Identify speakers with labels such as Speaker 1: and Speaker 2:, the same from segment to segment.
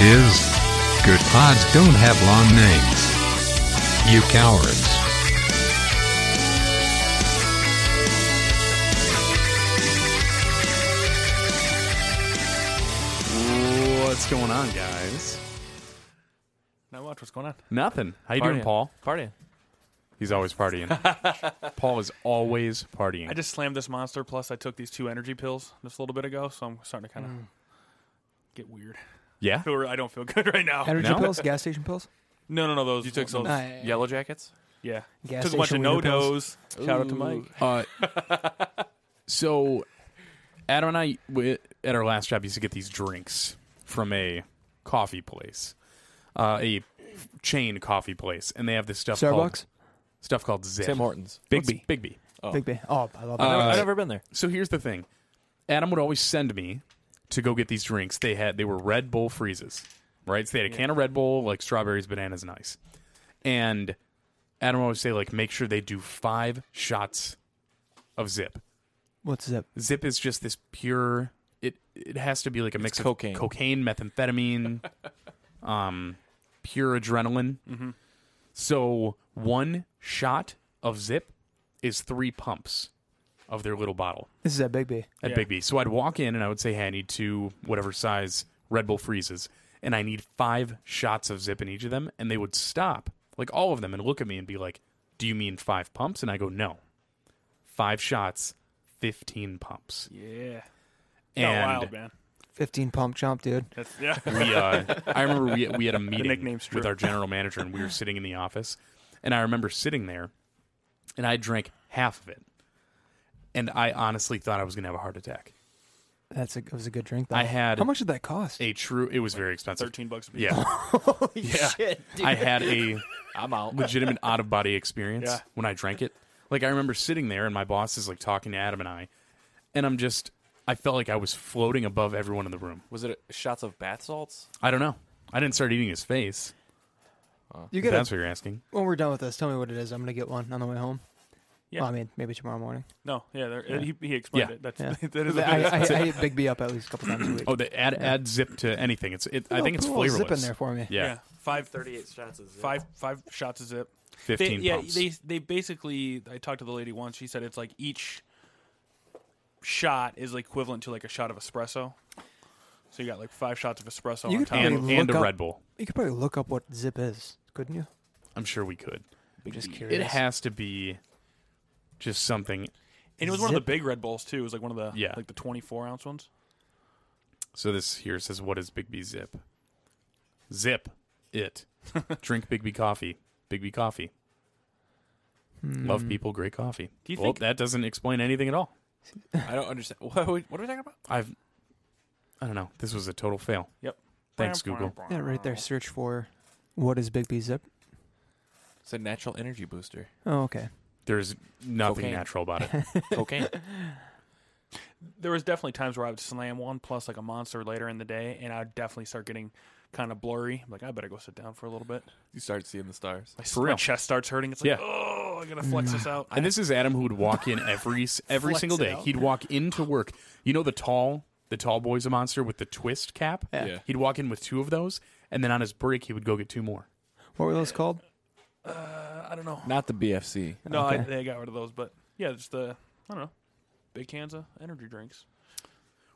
Speaker 1: is good pods don't have long names. You cowards.
Speaker 2: What's going on, guys?
Speaker 3: Not much. What's going on?
Speaker 2: Nothing. How you
Speaker 3: Partying.
Speaker 2: doing, Paul?
Speaker 3: Partying.
Speaker 2: He's always partying. Paul is always partying.
Speaker 3: I just slammed this monster. Plus, I took these two energy pills just a little bit ago, so I'm starting to kind of get weird.
Speaker 2: yeah.
Speaker 3: I, feel re- I don't feel good right now.
Speaker 4: Energy
Speaker 2: Oh, No?
Speaker 4: pills, gas station pills.
Speaker 3: No, no, no. Those you took those.
Speaker 4: Nah, yeah, yeah.
Speaker 5: Yellow Jackets.
Speaker 3: Yeah.
Speaker 4: Gas
Speaker 3: took a bunch of
Speaker 4: station
Speaker 3: no
Speaker 4: window pills.
Speaker 3: dos. Shout out to Mike.
Speaker 2: Uh, so, Adam and I, we, at our last job, used to get these drinks from a coffee place, uh, a chain coffee place, and they have this stuff called
Speaker 4: Starbucks,
Speaker 2: stuff called Zip.
Speaker 5: Tim Hortons.
Speaker 2: What's
Speaker 5: Bigby.
Speaker 2: Bigby.
Speaker 5: Oh.
Speaker 4: Big Bay. Oh, I love that.
Speaker 2: Uh,
Speaker 5: I've never been there.
Speaker 2: So here's the thing, Adam would always send me to go get these drinks. They had they were Red Bull freezes, right? So they had a can of Red Bull, like strawberries, bananas, and ice. And Adam would always say like, make sure they do five shots of Zip.
Speaker 4: What's zip?
Speaker 2: Zip is just this pure. It it has to be like a mix
Speaker 5: cocaine.
Speaker 2: of cocaine, methamphetamine, um, pure adrenaline. So one shot of Zip is three pumps of their little bottle
Speaker 4: This is at Big Bay.
Speaker 2: at
Speaker 3: Yeah.
Speaker 2: Big B. So I'd walk in and I would say, "Hey, I need two whatever size Red Bull freezes, and I need five shots of Zip in each of them." And they would stop, like all of them, and look at me and be like, "Do you mean five pumps?" And I go, "No, five shots, fifteen pumps."
Speaker 3: Yeah. Oh, Got
Speaker 2: and
Speaker 3: wild, man.
Speaker 4: Fifteen pump jump, dude.
Speaker 3: That's yeah.
Speaker 2: we, uh, I remember we, we had a meeting
Speaker 3: nickname's true.
Speaker 2: with our general manager, and we were sitting in the office, and I remember sitting there, and I drank half of it, and I honestly thought I was going to have a heart attack.
Speaker 4: That's a, it was a good drink. Though.
Speaker 2: I had-
Speaker 4: How much did that cost?
Speaker 2: A true, it was very expensive.
Speaker 3: Thirteen bucks. A piece.
Speaker 2: Yeah,
Speaker 4: Holy shit, dude.
Speaker 2: I had a
Speaker 5: I'm out.
Speaker 2: legitimate out of body experience
Speaker 3: Yeah.
Speaker 2: when I drank it. Like I remember sitting there, and my boss is like talking to Adam and I, and I'm just, I felt like I was floating above everyone in the room.
Speaker 5: Was it shots of bath salts?
Speaker 2: I don't know. I didn't start eating his face.
Speaker 4: you
Speaker 2: If
Speaker 4: get a,
Speaker 2: that's what you're asking.
Speaker 4: when we're done with this. Tell me what it is. I'm gonna get one on the way home.
Speaker 3: Yeah.
Speaker 4: Well, I mean, maybe tomorrow morning.
Speaker 3: No. Yeah. There, He, he explained
Speaker 2: Yeah.
Speaker 3: it. That's
Speaker 4: Yeah.
Speaker 3: that is.
Speaker 4: I, I,
Speaker 3: a
Speaker 4: I hit Big B up at least a couple times a week.
Speaker 2: Oh, the add add zip to anything. It's it. I
Speaker 4: Oh,
Speaker 2: think it's
Speaker 4: put a little
Speaker 2: flavorless.
Speaker 4: Zip in there for me.
Speaker 2: Yeah,
Speaker 3: Five
Speaker 5: Thirty-eight shots of
Speaker 3: five five shots of zip. They-
Speaker 2: fifteen
Speaker 3: yeah,
Speaker 2: pumps.
Speaker 3: they they basically. I talked to the lady once. She said it's like each shot is equivalent to like a shot of espresso. So you got like five shots of espresso
Speaker 4: You
Speaker 3: on
Speaker 4: could
Speaker 3: top.
Speaker 2: and
Speaker 4: Look
Speaker 2: and a
Speaker 4: up-
Speaker 2: Red Bull.
Speaker 4: You could probably look up what zip is, couldn't you?
Speaker 2: I'm sure we could.
Speaker 4: I'm just
Speaker 2: It
Speaker 4: curious.
Speaker 2: has to be just something.
Speaker 3: and it was one of the
Speaker 4: zip.
Speaker 3: big Red Bulls too. It was like one of the
Speaker 2: Yeah.
Speaker 3: like the twenty four ounce ones.
Speaker 2: So this here says, "What is Big B Zip? Zip it. Drink Big B coffee. Big B coffee.
Speaker 4: Hmm.
Speaker 2: Love people, great coffee.
Speaker 3: Do Mm. you
Speaker 2: well,
Speaker 3: think-
Speaker 2: that doesn't explain anything at all?
Speaker 5: I don't understand. What, are we- what are we talking about?
Speaker 2: I've, I don't know. This was a total fail.
Speaker 3: Yep.
Speaker 2: Thanks, Google.
Speaker 4: Yeah, right there. Search for what is Big B zip.
Speaker 5: It's a natural energy booster.
Speaker 4: Oh, okay.
Speaker 2: There's nothing
Speaker 5: Cocaine.
Speaker 2: natural about it.
Speaker 5: Cocaine.
Speaker 3: There was definitely times where I would slam one plus like a monster later in the day, and I'd definitely start getting kind of blurry. I'm like I better go sit down for a little bit.
Speaker 5: you start seeing the stars.
Speaker 3: My,
Speaker 2: For
Speaker 3: my
Speaker 2: real.
Speaker 3: chest starts hurting. It's
Speaker 2: Yeah.
Speaker 3: like oh, I gotta flex
Speaker 4: Mm.
Speaker 3: this out.
Speaker 2: And this is Adam who would walk in every every
Speaker 3: Flex
Speaker 2: single
Speaker 3: it
Speaker 2: day.
Speaker 3: out.
Speaker 2: He'd walk into work. You know the tall the tall boy's a monster with the twist cap.
Speaker 5: Yeah.
Speaker 2: He'd walk in with two of those, and then on his break he would go get two more.
Speaker 4: What were those called?
Speaker 3: Uh, I don't know.
Speaker 5: Not the BFC.
Speaker 3: No, I,
Speaker 4: Okay.
Speaker 3: they got rid of those, but yeah, just the I don't know, big cans of energy drinks.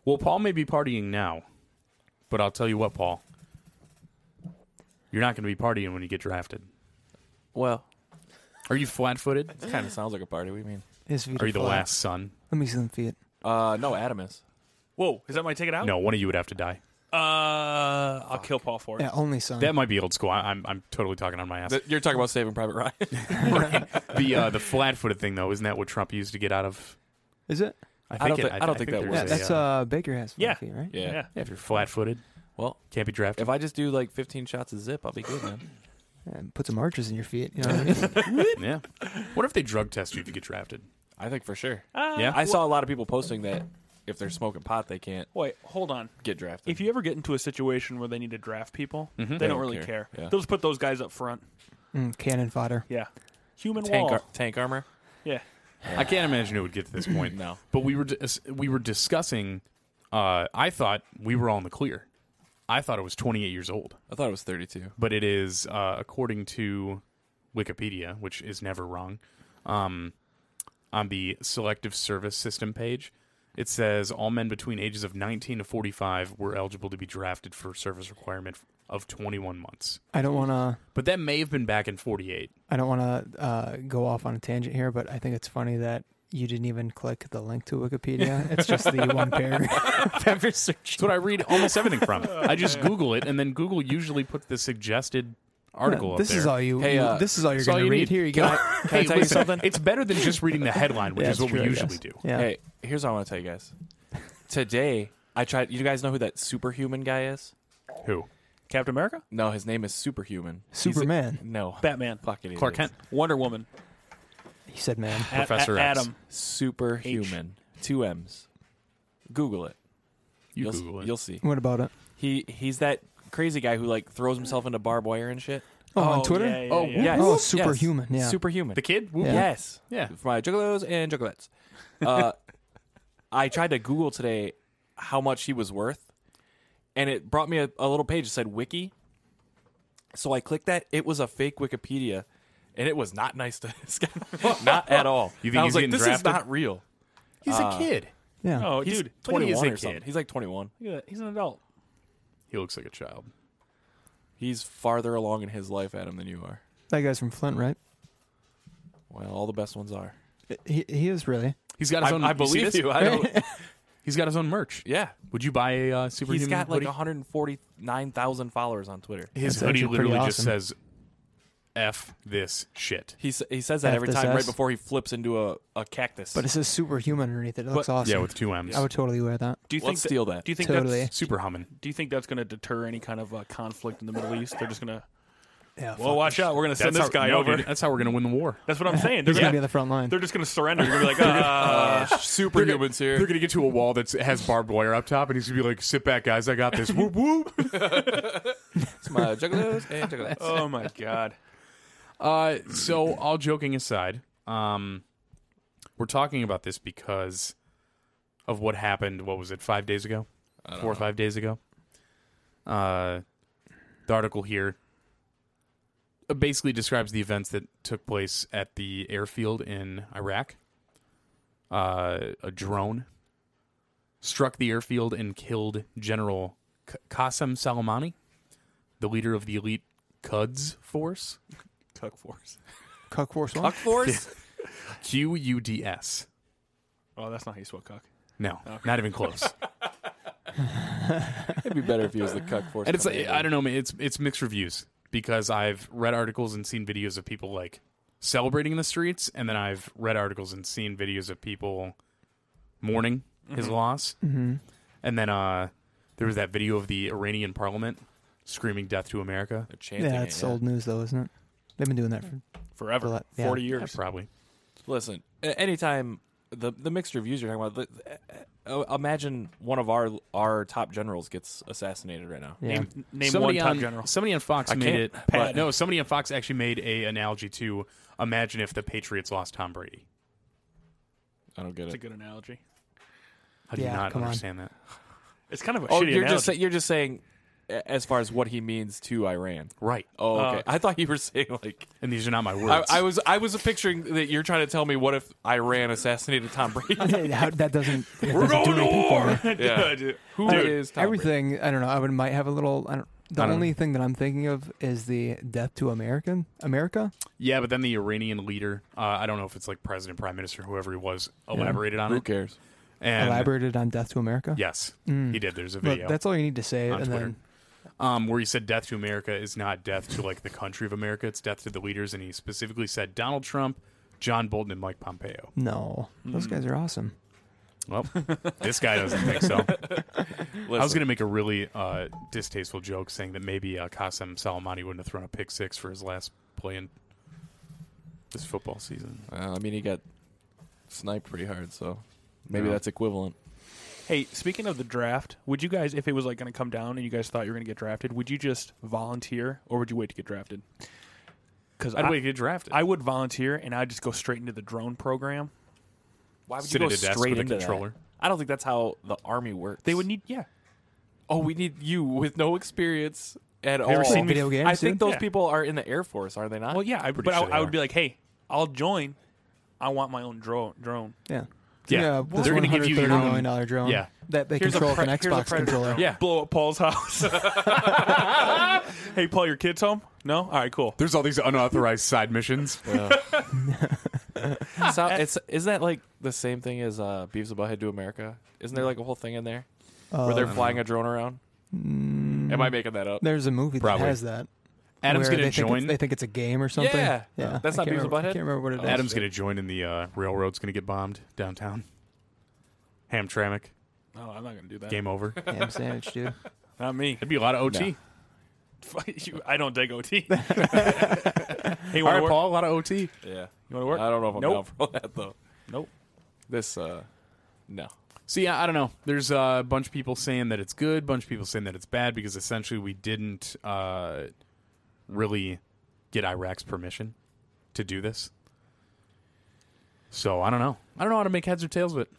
Speaker 2: Well, Paul may be partying now, but I'll tell you what, Paul. You're not going to be partying when you get drafted.
Speaker 5: Well,
Speaker 2: Are you flat-footed?
Speaker 5: it kind of sounds like a party. What do you mean?
Speaker 4: His feet
Speaker 2: Are you the
Speaker 4: flat.
Speaker 2: last son?
Speaker 4: Let me see them feet.
Speaker 5: Uh, no, Adam is.
Speaker 3: Whoa, is that my ticket out?
Speaker 2: No, one of you would have to die.
Speaker 3: Uh, I'll kill Paul for it.
Speaker 4: Yeah, only son.
Speaker 2: That might be old school. I, I'm I'm totally talking on my ass.
Speaker 5: Th- You're talking about Saving Private Ryan.
Speaker 2: The uh, the flat-footed thing though, isn't that what Trump used to get out of?
Speaker 4: Is it?
Speaker 2: I
Speaker 5: don't
Speaker 2: it-
Speaker 5: thi- I don't think that
Speaker 2: there's
Speaker 4: Yeah,
Speaker 5: works.
Speaker 2: a,
Speaker 4: that's
Speaker 2: uh,
Speaker 4: uh Baker has flat
Speaker 3: Yeah.
Speaker 4: feet, right?
Speaker 5: yeah.
Speaker 3: Yeah.
Speaker 2: yeah, if you're flat-footed,
Speaker 5: Well,
Speaker 2: can't be drafted.
Speaker 5: if I just do like 15 shots of zip, I'll be good, man.
Speaker 4: And put some arches in your feet. You know what I mean?
Speaker 2: yeah. What if they drug test you to get drafted?
Speaker 5: I think for sure.
Speaker 2: yeah.
Speaker 5: I saw a lot of people posting that if they're smoking pot, they can't
Speaker 3: Wait, hold on.
Speaker 5: get drafted.
Speaker 3: If you ever get into a situation where they need to draft people, they, don't
Speaker 5: Mm-hmm. don't
Speaker 3: really care.
Speaker 5: care. Yeah.
Speaker 3: They'll just put those guys up front.
Speaker 4: Mm, cannon fodder.
Speaker 3: Yeah, human
Speaker 5: tank
Speaker 3: wall.
Speaker 5: ar- tank armor,
Speaker 3: yeah,
Speaker 2: I can't imagine it would get to this point.
Speaker 5: No.
Speaker 2: But we were dis- we were discussing. Uh, I thought we were all in the clear I thought it was 28 years old,
Speaker 5: I thought it was 32.
Speaker 2: but it is, uh, according to Wikipedia, which is never wrong, um, on the Selective Service System page, it says all men between ages of 19 to 45 were eligible to be drafted for service requirement of 21 months.
Speaker 4: I don't want to.
Speaker 2: But that may have been back in 48.
Speaker 4: I don't want to uh, go off on a tangent here, but I think it's funny that you didn't even click the link to Wikipedia. It's just the one paragraph ever search.
Speaker 2: That's what I read almost everything from. I just Google it, and then Google usually puts the suggested article up
Speaker 4: This
Speaker 2: there.
Speaker 4: is all you.
Speaker 5: Hey,
Speaker 4: you-
Speaker 5: uh,
Speaker 4: this is all you're
Speaker 2: that's all
Speaker 4: going
Speaker 2: you
Speaker 4: to read.
Speaker 2: need.
Speaker 4: Here you
Speaker 5: Can
Speaker 4: go.
Speaker 5: I, can I tell you
Speaker 2: listen,
Speaker 5: something?
Speaker 2: It's better than just reading the headline, which
Speaker 4: Yeah,
Speaker 2: is what
Speaker 4: it's true,
Speaker 2: we
Speaker 4: I
Speaker 2: usually
Speaker 4: guess.
Speaker 2: do.
Speaker 4: Yeah.
Speaker 5: Hey, here's what I want to tell you guys. Today, I tried. You guys know who that superhuman guy is?
Speaker 2: Who?
Speaker 3: Captain America,
Speaker 5: No, his name is Superhuman. He's a-
Speaker 4: Superman.
Speaker 5: no,
Speaker 3: Batman,
Speaker 5: fucking
Speaker 2: Clark
Speaker 5: idiots.
Speaker 2: Kent.
Speaker 3: Wonder Woman,
Speaker 4: He said, "Man,
Speaker 3: A- A-
Speaker 2: Professor X.
Speaker 3: Adam.
Speaker 5: Superhuman. Two M's. Google it.
Speaker 2: You
Speaker 5: will
Speaker 2: Google it.
Speaker 5: You'll see.
Speaker 4: what about it?
Speaker 5: He he's that crazy guy who like throws himself into barbed wire and shit.
Speaker 4: Oh, on Twitter.
Speaker 3: Yeah, yeah,
Speaker 2: Oh,
Speaker 3: yeah.
Speaker 5: Yes.
Speaker 4: Oh,
Speaker 5: yes.
Speaker 4: superhuman, yeah.
Speaker 5: Superhuman.
Speaker 2: the kid? Whoop,
Speaker 4: Yeah.
Speaker 2: whoop.
Speaker 5: Yes.
Speaker 2: Yeah.
Speaker 5: For my juggalos and juggalettes. Uh, I tried to Google today how much he was worth, and it brought me a, a little page that said wiki. So I clicked that. It was a fake Wikipedia, and it was not nice to this guy. not at all.
Speaker 2: You think
Speaker 5: And I
Speaker 2: he's
Speaker 5: was like,
Speaker 2: getting
Speaker 5: this
Speaker 2: drafted?
Speaker 5: is not real.
Speaker 2: He's a kid.
Speaker 4: Yeah.
Speaker 3: Oh,
Speaker 5: He's
Speaker 3: dude,
Speaker 2: what
Speaker 5: 21
Speaker 2: he is a
Speaker 5: or something.
Speaker 2: kid.
Speaker 5: He's like 21.
Speaker 3: look at that. he's an adult.
Speaker 2: He looks like a child.
Speaker 5: He's farther along in his life, Adam, than you are.
Speaker 4: That guy's from Flint, right?
Speaker 5: Well, all the best ones are.
Speaker 4: He, he is really.
Speaker 2: He's got his
Speaker 5: I,
Speaker 2: own.
Speaker 5: I
Speaker 2: you see
Speaker 5: believe
Speaker 2: this?
Speaker 5: you. I don't.
Speaker 2: He's got his own merch.
Speaker 5: yeah.
Speaker 2: Would you buy a uh, superhuman?
Speaker 5: He's got like
Speaker 2: hoodie?
Speaker 5: 149,000 followers on Twitter.
Speaker 2: his
Speaker 4: That's
Speaker 2: hoodie
Speaker 4: actually pretty
Speaker 2: literally just
Speaker 4: awesome.
Speaker 2: says, "F this shit."
Speaker 5: He, s- he says that
Speaker 4: F
Speaker 5: every
Speaker 4: this
Speaker 5: time right
Speaker 4: ass.
Speaker 5: before he flips into a, a cactus.
Speaker 4: But it says superhuman underneath it. It looks awesome.
Speaker 2: Yeah, with two M's.
Speaker 4: I would totally wear that.
Speaker 3: Do you
Speaker 5: Let's
Speaker 3: think
Speaker 5: steal that.
Speaker 3: Do you think
Speaker 4: Totally.
Speaker 3: that's
Speaker 2: Super humming.
Speaker 3: do you think that's going to deter any kind of uh, conflict in the Middle East? They're just going to
Speaker 4: Yeah.
Speaker 3: well, watch out. We're going to send
Speaker 2: That's
Speaker 3: this
Speaker 2: how-
Speaker 3: guy
Speaker 2: no,
Speaker 3: over.
Speaker 2: dude, that's how we're gonna win the war.
Speaker 3: That's what I'm saying. They're
Speaker 4: He's
Speaker 3: going
Speaker 4: gonna be on the front line.
Speaker 3: They're just going to surrender. They're going to be like, uh,
Speaker 5: superhumans
Speaker 2: They're gonna get to a wall that has barbed wire up top, and he's gonna be like, "Sit back, guys. I got this." whoop whoop.
Speaker 5: It's my juggalos and juggalettes.
Speaker 3: oh my god.
Speaker 2: Uh, so all joking aside, um, we're talking about this because of what happened. What was it? Five days ago, four or five days ago. Uh, the article here uh, basically describes the events that took place at the airfield in Iraq. Uh, a drone struck the airfield and killed General Q- Qasem Soleimani, the leader of the elite Quds force.
Speaker 5: Cuck force.
Speaker 4: Cuck Force One.
Speaker 5: Cuck force?
Speaker 2: Q U D S.
Speaker 3: Oh, that's not how you spell cock.
Speaker 2: No, not even close.
Speaker 5: It'd be better if he was the cuck force.
Speaker 2: and it's
Speaker 5: coming
Speaker 2: like
Speaker 5: in.
Speaker 2: I don't know, man, it's it's mixed reviews because I've read articles and seen videos of people like celebrating in the streets, and then I've read articles and seen videos of people mourning his loss.
Speaker 4: Mm-hmm.
Speaker 2: And then uh, there was that video of the Iranian Parliament screaming "Death to America."
Speaker 5: They're chanting
Speaker 4: Yeah,
Speaker 5: it,
Speaker 4: it's old news though, isn't it? They've been doing that for.
Speaker 3: Forever.
Speaker 4: Well, yeah.
Speaker 3: Forty
Speaker 2: Yeah,
Speaker 3: years.
Speaker 2: probably.
Speaker 5: Listen, a- anytime the the mixed reviews you're talking about, the- uh, uh, imagine one of our our top generals gets assassinated right now.
Speaker 4: Yeah.
Speaker 3: Name, name one
Speaker 2: somebody
Speaker 3: top
Speaker 2: on,
Speaker 3: general.
Speaker 2: Somebody on Fox
Speaker 5: I
Speaker 2: made
Speaker 5: can't-
Speaker 2: it.
Speaker 3: Pat.
Speaker 2: no, somebody on Fox actually made a analogy to imagine if the Patriots lost Tom Brady.
Speaker 5: I don't get
Speaker 3: That's a
Speaker 5: it.
Speaker 3: good analogy.
Speaker 2: How do
Speaker 4: Yeah,
Speaker 2: you not
Speaker 4: come on.
Speaker 2: understand that?
Speaker 3: It's kind of a
Speaker 5: Oh,
Speaker 3: shitty
Speaker 5: you're
Speaker 3: analogy.
Speaker 5: just sa- you're just saying a- as far as what he means to Iran.
Speaker 2: Right.
Speaker 5: Oh,
Speaker 3: Uh,
Speaker 5: okay. I thought you were saying like
Speaker 2: And these are not my
Speaker 5: I,
Speaker 2: words.
Speaker 5: I was I was picturing that you're trying to tell me what if Iran assassinated Tom Brady?
Speaker 4: How- that doesn't. that
Speaker 3: We're
Speaker 4: doesn't do
Speaker 3: going to
Speaker 4: anything for me.
Speaker 3: war.
Speaker 5: Yeah.
Speaker 3: Dude.
Speaker 5: Who
Speaker 4: Dude,
Speaker 5: is Tom Brady?
Speaker 4: Everything. I don't know. I would might have a little. I don't. The
Speaker 2: I don't
Speaker 4: only thing that I'm thinking of is the death to American America.
Speaker 2: yeah, but then the Iranian leader, uh, I don't know if it's like president, prime minister, whoever he was, elaborated on
Speaker 5: Who
Speaker 2: it.
Speaker 5: cares?
Speaker 2: And
Speaker 4: elaborated on death to America.
Speaker 2: Yes, he did. There's a
Speaker 4: But
Speaker 2: video
Speaker 4: that's all you need to say,
Speaker 2: on
Speaker 4: and
Speaker 2: Twitter
Speaker 4: then
Speaker 2: um, where he said death to America is not death to like the country of America. It's death to the leaders. And he specifically said Donald Trump, John Bolton, and Mike Pompeo.
Speaker 4: no, those guys are awesome.
Speaker 2: Well, this guy doesn't think so. I was
Speaker 5: Listen.
Speaker 2: going to make a really uh, distasteful joke saying that maybe uh, Qasem Soleimani wouldn't have thrown a pick six for his last play in this football season.
Speaker 5: Well, I mean, he got sniped pretty hard, so maybe
Speaker 2: Yeah.
Speaker 5: that's equivalent.
Speaker 3: Hey, speaking of the draft, would you guys, if it was like going to come down and you guys thought you were going to get drafted, would you just volunteer or would you wait to get drafted? Because
Speaker 2: I'd
Speaker 3: I,
Speaker 2: wait to get drafted.
Speaker 3: I would volunteer and I'd just go straight into the drone program.
Speaker 5: Why
Speaker 2: Sit at a desk with a controller.
Speaker 5: I don't think that's how the army works.
Speaker 3: They would need, yeah.
Speaker 5: oh, we need you with no experience at all.
Speaker 2: ever seen me-
Speaker 4: Video games.
Speaker 5: I think
Speaker 4: dude?
Speaker 5: those
Speaker 3: Yeah.
Speaker 5: people are in the Air Force, are they not?
Speaker 3: Well, yeah, I,
Speaker 2: Pretty
Speaker 3: but
Speaker 2: sure they
Speaker 3: I, I would
Speaker 2: are.
Speaker 3: be like, hey, I'll join. I want my own drone. drone.
Speaker 4: Yeah.
Speaker 2: Yeah.
Speaker 4: this
Speaker 2: They're gonna give you your
Speaker 4: $130
Speaker 2: own-
Speaker 4: million dollar drone.
Speaker 2: Yeah.
Speaker 4: That they
Speaker 3: Here's a
Speaker 4: control
Speaker 3: pre-
Speaker 4: with an
Speaker 3: here's a
Speaker 4: Xbox
Speaker 3: predator
Speaker 4: controller.
Speaker 3: drone.
Speaker 2: Yeah.
Speaker 3: blow up Paul's house. hey, Paul, your kids home? No. All right, cool.
Speaker 2: There's all these unauthorized side missions.
Speaker 5: So it's isn't that like the same thing as uh, Beavis and Butthead to America? Isn't there like a whole thing in there where they're
Speaker 4: Uh,
Speaker 5: flying a drone around? Am I making that up?
Speaker 4: There's a movie
Speaker 2: Probably.
Speaker 4: that has that.
Speaker 2: Adam's
Speaker 4: where
Speaker 2: gonna
Speaker 4: they think it's-
Speaker 2: join.
Speaker 4: they think it's a game or something.
Speaker 5: Yeah.
Speaker 4: yeah.
Speaker 5: That's
Speaker 4: I can't
Speaker 5: not Beavis and
Speaker 4: remember-
Speaker 5: Butt-Head?
Speaker 4: I can't remember what it is.
Speaker 2: Adam's gonna join, and the uh, railroad's gonna get bombed downtown. Hamtramck,
Speaker 3: No, I'm not gonna do that.
Speaker 2: game over.
Speaker 4: ham sandwich, dude.
Speaker 3: Not me.
Speaker 2: It'd be a lot of OT.
Speaker 3: You- I don't take OT. hey, you
Speaker 2: All
Speaker 3: want
Speaker 2: right,
Speaker 3: to work?
Speaker 2: Paul, a lot of OT.
Speaker 5: yeah.
Speaker 3: You want to work?
Speaker 5: I don't know if I'm
Speaker 3: Uh, Nope.
Speaker 5: down for all that though.
Speaker 3: Nope.
Speaker 5: This uh no.
Speaker 2: See, I I don't know. There's uh, a bunch of people saying that it's good, bunch of people saying that it's bad because essentially we didn't uh, really get Iraq's permission to do this. So I don't know. I don't know how to make heads or tails of it.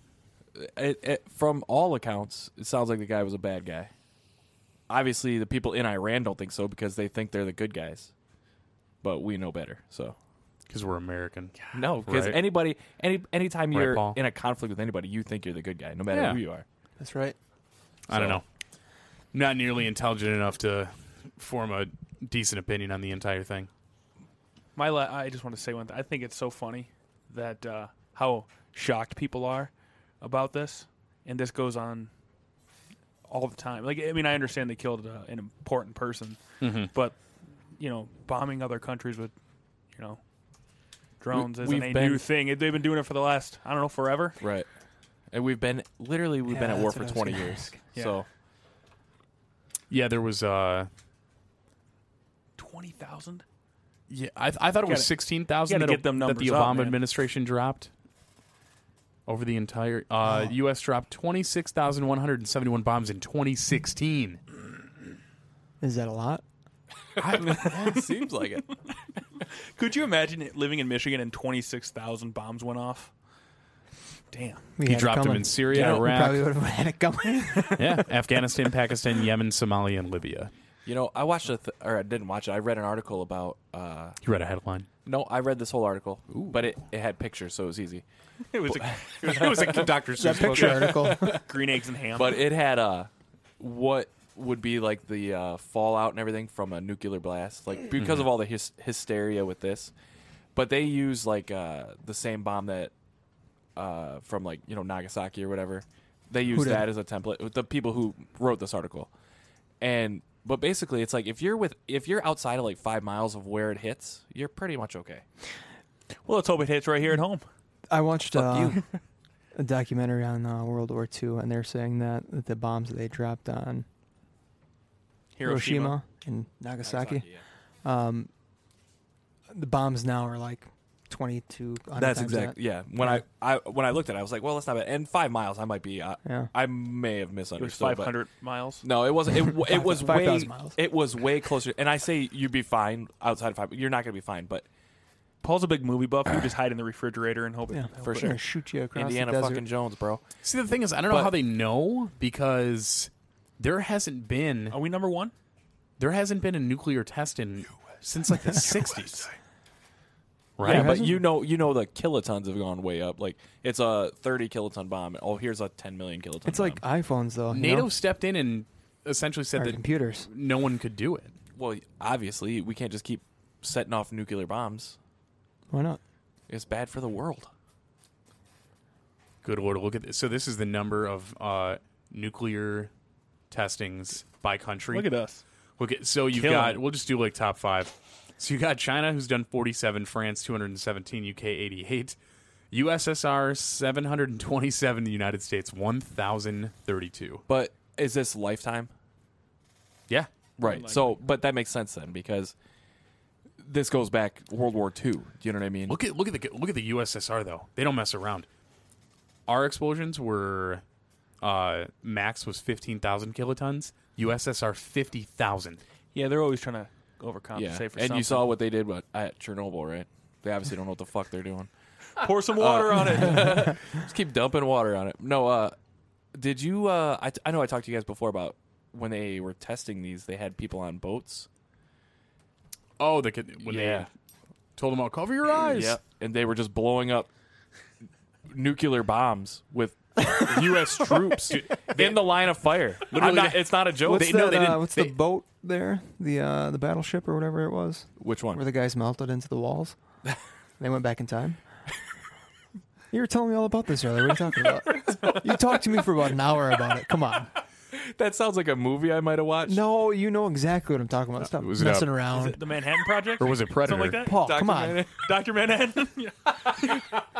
Speaker 5: It, it, from all accounts, it sounds like the guy was a bad guy. Obviously, the people in Iran don't think so because they think they're the good guys. But we know better. So
Speaker 2: because we're American.
Speaker 5: no, because
Speaker 2: Right.
Speaker 5: anybody, any anytime
Speaker 2: Right,
Speaker 5: you're
Speaker 2: Paul?
Speaker 5: in a conflict with anybody, you think you're the good guy, no matter
Speaker 2: Yeah.
Speaker 5: who you are.
Speaker 4: That's right.
Speaker 2: I don't
Speaker 5: So-
Speaker 2: know. Not nearly intelligent enough to form a decent opinion on the entire thing.
Speaker 3: My la- I just want to say one thing. I think it's so funny that uh, how shocked people are about this, and this goes on all the time. Like, I mean, I understand they killed uh, an important person, but you know, bombing other countries with you know drones
Speaker 5: We-
Speaker 3: isn't
Speaker 5: we've
Speaker 3: a
Speaker 5: been-
Speaker 3: new thing. They've been doing it for the last I don't know forever.
Speaker 5: Right. And we've been literally we've been
Speaker 4: Yeah,
Speaker 5: at war
Speaker 4: that's
Speaker 5: for
Speaker 4: what I was
Speaker 5: 20
Speaker 4: gonna
Speaker 5: years.
Speaker 4: ask.
Speaker 3: Yeah.
Speaker 5: So
Speaker 2: Yeah, there was. Uh,
Speaker 3: Twenty thousand.
Speaker 2: yeah, I, I thought it was
Speaker 3: Gotta-
Speaker 2: sixteen thousand
Speaker 3: gotta
Speaker 2: that,
Speaker 3: get them
Speaker 2: that the
Speaker 3: numbers up,
Speaker 2: Obama
Speaker 3: man.
Speaker 2: administration dropped. Over the entire uh, U.S. dropped twenty six thousand one hundred and seventy one bombs in twenty sixteen.
Speaker 4: Is that a lot?
Speaker 5: it seems like it.
Speaker 3: Could you imagine it- living in Michigan and twenty six thousand bombs went off? Damn.
Speaker 4: We
Speaker 2: He
Speaker 4: had it
Speaker 2: dropped them
Speaker 4: coming.
Speaker 2: in Syria,
Speaker 4: Yeah, we
Speaker 2: Iraq.
Speaker 4: Probably would have had it coming.
Speaker 2: yeah, Afghanistan, Pakistan, Yemen, Somalia, and Libya.
Speaker 5: You know, I watched a th- or I didn't watch it. I read an article about uh
Speaker 2: You read a headline.
Speaker 5: no, I read this whole article, but it, it had pictures, so it was easy.
Speaker 3: It was a, it was, it was a Dr.
Speaker 4: that
Speaker 3: Seuss book.
Speaker 4: picture article.
Speaker 3: Green eggs and ham.
Speaker 5: But it had uh what would be like the uh, fallout and everything from a nuclear blast,
Speaker 4: Mm-hmm.
Speaker 5: like because of all the hys- hysteria with this. But they use like uh the same bomb that uh from like you know Nagasaki or whatever. They use
Speaker 4: did?
Speaker 5: that as a template. The people who wrote this article. and but basically it's like if you're with if you're outside of like five miles of where it hits you're pretty much okay
Speaker 3: well, let's hope it hits right here at home.
Speaker 4: I watched uh, a documentary on uh, World War II, and they're saying that, that the bombs that they dropped on Hiroshima, and Nagasaki, um, the bombs now are like twenty two.
Speaker 5: that's exactly yeah when I, I when i looked at it i was like well that's not bad and five miles i might be uh,
Speaker 4: Yeah.
Speaker 5: i may have
Speaker 3: It was
Speaker 5: misunderstood but-
Speaker 3: 500 miles.
Speaker 5: no it wasn't it, w- it
Speaker 4: Five-
Speaker 5: was
Speaker 4: five
Speaker 5: way
Speaker 4: thousand miles.
Speaker 5: it was way closer and i say you'd be fine outside of five you're not gonna be fine but
Speaker 3: Paul's a big movie buff. You just hide in the refrigerator and hope. it-
Speaker 4: Yeah,
Speaker 3: hope
Speaker 5: For
Speaker 3: it-
Speaker 4: They're
Speaker 5: sure.
Speaker 4: gonna shoot you across
Speaker 5: indiana
Speaker 4: the desert.
Speaker 5: fucking jones bro
Speaker 2: See, the thing is, I don't know
Speaker 5: But-
Speaker 2: how they know because there hasn't been
Speaker 3: Are we number one?
Speaker 2: there hasn't been a nuclear test in since like the sixties, right?
Speaker 5: yeah,
Speaker 4: it
Speaker 5: but
Speaker 4: hasn't?
Speaker 5: you know you know the kilotons have gone way up like it's a 30 kiloton bomb oh here's a 10 million kiloton
Speaker 4: It's like iPhones though. you
Speaker 2: NATO
Speaker 4: know?
Speaker 2: stepped in and essentially said
Speaker 4: or
Speaker 2: that
Speaker 4: computers.
Speaker 2: no one could do it.
Speaker 5: Well, obviously, we can't just keep setting off nuclear bombs.
Speaker 4: Why not?
Speaker 5: It's bad for the world.
Speaker 2: Good lord, look at this. So this is the number of uh, nuclear testings by country.
Speaker 3: Look at us.
Speaker 2: Look at so you've
Speaker 3: Killing
Speaker 2: got.
Speaker 3: it.
Speaker 2: We'll just do like top five. So you got China, who's done forty-seven, France two hundred and seventeen, UK eighty-eight, USSR seven hundred and twenty-seven, the United States one thousand thirty-two.
Speaker 5: But is this lifetime?
Speaker 2: Yeah,
Speaker 5: Right. So, but that makes sense then because this goes back World War II. Do you know what I mean?
Speaker 2: look at look at the look at the USSR though. They don't mess around. Our explosions were uh, max was fifteen thousand kilotons. USSR fifty thousand.
Speaker 3: Yeah, they're always trying to overcompensate
Speaker 5: yeah.
Speaker 3: for
Speaker 5: And
Speaker 3: something.
Speaker 5: you saw what they did with- at Chernobyl, right? They obviously don't know what the fuck they're doing.
Speaker 3: pour some water on it.
Speaker 5: Just keep dumping water on it. No, uh, did you? Uh, I, I know I talked to you guys before about when they were testing these, they had people on boats.
Speaker 2: Oh, they could when
Speaker 5: Yeah.
Speaker 2: they told them all cover your eyes.
Speaker 5: Yeah, and they were just blowing up nuclear bombs with U.S. troops in the line of fire. I'm not- it's not a joke.
Speaker 4: What's
Speaker 2: they-
Speaker 4: that,
Speaker 2: no, they didn't-
Speaker 4: uh, what's
Speaker 2: they-
Speaker 4: the boat there? The uh, the battleship or whatever it was,
Speaker 5: Which
Speaker 4: where
Speaker 5: one?
Speaker 4: the guys melted into the walls. they went back in time. You were telling me all about this earlier. What are you talking about? you talked to me for about an hour about it. Come on.
Speaker 5: That sounds like a movie I might have watched.
Speaker 4: No, you know exactly what I'm talking about. Stop
Speaker 2: Uh, was it
Speaker 4: messing
Speaker 2: a-
Speaker 3: Is
Speaker 4: around.
Speaker 3: it the Manhattan Project
Speaker 2: Or was it Predator?
Speaker 3: Something like that.
Speaker 4: Paul, come on.
Speaker 5: Documentary?
Speaker 3: Doctor Manhattan. Yeah.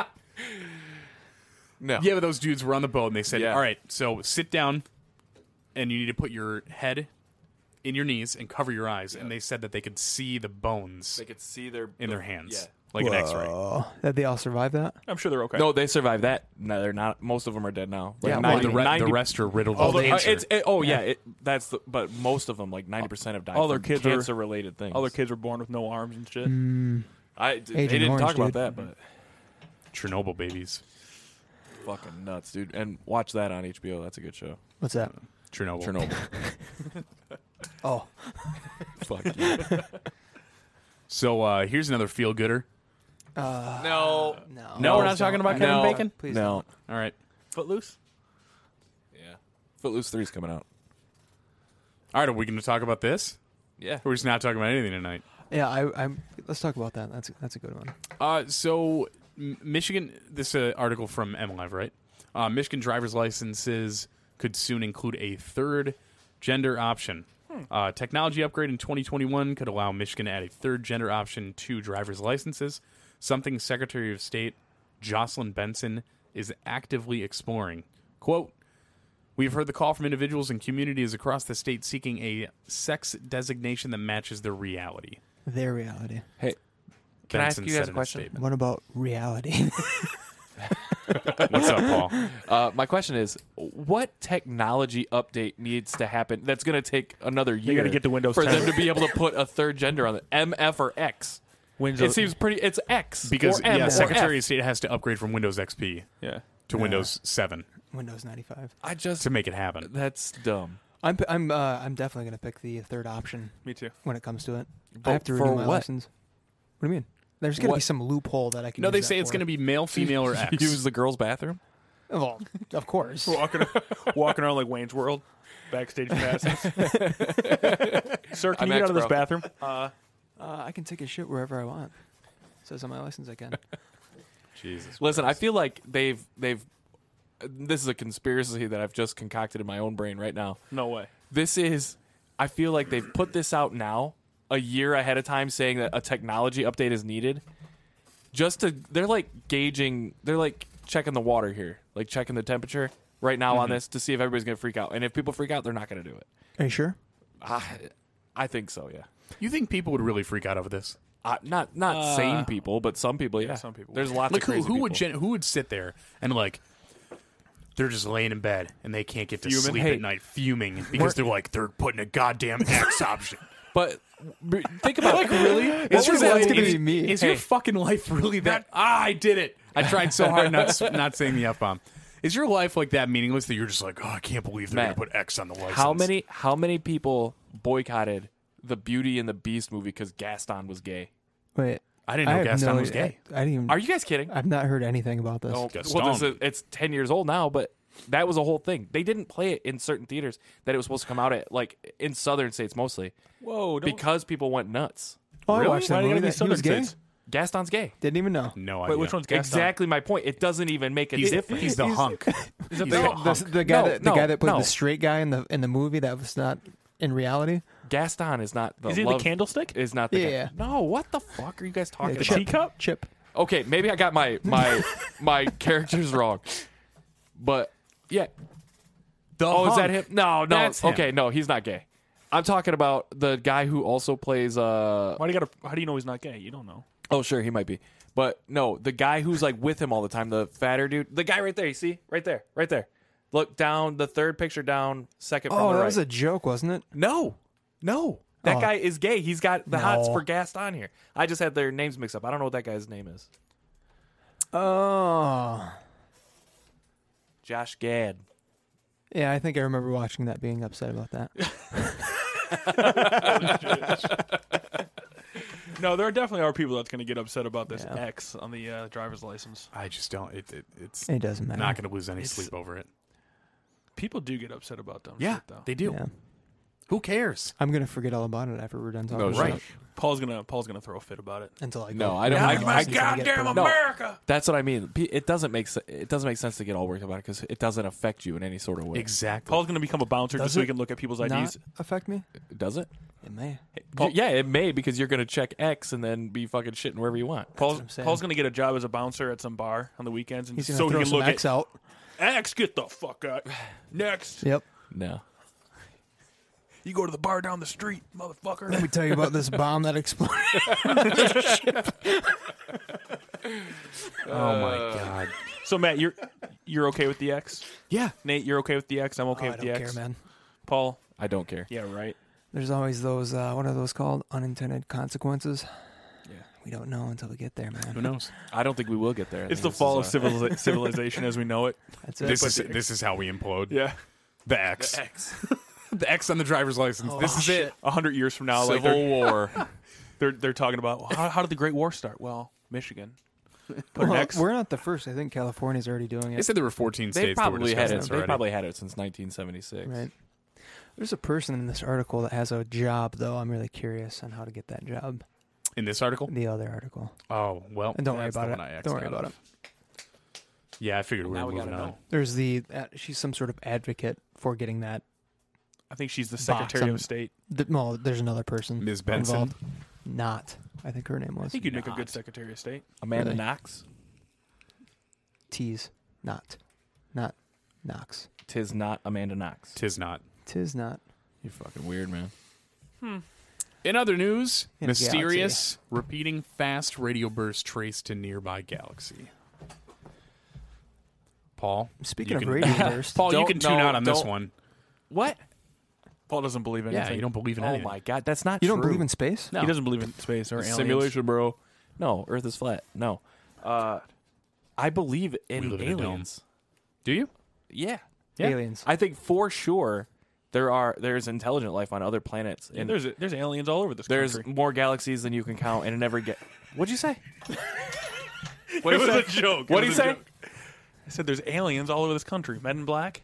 Speaker 5: No.
Speaker 2: Yeah, but those dudes were on the boat and they said,
Speaker 5: Yeah.
Speaker 2: "All right, so sit down, and you need to put your head in your knees and cover your eyes." And they said that they could see the bones
Speaker 5: They could see their
Speaker 2: in their hands,
Speaker 5: Yeah.
Speaker 2: like an X-ray.
Speaker 4: Oh, that they all survived that?
Speaker 3: I'm sure they're okay.
Speaker 5: No, they survived that. No, they're not. Most of them are dead now. Like
Speaker 4: Yeah,
Speaker 2: Well, the,
Speaker 5: 90
Speaker 2: re- the
Speaker 5: 90
Speaker 2: rest are riddled
Speaker 5: all
Speaker 2: with
Speaker 5: the- uh,
Speaker 2: cancer.
Speaker 5: it's- it- oh yeah, it, that's the, but most of them, like ninety percent, have died.
Speaker 3: All their
Speaker 5: from
Speaker 3: kids are-
Speaker 5: cancer-related things.
Speaker 3: All their kids were born with no arms and shit.
Speaker 4: Mm.
Speaker 5: I, d- they
Speaker 4: Agent
Speaker 5: didn't
Speaker 4: Orange,
Speaker 5: talk about
Speaker 4: dude.
Speaker 5: that, but
Speaker 2: Chernobyl babies.
Speaker 5: fucking nuts, dude. And watch that on HBO. That's a good show.
Speaker 4: What's that?
Speaker 2: Chernobyl.
Speaker 5: Chernobyl.
Speaker 4: Oh,
Speaker 5: Fuck you.
Speaker 2: So uh, here's another feel gooder.
Speaker 4: uh,
Speaker 5: No.
Speaker 4: no.
Speaker 2: No, we're not talking about
Speaker 4: I-
Speaker 2: Kevin
Speaker 5: no.
Speaker 2: Bacon?
Speaker 4: Please
Speaker 5: No.
Speaker 2: All right.
Speaker 3: Footloose.
Speaker 5: Yeah. Footloose three's coming out.
Speaker 2: All right, are we going to talk about this?
Speaker 5: Yeah.
Speaker 2: Or We're just not talking about anything tonight.
Speaker 4: Yeah, I, I'm. Let's talk about that. That's that's a good one.
Speaker 2: Uh, so M- Michigan, this uh, article from MLive, right? Uh, Michigan driver's licenses could soon include a third gender option. Uh, technology upgrade in 2021 could allow Michigan to add a third gender option to driver's licenses, something Secretary of State Jocelyn Benson is actively exploring. Quote, We've heard the call from individuals and communities across the state seeking a sex designation that matches their reality.
Speaker 4: Their reality.
Speaker 5: Hey,
Speaker 2: Can
Speaker 5: I ask you guys a question?
Speaker 4: What about reality?
Speaker 2: What's up, Paul?
Speaker 5: uh, my question is, what technology update needs to happen that's going to take another year?
Speaker 3: gotta get to Windows
Speaker 5: for
Speaker 3: 10.
Speaker 5: them to be able to put a third gender on it, M, F, or X.
Speaker 3: Windows.
Speaker 5: It seems pretty. It's X
Speaker 2: because
Speaker 5: or M
Speaker 2: yeah,
Speaker 5: or
Speaker 2: Secretary
Speaker 5: F.
Speaker 2: of State has to upgrade from Windows XP
Speaker 3: Yeah.
Speaker 2: to Windows 7
Speaker 4: Windows 95.
Speaker 5: I just
Speaker 2: to make it happen.
Speaker 5: that's dumb.
Speaker 4: I'm p- I'm uh, I'm definitely gonna pick the third option
Speaker 3: Me too.
Speaker 4: when it comes to it.
Speaker 5: But
Speaker 4: I have to
Speaker 5: Oh, for
Speaker 4: renew my
Speaker 5: what?
Speaker 4: license. What do you mean? There's gonna be
Speaker 5: What-
Speaker 4: some loophole that I can.
Speaker 2: No, they
Speaker 4: use
Speaker 2: say
Speaker 4: that
Speaker 2: it's
Speaker 4: for.
Speaker 2: going to be male, female, or X.
Speaker 5: Use the girls' bathroom.
Speaker 4: Well, of course.
Speaker 3: Walking, walking around like Wayne's World, backstage passes. Sir, can
Speaker 5: I'm
Speaker 3: you get out of this
Speaker 5: X, bro.
Speaker 3: bathroom? Uh,
Speaker 4: uh, I can take a shit wherever I want. Says on my license I can.
Speaker 2: Jesus.
Speaker 5: Listen, I feel like they've they've. This is a conspiracy that I've just concocted in my own brain right now.
Speaker 3: no way.
Speaker 5: This is, I feel like they've put this out now, a year ahead of time, saying that a technology update is needed. Just to, they're like gauging, they're like checking the water here, like checking the temperature right now on this to see if everybody's gonna freak out. And if people freak out, they're not gonna do it.
Speaker 4: Are you sure?
Speaker 5: I, I think so. Yeah.
Speaker 2: You think people would really freak out over this?
Speaker 5: Uh, not not
Speaker 3: Uh,
Speaker 5: sane people, but some people. Yeah,
Speaker 3: some people.
Speaker 5: There's lots
Speaker 2: Like
Speaker 5: of
Speaker 2: who,
Speaker 5: crazy
Speaker 2: who would
Speaker 5: people.
Speaker 2: gen- who would sit there and like they're just laying in bed and they can't get to
Speaker 5: Fuming?
Speaker 2: sleep
Speaker 5: Hey.
Speaker 2: at night fuming because they're like they're putting a goddamn X option.
Speaker 5: But but think about like really.
Speaker 4: Is your life gonna
Speaker 2: is,
Speaker 4: be me?
Speaker 2: Is your fucking life really that? Ah, I did it. I tried so hard not s- not saying the f bomb. Is your life like that meaningless that you're just like, oh, I can't believe they're
Speaker 5: Matt,
Speaker 2: gonna put X on the license?
Speaker 5: How many how many people boycotted the Beauty and the Beast movie because Gaston was gay?
Speaker 4: Wait.
Speaker 2: I didn't know
Speaker 4: have
Speaker 2: Gaston
Speaker 4: no-
Speaker 2: was gay.
Speaker 4: I, I didn't. Even,
Speaker 5: Are you guys kidding?
Speaker 4: I've not heard anything about this.
Speaker 5: Oh,
Speaker 2: Gaston.
Speaker 5: Well, this is, it's ten years old now, but that was a whole thing. They didn't play it in certain theaters that it was supposed to come out at, like in southern states mostly,
Speaker 3: Whoa! Don't,
Speaker 5: because people went nuts.
Speaker 4: oh I
Speaker 3: really?
Speaker 4: watched
Speaker 3: Why
Speaker 4: that
Speaker 3: do you gotta be
Speaker 4: movie. That, he was
Speaker 3: Southern
Speaker 4: gay.
Speaker 3: kids?
Speaker 5: Gaston's gay.
Speaker 4: Didn't even know.
Speaker 2: No
Speaker 3: Wait,
Speaker 2: idea.
Speaker 3: which one's Gaston?
Speaker 5: Exactly my point. It doesn't even make a
Speaker 2: He's,
Speaker 5: difference.
Speaker 2: he's the hunk. He's the
Speaker 4: No, the,
Speaker 2: hunk.
Speaker 4: the guy
Speaker 5: No,
Speaker 4: that the
Speaker 5: no,
Speaker 4: guy that played
Speaker 5: no.
Speaker 4: the straight guy in the in the movie that was not in reality.
Speaker 5: Gaston is not the
Speaker 3: Is he the
Speaker 5: love-
Speaker 3: candlestick?
Speaker 5: Is not the guy.
Speaker 4: Yeah.
Speaker 5: No, what the fuck are you guys talking
Speaker 4: Yeah,
Speaker 5: about?
Speaker 4: Chip.
Speaker 3: teacup?
Speaker 4: Chip.
Speaker 5: Okay, maybe I got my my my characters wrong, but yeah. oh, is that him?
Speaker 2: hunk.
Speaker 5: No, no.
Speaker 2: That's him.
Speaker 5: Okay, no, he's not gay. I'm talking about the guy who also plays. Uh,
Speaker 3: Why do you got? to How do you know he's not gay? You don't know.
Speaker 5: oh, sure, he might be, but no, the guy who's like with him all the time, the fatter dude, the guy right there. You see, right there, right there. Look down the third picture down, second. from
Speaker 4: Oh,
Speaker 5: the
Speaker 4: that
Speaker 5: right.
Speaker 4: was a joke, wasn't it?
Speaker 5: no, no. That
Speaker 4: Oh.
Speaker 5: guy is gay. He's got the hots
Speaker 4: No.
Speaker 5: for Gaston here. I just had their names mixed up. I don't know what that guy's name is.
Speaker 4: Oh,
Speaker 5: Josh Gad.
Speaker 4: Yeah, I think I remember watching that being upset about that.
Speaker 3: No, there definitely are people that's going to get upset about this
Speaker 4: Yeah.
Speaker 3: X on the uh, driver's license.
Speaker 2: I just don't. It, it it's
Speaker 4: It doesn't matter.
Speaker 2: not going to lose any
Speaker 3: It's-
Speaker 2: sleep over it.
Speaker 3: People do get upset about dumb
Speaker 2: Yeah,
Speaker 3: shit though.
Speaker 2: they do.
Speaker 4: Yeah.
Speaker 2: Who cares?
Speaker 4: I'm gonna forget all about it after we're done talking.
Speaker 5: No
Speaker 4: about
Speaker 5: shit.
Speaker 4: it.
Speaker 3: Paul's gonna Paul's gonna throw a fit about it.
Speaker 4: Until I go.
Speaker 5: No, I don't-
Speaker 4: My
Speaker 5: I- my
Speaker 4: license is gonna get
Speaker 3: goddamn
Speaker 4: pulled.
Speaker 5: No.
Speaker 3: America.
Speaker 5: That's what I mean. P- It doesn't make se- it doesn't make sense to get all worked about it because it doesn't affect you in any sort of way.
Speaker 2: Exactly.
Speaker 3: Paul's gonna become a bouncer
Speaker 4: Does
Speaker 3: just so
Speaker 4: it
Speaker 3: he can look at people's IDs.
Speaker 4: Not affect me.
Speaker 5: Does it?
Speaker 4: It may.
Speaker 3: Paul-
Speaker 5: yeah, it may because you're gonna check X and then be fucking shitting wherever you want.
Speaker 3: Paul's,
Speaker 4: what I'm saying.
Speaker 3: Paul's gonna get a job as a bouncer at some bar on the weekends, and
Speaker 4: He's gonna
Speaker 3: so he
Speaker 4: throw
Speaker 3: can
Speaker 4: some
Speaker 3: look
Speaker 4: X
Speaker 3: at
Speaker 4: out.
Speaker 3: X. Get the fuck out. Next,
Speaker 4: Yep.
Speaker 5: No.
Speaker 3: you go to the bar down the street, motherfucker.
Speaker 4: Let me tell you about this bomb that exploded.
Speaker 2: oh my god.
Speaker 3: So Matt, you're you're okay with the X?
Speaker 2: Yeah.
Speaker 3: Nate, you're okay with the X? I'm
Speaker 4: Oh,
Speaker 3: okay
Speaker 4: I
Speaker 3: with
Speaker 4: don't
Speaker 3: the
Speaker 4: care,
Speaker 3: X.
Speaker 4: man.
Speaker 3: Paul,
Speaker 5: I don't care.
Speaker 3: yeah, right.
Speaker 4: There's always those. Uh, what are those called? Unintended consequences.
Speaker 5: Yeah.
Speaker 4: We don't know until we get there, man.
Speaker 2: Who knows?
Speaker 5: I don't think we will get there. I
Speaker 3: It's
Speaker 5: think
Speaker 3: the
Speaker 5: this
Speaker 3: fall of
Speaker 5: is, uh,
Speaker 3: civiliza- civilization as we know it.
Speaker 4: That's it.
Speaker 2: This is this is how we implode.
Speaker 3: Yeah,
Speaker 2: The X. The X. on the driver's license.
Speaker 4: Oh,
Speaker 2: this is
Speaker 4: shit.
Speaker 2: it.
Speaker 3: a hundred years from now, like
Speaker 5: Civil
Speaker 3: they're
Speaker 5: War.
Speaker 3: they're, they're talking about well, how, how did the Great War start? Well, Michigan. But
Speaker 4: Well,
Speaker 3: next,
Speaker 4: We're not the first. I think California's already doing
Speaker 2: They
Speaker 4: it.
Speaker 2: said there were 14
Speaker 5: they
Speaker 2: states that were
Speaker 5: probably had
Speaker 2: discussing
Speaker 5: it.
Speaker 2: this
Speaker 5: They
Speaker 2: already.
Speaker 5: probably had it since 1976.
Speaker 4: Right. There's a person in this article that has a job, though. I'm really curious on how to get that job.
Speaker 2: In this article?
Speaker 4: The other article.
Speaker 2: Oh, well.
Speaker 4: And don't worry
Speaker 2: that's the one
Speaker 4: about it.
Speaker 2: I
Speaker 4: Don't
Speaker 2: X'd
Speaker 4: worry
Speaker 2: out
Speaker 4: about
Speaker 2: of. Yeah, I figured we
Speaker 5: Now
Speaker 2: were
Speaker 5: we gotta
Speaker 2: moving on.
Speaker 5: know.
Speaker 4: There's the. Uh, she's some sort of advocate for getting that.
Speaker 3: I think she's the
Speaker 4: Box
Speaker 3: Secretary
Speaker 4: on-
Speaker 3: of State.
Speaker 4: The, well, there's another person.
Speaker 2: Ms. Benson?
Speaker 4: Involved. Not. I think her name
Speaker 3: I
Speaker 4: was.
Speaker 3: think you'd make a
Speaker 5: not.
Speaker 3: good Secretary of State.
Speaker 5: Amanda
Speaker 4: Really?
Speaker 5: Knox.
Speaker 4: Tease. Not. Not. Knox.
Speaker 5: Tis not Amanda Knox.
Speaker 2: Tis not.
Speaker 4: Tis not.
Speaker 5: You're fucking weird, man.
Speaker 2: In other news,
Speaker 4: In a
Speaker 2: mysterious repeating fast radio burst traced to nearby galaxy. Paul,
Speaker 4: Speaking
Speaker 2: you
Speaker 4: of
Speaker 2: can-
Speaker 4: radio burst,
Speaker 2: Paul, you
Speaker 5: Don't-
Speaker 2: can tune
Speaker 5: no,
Speaker 2: out on this
Speaker 5: don't-
Speaker 2: one.
Speaker 5: What?
Speaker 3: Paul doesn't believe anything.
Speaker 2: Yeah, you don't believe in
Speaker 5: Oh
Speaker 2: anything.
Speaker 5: my god, that's not
Speaker 4: you
Speaker 5: true.
Speaker 4: don't believe in space?
Speaker 2: No.
Speaker 3: He doesn't believe in space or aliens.
Speaker 5: simulation, bro. No, Earth is flat. No. Uh, I believe in
Speaker 2: live in a dome.
Speaker 5: aliens.
Speaker 2: Do you?
Speaker 5: yeah.
Speaker 2: Yeah.
Speaker 4: Aliens.
Speaker 5: I think for sure there are there's intelligent life on other planets.
Speaker 3: And
Speaker 5: And
Speaker 3: there's there's aliens all over this
Speaker 5: there's
Speaker 3: country.
Speaker 5: more galaxies than you can count and it never get What'd you say?
Speaker 3: What it was a joke.
Speaker 5: What'd he say?
Speaker 3: I said there's aliens all over this country. Men in Black.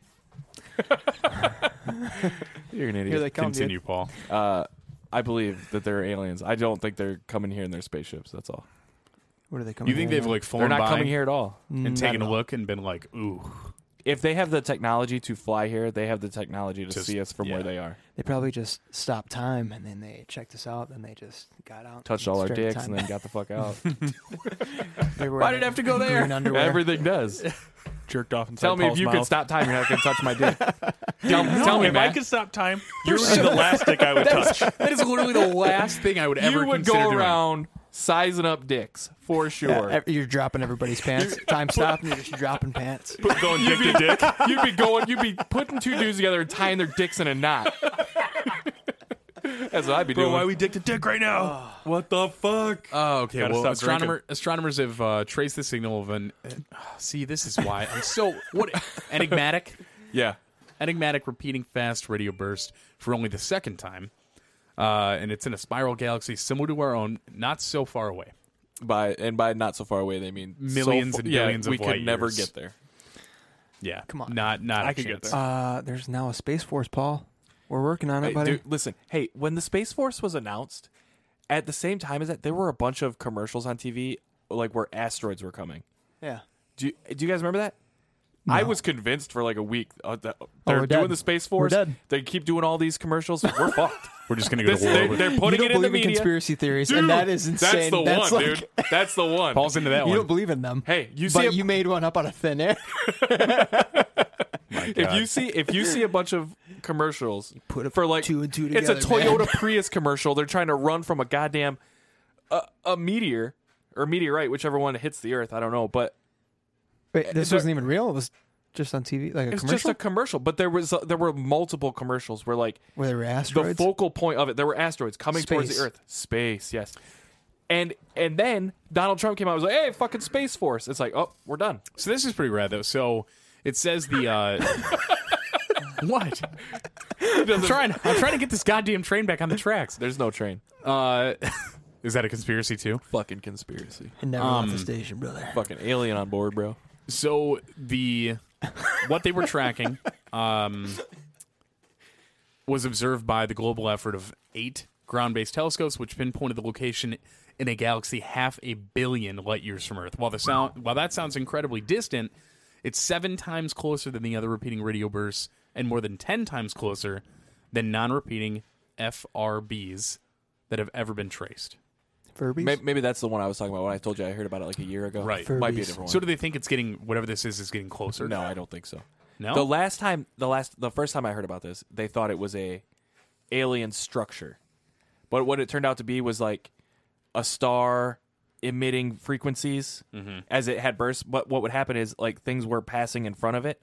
Speaker 5: You're an idiot.
Speaker 4: Here they come, dude.
Speaker 2: Continue, Paul.
Speaker 5: Uh, I believe that they're aliens. I don't think they're coming here in their spaceships. That's all.
Speaker 4: What are they coming?
Speaker 2: You think
Speaker 4: here
Speaker 2: they've
Speaker 4: now?
Speaker 2: like
Speaker 5: they're
Speaker 2: flown
Speaker 5: not
Speaker 2: by
Speaker 5: coming here at all.
Speaker 2: and taken a
Speaker 4: at all.
Speaker 2: look and been like, ooh,
Speaker 5: If they have the technology to fly here, they have the technology to
Speaker 2: Just-
Speaker 5: see us from
Speaker 2: yeah.
Speaker 5: where they are.
Speaker 4: They probably just stopped time and then they checked us out. Then they just got out,
Speaker 5: Touched all our dicks and then got the fuck out.
Speaker 4: Why did it have to go there? Green underwear.
Speaker 5: Everything does.
Speaker 3: Jerked off inside
Speaker 5: Tell me if
Speaker 3: Paul's
Speaker 5: you
Speaker 3: mouth.
Speaker 5: could stop time, you're not going to touch my dick. tell, tell me,
Speaker 3: if I
Speaker 5: Matt.
Speaker 3: could stop time, you would be the last dick I would touch.
Speaker 2: that is literally the last thing I would ever
Speaker 5: you would
Speaker 2: consider
Speaker 5: go
Speaker 2: doing.
Speaker 5: around sizing up dicks for sure.
Speaker 4: Yeah, ev- you're dropping everybody's pants. Time stop and you're just dropping pants.
Speaker 2: going dick to dick.
Speaker 5: you'd be going, you'd be putting two dudes together and tying their dicks in a knot. That's what I'd be
Speaker 3: Bro,
Speaker 5: doing.
Speaker 3: why we dick to dick right now?
Speaker 5: what the fuck?
Speaker 2: Oh, okay.
Speaker 3: Gotta
Speaker 2: well,
Speaker 3: stop
Speaker 2: astronomer, astronomers have uh, traced the signal of an. Uh, see, this is why I'm so what enigmatic,
Speaker 5: yeah.
Speaker 2: enigmatic, repeating fast radio burst for only the second time, uh, and it's in a spiral galaxy similar to our own, not so far away.
Speaker 5: By and by, not so far away. They mean so
Speaker 2: Millions
Speaker 5: fa-
Speaker 2: and
Speaker 5: yeah,
Speaker 2: billions of
Speaker 5: We
Speaker 2: light
Speaker 5: could never
Speaker 2: years.
Speaker 5: get there.
Speaker 2: Yeah,
Speaker 4: Come on.
Speaker 2: not not
Speaker 3: I
Speaker 2: a
Speaker 3: could get
Speaker 2: chance.
Speaker 3: there.
Speaker 4: Uh, there's now a space force, Paul. We're working on it,
Speaker 5: Hey,
Speaker 4: buddy.
Speaker 5: dude, listen, hey, when the Space Force was announced, at the same time as that, there were a bunch of commercials on TV, like where asteroids were coming.
Speaker 4: Yeah.
Speaker 5: Do you, do you guys remember that? I was convinced for like a week uh, that they're
Speaker 4: Oh, we're
Speaker 5: doing
Speaker 4: dead.
Speaker 5: the Space Force.
Speaker 4: dead.
Speaker 5: They keep doing all these commercials. We're fucked.
Speaker 2: We're just gonna go
Speaker 5: This-
Speaker 2: to war.
Speaker 5: they're,
Speaker 2: with-
Speaker 5: they're
Speaker 4: You
Speaker 5: putting
Speaker 4: don't
Speaker 5: it in the
Speaker 4: believe in
Speaker 5: media.
Speaker 4: conspiracy theories,
Speaker 5: Dude,
Speaker 4: and that is insane.
Speaker 5: That's the one,
Speaker 4: like-
Speaker 5: dude. That's the one.
Speaker 2: Paul's into that
Speaker 4: You
Speaker 2: one.
Speaker 4: don't believe in them.
Speaker 5: Hey, you see
Speaker 4: but
Speaker 5: a-
Speaker 4: you made one up out of thin air.
Speaker 2: My
Speaker 5: if
Speaker 2: God.
Speaker 5: you see if you see a bunch of commercials
Speaker 4: put a
Speaker 5: for like
Speaker 4: two and two
Speaker 5: it's a
Speaker 4: together, man.
Speaker 5: Toyota Prius commercial. They're trying to run from a goddamn uh, a meteor or meteorite, whichever one hits the Earth. I don't know, but
Speaker 4: Wait, this
Speaker 5: there-
Speaker 4: wasn't even real. It was just on TV, like a
Speaker 5: it's just
Speaker 4: commercial
Speaker 5: a commercial. But there was there were multiple commercials where like
Speaker 4: where there were
Speaker 5: the
Speaker 4: asteroids.
Speaker 5: focal point of it there were asteroids coming towards
Speaker 4: Space.
Speaker 5: the Earth, space, yes. And and then Donald Trump came out and was like, "Hey, fucking Space Force." It's like, "Oh, we're done."
Speaker 2: so this is pretty rad though. So it says the uh, what? I'm trying. I'm trying to get this goddamn train back on the tracks.
Speaker 5: There's no train.
Speaker 2: Uh, is that a conspiracy too?
Speaker 5: Fucking conspiracy.
Speaker 4: And never left
Speaker 5: um,
Speaker 4: the station, brother.
Speaker 5: Fucking alien on board, bro.
Speaker 2: So the what they were tracking um, was observed by the global effort of eight ground-based telescopes, which pinpointed the location in a galaxy half a billion light years from Earth. While the sound, while that sounds incredibly distant, it's seven times closer than the other repeating radio bursts, and more than ten times closer than non-repeating FRBs that have ever been traced.
Speaker 4: Furbies?
Speaker 5: Maybe, maybe that's the one I was talking about when I told you I heard about it like a year ago.
Speaker 2: Right.
Speaker 5: Might be a
Speaker 4: Furbies.
Speaker 5: different one.
Speaker 2: So do they think it's getting whatever this is is getting closer?
Speaker 5: no, I don't think so.
Speaker 2: no.
Speaker 5: The last time, the last, the first time I heard about this, they thought it was a alien structure, but what it turned out to be was like a star emitting frequencies
Speaker 2: Mm-hmm.
Speaker 5: as it had bursts. But what would happen is like things were passing in front of it,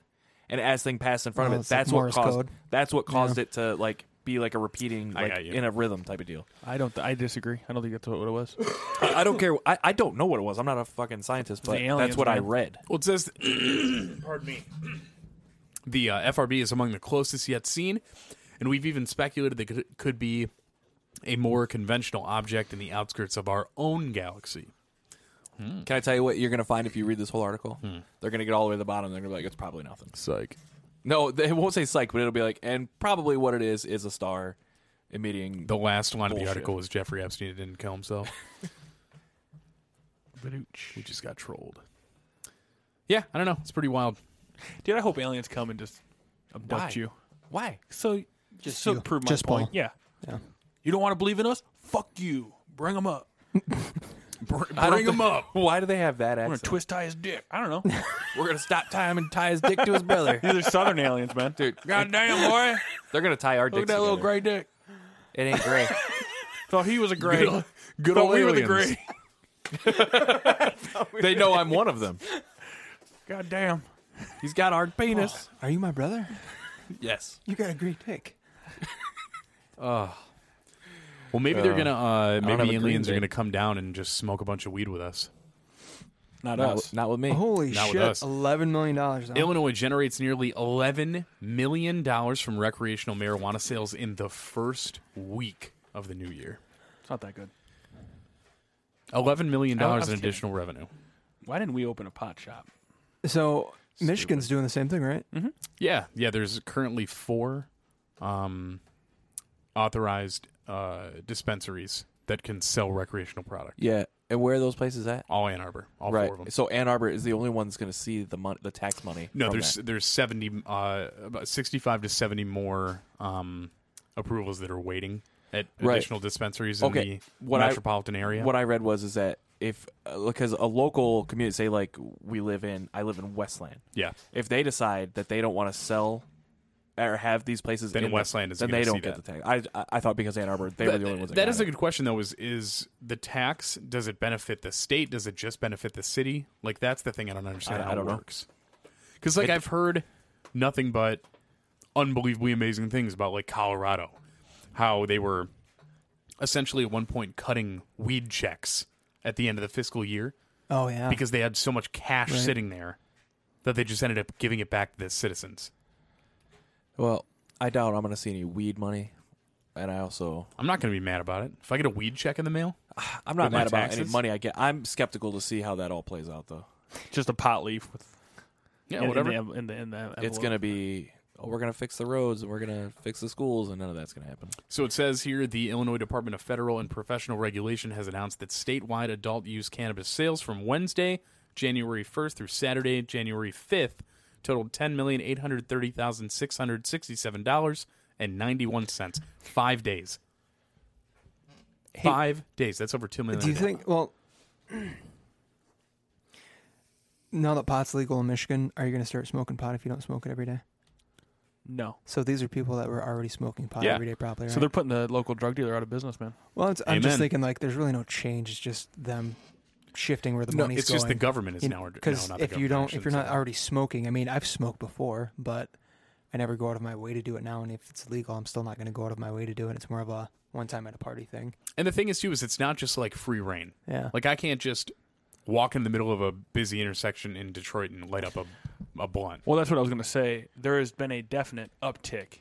Speaker 5: and as thing passed in front
Speaker 4: Oh,
Speaker 5: of it,
Speaker 4: it's like
Speaker 5: that's what
Speaker 4: Morse
Speaker 5: caused
Speaker 4: code.
Speaker 5: that's what caused it to like be like a repeating
Speaker 2: I
Speaker 5: like
Speaker 2: got you.
Speaker 5: in a rhythm type of deal.
Speaker 3: I don't. I disagree. I don't think that's what it was.
Speaker 5: I, I don't care. I, I don't know what it was. I'm not a fucking scientist, but
Speaker 3: aliens,
Speaker 5: that's what I
Speaker 3: man.
Speaker 5: read.
Speaker 2: Well, it says, pardon me, the uh, FRB is among the closest yet seen, and we've even speculated that it could be a more conventional object in the outskirts of our own galaxy.
Speaker 5: Can I tell you what you're going to find if you read this whole article? They're going to get all the way to the bottom. They're going to be like, it's probably nothing.
Speaker 2: Psych.
Speaker 5: No, they it won't say psych, but it'll be like, and probably what it is is a star emitting.
Speaker 2: The last line of the
Speaker 5: Bullshit.
Speaker 2: article was Jeffrey Epstein didn't kill himself. we just got trolled. Yeah, I don't know. It's pretty wild.
Speaker 3: Dude, I hope aliens come and just abduct
Speaker 5: Why?
Speaker 3: you.
Speaker 5: Why?
Speaker 3: So just so
Speaker 4: you.
Speaker 3: prove my
Speaker 4: Just
Speaker 3: point.
Speaker 4: Paul.
Speaker 3: Yeah.
Speaker 4: Yeah.
Speaker 3: You don't want to believe in us? Fuck you. Bring him up.
Speaker 5: I don't
Speaker 2: Bring him
Speaker 5: thi-
Speaker 2: up.
Speaker 5: Why do they have that
Speaker 3: I'm gonna
Speaker 5: accent?
Speaker 3: twist tie his dick. I don't know.
Speaker 5: We're going to stop time and tie his dick to his brother.
Speaker 3: These are southern aliens, man.
Speaker 5: Dude,
Speaker 3: God damn, boy.
Speaker 5: they're going to tie our dicks
Speaker 3: Look at that little gray
Speaker 5: together.
Speaker 3: dick.
Speaker 5: It ain't gray.
Speaker 3: Thought he was a gray.
Speaker 2: ol- good
Speaker 3: Thought
Speaker 2: ol'
Speaker 3: we were the
Speaker 2: aliens.
Speaker 3: gray.
Speaker 5: they know I'm one of them.
Speaker 3: God damn.
Speaker 5: He's got hard penis.
Speaker 4: Are you my brother?
Speaker 5: Yes.
Speaker 4: You got a great dick.
Speaker 2: Well, maybe they're gonna. Uh,
Speaker 5: have a
Speaker 2: maybe
Speaker 5: green
Speaker 2: aliens are
Speaker 5: dick.
Speaker 2: gonna come down and just smoke a bunch of weed with us.
Speaker 3: Not
Speaker 5: Not,
Speaker 3: us.
Speaker 5: not with me.
Speaker 4: Holy
Speaker 2: Not with
Speaker 4: shit.
Speaker 2: us.
Speaker 4: $11 million. though.
Speaker 2: Illinois generates nearly $11 million from recreational marijuana sales in the first week of the new year.
Speaker 3: It's not that good.
Speaker 2: $11 million
Speaker 5: Oh,
Speaker 3: I
Speaker 2: in
Speaker 3: was kidding.
Speaker 2: additional revenue.
Speaker 3: Why didn't we open a pot shop?
Speaker 4: So Michigan's doing the same thing, right?
Speaker 5: Hmm?
Speaker 2: Yeah. Yeah. There's currently four um, authorized uh, dispensaries that can sell recreational product.
Speaker 5: Yeah. And where are those places at?
Speaker 2: All Ann Arbor. All
Speaker 5: right.
Speaker 2: four of them.
Speaker 5: So Ann Arbor is the only one that's going to see the mon- the tax money.
Speaker 2: No,
Speaker 5: from
Speaker 2: there's
Speaker 5: that.
Speaker 2: there's 70, uh, about 65 to 70 more um, approvals that are waiting at
Speaker 5: Right.
Speaker 2: additional dispensaries in
Speaker 5: Okay,
Speaker 2: the
Speaker 5: what I-
Speaker 2: metropolitan area.
Speaker 5: What I read was is that if uh, because a local community, say like we live in, I live in Westland.
Speaker 2: yeah.
Speaker 5: If they decide that they don't want to sell or have these places,
Speaker 2: Then
Speaker 5: in the-
Speaker 2: Westland isn't
Speaker 5: then they
Speaker 2: gonna
Speaker 5: don't
Speaker 2: see
Speaker 5: get the tax. I, I I thought because Ann Arbor, they were the only ones. That,
Speaker 2: that
Speaker 5: got
Speaker 2: is
Speaker 5: it.
Speaker 2: a good question though is is the tax does it benefit the state does it just benefit the city like that's the thing i don't understand
Speaker 5: I- I
Speaker 2: how
Speaker 5: don't
Speaker 2: it
Speaker 5: know.
Speaker 2: works because like i've heard nothing but unbelievably amazing things about like colorado how they were essentially at one point cutting weed checks at the end of the fiscal year
Speaker 4: Oh, yeah.
Speaker 2: because they had so much cash
Speaker 4: Right.
Speaker 2: sitting there that they just ended up giving it back to the citizens
Speaker 5: Well, I doubt I'm going to see any weed money, and I also
Speaker 2: i'm not going to be mad about it if i get a weed check in the mail
Speaker 5: I'm not
Speaker 2: With my
Speaker 5: mad about any
Speaker 2: taxes?
Speaker 5: money I get. I'm skeptical to see how that all plays out though.
Speaker 3: Just a pot leaf with
Speaker 2: yeah
Speaker 3: in- in
Speaker 2: whatever
Speaker 3: the em- in the, in the envelope.
Speaker 5: It's going to be. Oh, we're gonna fix the roads and we're gonna fix the schools and none of that's gonna happen.
Speaker 2: So it says here the Illinois Department of Federal and Professional Regulation has announced that statewide adult use cannabis sales from Wednesday, January 1st through Saturday, January 5th, totaled $10,830,667.91. Five days. Five days. That's over $2 million.
Speaker 4: Do you think? Well, now that pot's legal in Michigan, are you going to start smoking pot if you don't smoke it every day?
Speaker 3: no.
Speaker 4: So these are people that were already smoking pot
Speaker 2: Yeah.
Speaker 4: every day, probably. Right?
Speaker 3: So they're putting the local drug dealer out of business, man.
Speaker 4: well, it's, I'm just
Speaker 2: Amen.
Speaker 4: thinking like there's really no change. It's just them shifting where the
Speaker 2: No,
Speaker 4: money's
Speaker 2: it's
Speaker 4: going.
Speaker 2: just the government is now.
Speaker 4: because
Speaker 2: no, not the
Speaker 4: if you
Speaker 2: government, I
Speaker 4: don't, if
Speaker 2: shouldn't
Speaker 4: you're
Speaker 2: say
Speaker 4: not
Speaker 2: that.
Speaker 4: already smoking, I mean, I've smoked before, but I never go out of my way to do it now. And if it's legal, I'm still not going to go out of my way to do it. It's more of a one time at a party thing.
Speaker 2: And the thing is, too, is it's not just like free reign.
Speaker 4: Yeah.
Speaker 2: Like I can't just walk in the middle of a busy intersection in Detroit and light up a a blunt.
Speaker 3: Well, that's what I was going to say. There has been a definite uptick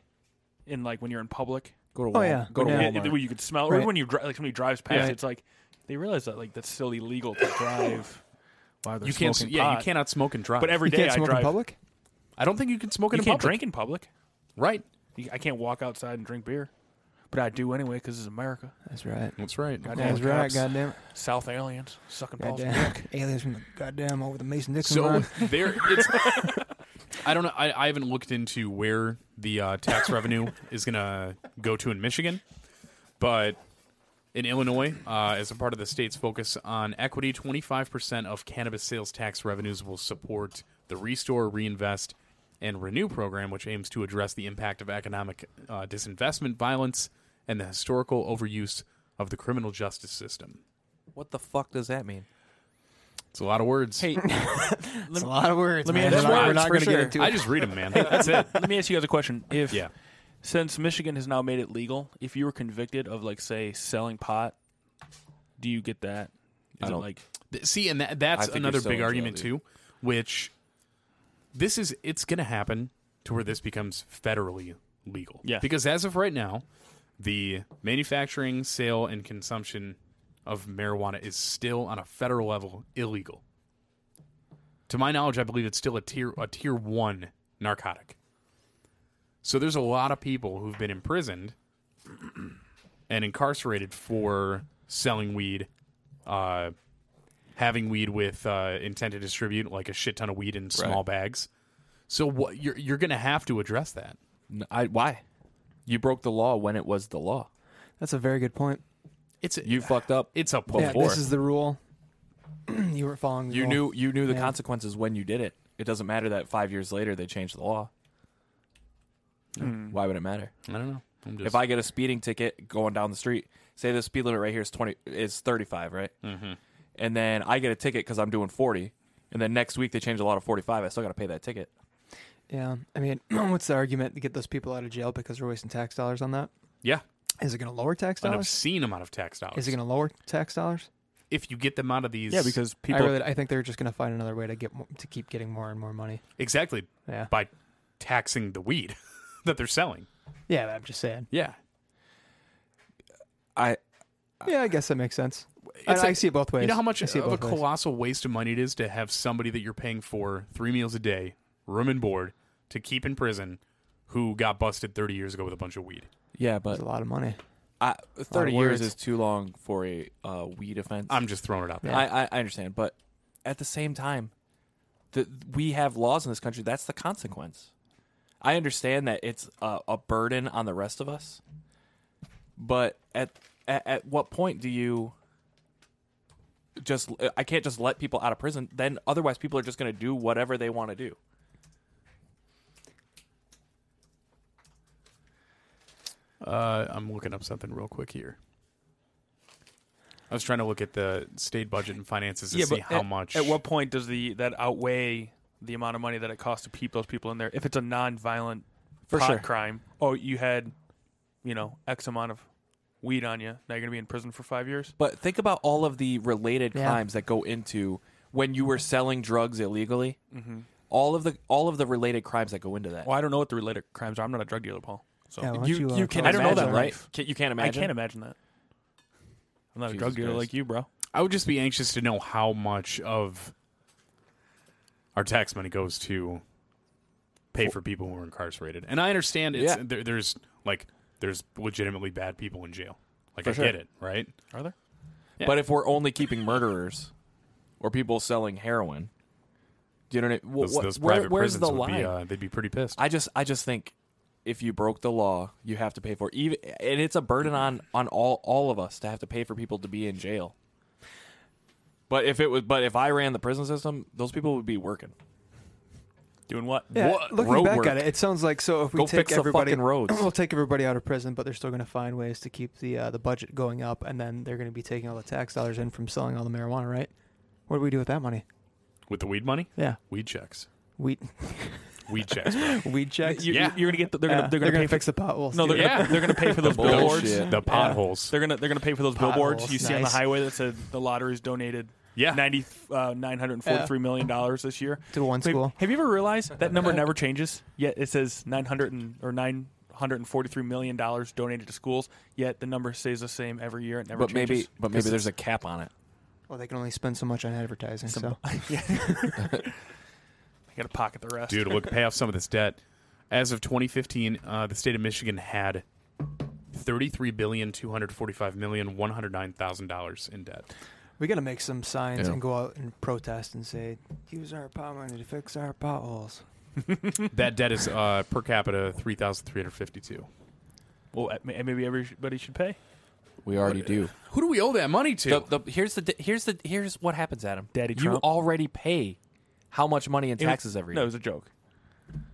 Speaker 3: in like when you're in public.
Speaker 5: Go to
Speaker 4: Oh, yeah.
Speaker 5: Go to
Speaker 4: Yeah.
Speaker 3: Yeah,
Speaker 5: Walmart.
Speaker 3: where you could smell,
Speaker 4: Right.
Speaker 3: or when you dri- like somebody drives past,
Speaker 4: Yeah.
Speaker 3: it's like they realize that like that's still illegal to drive. while they're
Speaker 2: You can't.
Speaker 3: smoking
Speaker 2: Yeah, you
Speaker 3: pot.
Speaker 2: cannot smoke and drive.
Speaker 3: But every
Speaker 4: you
Speaker 3: day
Speaker 4: can't
Speaker 3: I
Speaker 4: smoke
Speaker 3: drive.
Speaker 4: in public.
Speaker 2: I don't think you can smoke
Speaker 3: You
Speaker 2: it
Speaker 3: can't
Speaker 2: in public.
Speaker 3: drink in public.
Speaker 2: Right.
Speaker 3: You- I can't walk outside and drink beer, but I do anyway because it's America.
Speaker 4: That's right.
Speaker 2: That's right.
Speaker 3: God damn
Speaker 4: That's
Speaker 3: it,
Speaker 4: right.
Speaker 3: cops.
Speaker 4: Goddamn.
Speaker 3: South aliens sucking balls.
Speaker 4: Goddamn. Aliens from the goddamn over the Mason Dixon
Speaker 2: So
Speaker 4: line.
Speaker 2: there, it's. I don't know. I, I haven't looked into where the uh, tax revenue is going to go to in Michigan, but in Illinois, uh, as a part of the state's focus on equity, 25% of cannabis sales tax revenues will support the Restore, Reinvest, and Renew program, which aims to address the impact of economic uh, disinvestment, violence, and the historical overuse of the criminal justice system.
Speaker 5: What the fuck does that mean?
Speaker 2: It's a lot of words.
Speaker 5: Hey,
Speaker 4: It's a lot of words.
Speaker 5: let me
Speaker 4: man.
Speaker 5: ask
Speaker 4: We're
Speaker 5: you
Speaker 4: not- we're
Speaker 5: words
Speaker 4: not
Speaker 5: for
Speaker 4: gonna
Speaker 5: sure.
Speaker 4: get into it.
Speaker 2: I just read them, man. That's it.
Speaker 3: Let me ask you guys a question. If
Speaker 2: Yeah.
Speaker 3: since Michigan has now made it legal, if you were convicted of like say selling pot, do you get that? Is
Speaker 5: I
Speaker 3: it
Speaker 5: don't-
Speaker 3: like
Speaker 2: Th- See, and that,
Speaker 5: I
Speaker 2: that's
Speaker 5: think you're
Speaker 2: another
Speaker 5: so
Speaker 2: big
Speaker 5: in jail,
Speaker 2: argument
Speaker 5: dude.
Speaker 2: too, which this is it's going to happen to where this becomes federally legal.
Speaker 3: Yeah.
Speaker 2: Because as of right now, the manufacturing, sale, and consumption of marijuana is still on a federal level illegal. To my knowledge, I believe it's still a tier a tier one narcotic. So there's a lot of people who've been imprisoned and incarcerated for selling weed, uh, having weed with uh, intent to distribute like a shit ton of weed in small
Speaker 5: Right.
Speaker 2: bags. So what you're you're gonna have to address that.
Speaker 5: n- I, why? You broke the law when it was the law.
Speaker 4: That's a very good point.
Speaker 2: It's a,
Speaker 5: You fucked up.
Speaker 2: it's a
Speaker 4: Yeah,
Speaker 2: before.
Speaker 4: this is the rule. you weren't following the
Speaker 5: You
Speaker 4: rule.
Speaker 5: knew you knew the
Speaker 4: Yeah.
Speaker 5: consequences when you did it. It doesn't matter that five years later they changed the law.
Speaker 4: Hmm.
Speaker 5: Why would it matter?
Speaker 2: I don't know. I'm just,
Speaker 5: If I get a speeding ticket going down the street, say the speed limit right here is twenty is thirty five, right? Mm-hmm. And then I get a ticket because I'm doing forty, and then next week they change the law to forty five. I still got to pay that ticket.
Speaker 4: Yeah. I mean, what's the argument to get those people out of jail because we're wasting tax dollars on that?
Speaker 2: yeah,
Speaker 4: Is it going to lower tax
Speaker 2: an
Speaker 4: dollars?
Speaker 2: obscene amount of tax dollars.
Speaker 4: Is it going to lower tax dollars?
Speaker 2: if you get them out of these,
Speaker 3: yeah? Because
Speaker 4: I
Speaker 3: people
Speaker 4: really, I think they're just going to find another way to get mo- to keep getting more and more money.
Speaker 2: exactly
Speaker 4: Yeah.
Speaker 2: by taxing the weed that they're selling.
Speaker 4: Yeah, but I'm just saying.
Speaker 2: Yeah,
Speaker 5: I
Speaker 4: Yeah, I guess that makes sense. I
Speaker 2: It's a-
Speaker 4: I see it both ways.
Speaker 2: You know how much
Speaker 4: I see it
Speaker 2: of a
Speaker 4: both ways.
Speaker 2: colossal waste of money it is to have somebody that you're paying for three meals a day, room and board, to keep in prison, who got busted 30 years ago with a bunch of weed.
Speaker 5: yeah,
Speaker 4: It's
Speaker 5: but
Speaker 4: a lot of money.
Speaker 5: I, thirty years
Speaker 4: words.
Speaker 5: is too long for a uh, weed offense.
Speaker 2: I'm just throwing it out there.
Speaker 4: Yeah.
Speaker 5: I, I I understand, but at the same time, the, we have laws in this country. That's the consequence. I understand that it's a, a burden on the rest of us, but at, at at what point do you just? I can't just let people out of prison. Then otherwise, people are just going to do whatever they want to do.
Speaker 2: Uh, I'm looking up something real quick here. I was trying to look at the state budget and finances to see
Speaker 3: but
Speaker 2: how
Speaker 3: at,
Speaker 2: much.
Speaker 3: At what point does the that outweigh the amount of money that it costs to keep those people in there? If it's a non-violent
Speaker 5: For
Speaker 3: pot
Speaker 5: sure.
Speaker 3: crime, oh, you had, you know, X amount of weed on you. Now you're gonna be in prison for five years.
Speaker 5: But think about all of the related
Speaker 4: Yeah.
Speaker 5: crimes that go into when you were selling drugs illegally.
Speaker 4: Mm-hmm.
Speaker 5: All of the all of the related crimes that go into that.
Speaker 3: Well, I don't know what the related crimes are. I'm not a drug dealer, Paul. So
Speaker 4: Yeah, why don't
Speaker 5: You,
Speaker 4: uh,
Speaker 5: you can
Speaker 4: tell us
Speaker 3: I don't know
Speaker 5: imagine,
Speaker 4: about
Speaker 3: that,
Speaker 4: it?
Speaker 5: right?
Speaker 3: right?
Speaker 5: Can, you can't
Speaker 3: I
Speaker 5: imagine.
Speaker 3: can't imagine that. I'm not a
Speaker 5: Jesus
Speaker 3: drug dealer
Speaker 5: Christ.
Speaker 3: like you, bro.
Speaker 2: I would just be anxious to know how much of our tax money goes to pay for people who are incarcerated. And I understand it's
Speaker 5: Yeah.
Speaker 2: there, there's like there's legitimately bad people in jail. Like I
Speaker 5: sure.
Speaker 2: get it, right?
Speaker 3: Are there?
Speaker 2: Yeah.
Speaker 5: But if we're only keeping murderers or people selling heroin, do you know what I mean? Wh-
Speaker 2: Those,
Speaker 5: what-
Speaker 2: those
Speaker 5: where-
Speaker 2: private
Speaker 5: where's
Speaker 2: prisons
Speaker 5: the
Speaker 2: would
Speaker 5: line?
Speaker 2: be uh, they'd be pretty pissed.
Speaker 5: I just I just think if you broke the law, you have to pay for it. even and it's a burden on on all all of us to have to pay for people to be in jail. But if it was but if I ran the prison system, those people would be working.
Speaker 3: Doing what?
Speaker 4: Yeah,
Speaker 5: What?
Speaker 4: looking
Speaker 5: Road
Speaker 4: back
Speaker 5: work.
Speaker 4: at it, it sounds like so. If we
Speaker 5: Go
Speaker 4: take
Speaker 5: fix the
Speaker 4: everybody,
Speaker 5: fucking roads.
Speaker 4: we'll take everybody out of prison, but they're still going to find ways to keep the uh, the budget going up, and then they're going to be taking all the tax dollars in from selling all the marijuana, right? What do we do with that money?
Speaker 2: With the weed money?
Speaker 4: Yeah,
Speaker 2: Weed checks.
Speaker 4: weed
Speaker 2: Weed checks. bro.
Speaker 4: weed checks.
Speaker 3: You,
Speaker 2: Yeah.
Speaker 3: You're gonna get. The, they're gonna.
Speaker 4: Yeah,
Speaker 3: they're gonna pay
Speaker 4: fix
Speaker 3: for.
Speaker 4: the pot. We'll
Speaker 3: No, they're
Speaker 4: see.
Speaker 2: Yeah.
Speaker 3: gonna, they're gonna pay for those
Speaker 5: bullshit.
Speaker 3: billboards.
Speaker 5: Yeah.
Speaker 2: the potholes.
Speaker 3: They're gonna they're gonna pay for those
Speaker 4: Potholes,
Speaker 3: billboards you see on the
Speaker 4: nice.
Speaker 3: highway that said the lottery's donated
Speaker 2: Yeah.
Speaker 3: ninety uh, nine hundred forty three million dollars this year
Speaker 4: To one
Speaker 3: Wait,
Speaker 4: school.
Speaker 3: Have you ever realized that number never changes? Yet it says nine hundred and or nine hundred and forty three million dollars donated to schools. Yet the number stays the same every year. It never
Speaker 5: but
Speaker 3: changes.
Speaker 5: maybe, but maybe there's a cap on it.
Speaker 4: Well, they can only spend so much on advertising. So
Speaker 3: I gotta pocket the rest.
Speaker 2: dude, look, pay off some of this debt. As of 2015, uh, the state of Michigan had thirty-three billion two hundred forty-five million one hundred nine thousand dollars in debt.
Speaker 4: we got to make some signs
Speaker 5: Yeah.
Speaker 4: and go out and protest and say, "Use our pot money to fix our potholes."
Speaker 2: That debt is uh, per capita three thousand three hundred fifty-two.
Speaker 3: Well, uh, may- maybe everybody should pay.
Speaker 5: We already do.
Speaker 2: Who do we owe that money to?
Speaker 5: The, the, here's the di- here's the here's what happens, Adam.
Speaker 3: Daddy
Speaker 5: you
Speaker 3: Trump.
Speaker 5: already pay how much money in
Speaker 3: It was-
Speaker 5: taxes every
Speaker 3: No, it
Speaker 5: year.
Speaker 3: was a joke.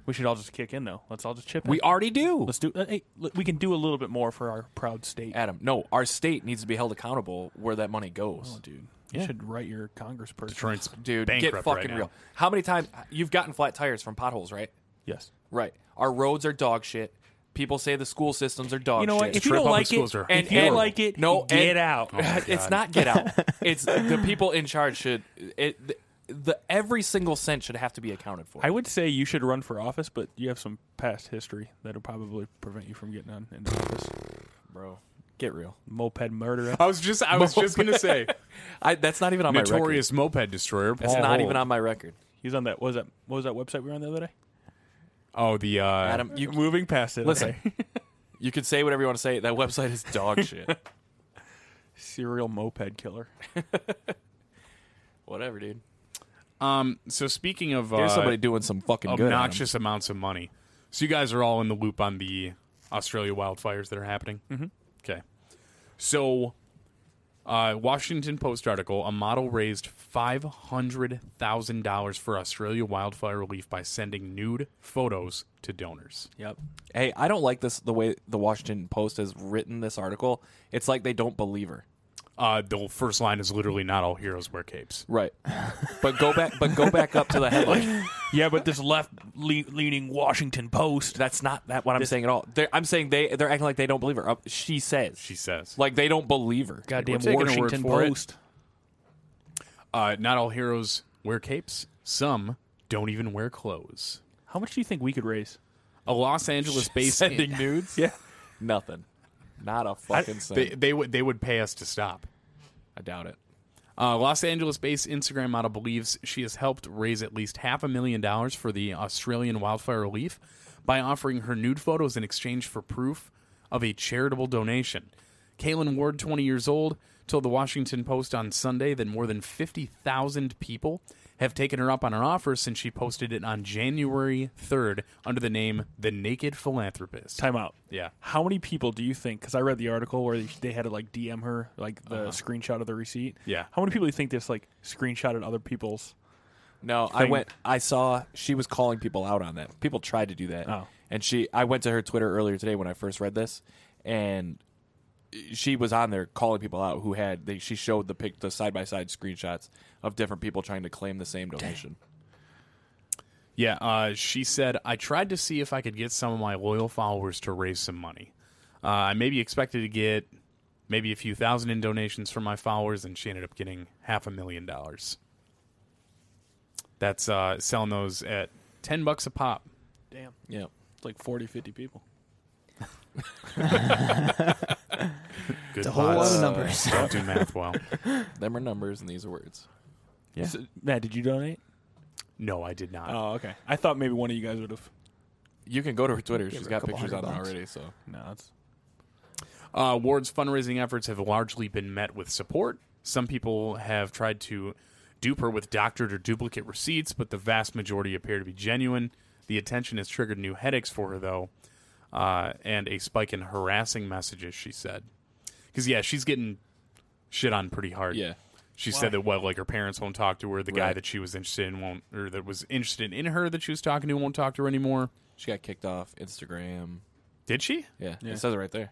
Speaker 3: We should all just kick in though. Let's all just chip.
Speaker 5: We
Speaker 3: in.
Speaker 5: already do.
Speaker 3: Let's do. uh, Hey, l- we can do a little bit more for our proud state.
Speaker 5: Adam, no, our state needs to be held accountable where that money goes.
Speaker 3: Oh, dude, you should write your congressperson.
Speaker 2: Detroit's
Speaker 5: Dude, get
Speaker 2: bankrupt right
Speaker 5: fucking
Speaker 2: now.
Speaker 5: real. How many times you've gotten flat tires from potholes, right?
Speaker 3: Yes.
Speaker 5: Right. Our roads are dog shit. People say the school systems are dog
Speaker 3: You know what?
Speaker 5: shit.
Speaker 3: If you
Speaker 2: Detroit
Speaker 3: don't
Speaker 2: public
Speaker 3: like
Speaker 2: schools
Speaker 3: it,
Speaker 2: are Oh
Speaker 5: and
Speaker 3: if you don't
Speaker 5: and-
Speaker 3: like it,
Speaker 5: no,
Speaker 3: get
Speaker 5: and-
Speaker 3: out.
Speaker 5: it's not get out. It's the people in charge should. It, the, the every single cent should have to be accounted for.
Speaker 3: I would say you should run for office, but you have some past history that'll probably prevent you from getting on into office.
Speaker 5: bro, get real.
Speaker 3: Moped murderer.
Speaker 2: I was just I was just gonna say
Speaker 5: I, that's not even on my record.
Speaker 2: notorious moped destroyer.
Speaker 5: That's
Speaker 2: Paul
Speaker 5: not
Speaker 2: Holt.
Speaker 5: even on my record.
Speaker 3: He's on that. What was that? What was that website we were on the other day?
Speaker 2: Oh, the uh,
Speaker 5: Adam, you
Speaker 3: Moving past it.
Speaker 5: Listen.
Speaker 3: okay.
Speaker 5: you could say whatever you want to say. That website is dog shit.
Speaker 3: serial moped killer.
Speaker 5: whatever, dude.
Speaker 2: Um. So speaking of uh,
Speaker 5: There's somebody doing some fucking good. Adam.
Speaker 2: obnoxious amounts of money. So you guys are all in the loop on the Australia wildfires that are happening. Mm-hmm. Okay. So, uh, Washington Post article: A model raised five hundred thousand dollars for Australia wildfire relief by sending nude photos to donors.
Speaker 3: Yep.
Speaker 5: Hey, I don't like this the way the Washington Post has written this article. It's like they don't believe her.
Speaker 2: Uh, the first line is literally "Not all heroes wear capes."
Speaker 5: Right. But go back but go back up to the headline.
Speaker 3: Yeah, but this left le- leaning Washington Post.
Speaker 5: That's not that what I'm saying at all. They're, I'm saying they they're acting like they don't believe her. Uh, she says.
Speaker 2: She says,
Speaker 5: like they don't believe her.
Speaker 3: Goddamn
Speaker 2: taking her word
Speaker 3: Washington
Speaker 2: for it.
Speaker 3: Post.
Speaker 2: uh, "Not all heroes wear capes. Some don't even wear clothes."
Speaker 3: How much do you think we could raise?
Speaker 2: A Los Angeles-based
Speaker 5: Sending nudes?
Speaker 3: Yeah.
Speaker 5: Nothing. Not a fucking cent.
Speaker 2: they, they would they would pay us to stop.
Speaker 5: I doubt it.
Speaker 2: Uh, Los Angeles-based Instagram model believes she has helped raise at least half a million dollars for the Australian wildfire relief by offering her nude photos in exchange for proof of a charitable donation. Kaylin Ward, 20 years old, told the Washington Post on Sunday that more than 50,000 people have taken her up on her offer since she posted it on January 3rd under the name The Naked Philanthropist.
Speaker 3: Time out.
Speaker 2: Yeah.
Speaker 3: How many people do you think? Because I read the article where they- they had to like DM her like the screenshot of the receipt.
Speaker 2: Uh-huh. Yeah.
Speaker 3: How many people do you think this like screenshotted other people's?
Speaker 5: No, I
Speaker 3: thing.
Speaker 5: went. I saw she was calling people out on that. People tried to do that,
Speaker 3: Oh.
Speaker 5: and she. I went to her Twitter earlier today when I first read this, and she was on there calling people out who had. They, she showed the pic, the side by side screenshots of different people trying to claim the same donation.
Speaker 2: Yeah, uh, she said, I tried to see if I could get some of my loyal followers to raise some money. Uh, I maybe expected to get maybe a few thousand in donations from my followers, and she ended up getting half a million dollars. That's uh, selling those at 10 bucks a pop.
Speaker 3: Damn.
Speaker 5: Yeah,
Speaker 3: It's like 40, 50 people.
Speaker 2: Good
Speaker 4: a whole lot of
Speaker 2: pots.
Speaker 4: numbers.
Speaker 2: Don't do math well.
Speaker 5: them are numbers and these are words.
Speaker 3: Yeah. Matt, did you donate?
Speaker 2: No, I did not.
Speaker 3: Oh, okay. I thought maybe one of you guys would have.
Speaker 5: You can go to her Twitter. She's
Speaker 4: her a
Speaker 5: got
Speaker 4: couple
Speaker 5: pictures on
Speaker 4: hundred
Speaker 5: there
Speaker 4: bucks.
Speaker 5: already. So
Speaker 3: No, that's
Speaker 2: Uh, Ward's fundraising efforts have largely been met with support. Some people have tried to dupe her with doctored or duplicate receipts, but the vast majority appear to be genuine. The attention has triggered new headaches for her, though, uh, and a spike in harassing messages, she said. Because, yeah, she's getting shit on pretty hard.
Speaker 5: yeah,
Speaker 2: She said that well, like her parents won't talk to her. The guy
Speaker 5: Right.
Speaker 2: that she was interested in won't, or that was interested in her that she was talking to, won't talk to her anymore.
Speaker 5: she got kicked off Instagram.
Speaker 2: Did she?
Speaker 5: Yeah,
Speaker 3: Yeah.
Speaker 5: it says it right there.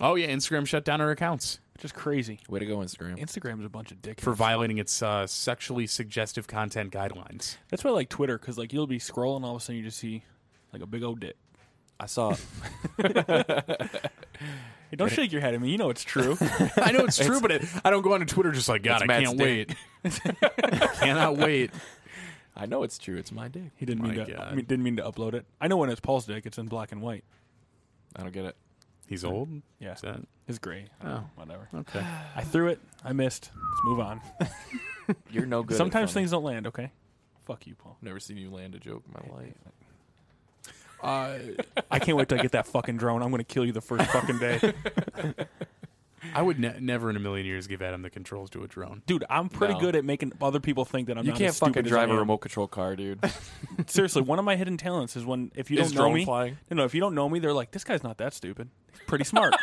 Speaker 2: Oh yeah, Instagram shut down her accounts.
Speaker 3: just crazy.
Speaker 5: Way to go, Instagram.
Speaker 3: Instagram's a bunch of dickheads.
Speaker 2: for violating its uh, sexually suggestive content guidelines.
Speaker 3: that's why I like Twitter because like you'll be scrolling, all of a sudden you just see like a big old dick.
Speaker 5: I saw
Speaker 3: Hey, don't shake your head at me. You know it's true.
Speaker 2: I know it's true, but it, I don't go onto Twitter just like God.
Speaker 5: It's
Speaker 2: I
Speaker 5: Matt's
Speaker 2: can't
Speaker 5: dick.
Speaker 2: wait. Cannot wait.
Speaker 5: I know it's true. It's my dick.
Speaker 3: He didn't mean
Speaker 2: My
Speaker 3: to.
Speaker 2: God.
Speaker 3: I mean, didn't mean to upload it. I know when it's Paul's dick. It's in black and white.
Speaker 5: I don't get it.
Speaker 2: He's old.
Speaker 3: Yeah,
Speaker 2: Is that
Speaker 3: it's gray. I don't know, whatever.
Speaker 2: Oh. okay?
Speaker 3: I threw it. I missed. Let's move on.
Speaker 5: You're no good. at
Speaker 3: Sometimes
Speaker 5: funny.
Speaker 3: things don't land. Okay. Fuck you, Paul.
Speaker 5: Never seen you land a joke in my life.
Speaker 2: Uh,
Speaker 3: I can't wait till I get that fucking drone. I'm gonna kill you the first fucking day,
Speaker 2: I would ne- never in a million years give Adam the controls to a drone.
Speaker 3: dude. I'm pretty
Speaker 5: No.
Speaker 3: good at making other people think that I'm.
Speaker 5: You
Speaker 3: not
Speaker 5: can't
Speaker 3: as stupid
Speaker 5: fucking
Speaker 3: as
Speaker 5: drive
Speaker 3: I
Speaker 5: a
Speaker 3: am.
Speaker 5: remote control car, dude.
Speaker 3: Seriously, one of my hidden talents is when if you
Speaker 5: Is
Speaker 3: don't know
Speaker 5: drone
Speaker 3: me,
Speaker 5: flying?
Speaker 3: no, no, if you don't know me, they're like, this guy's not that stupid. He's pretty smart.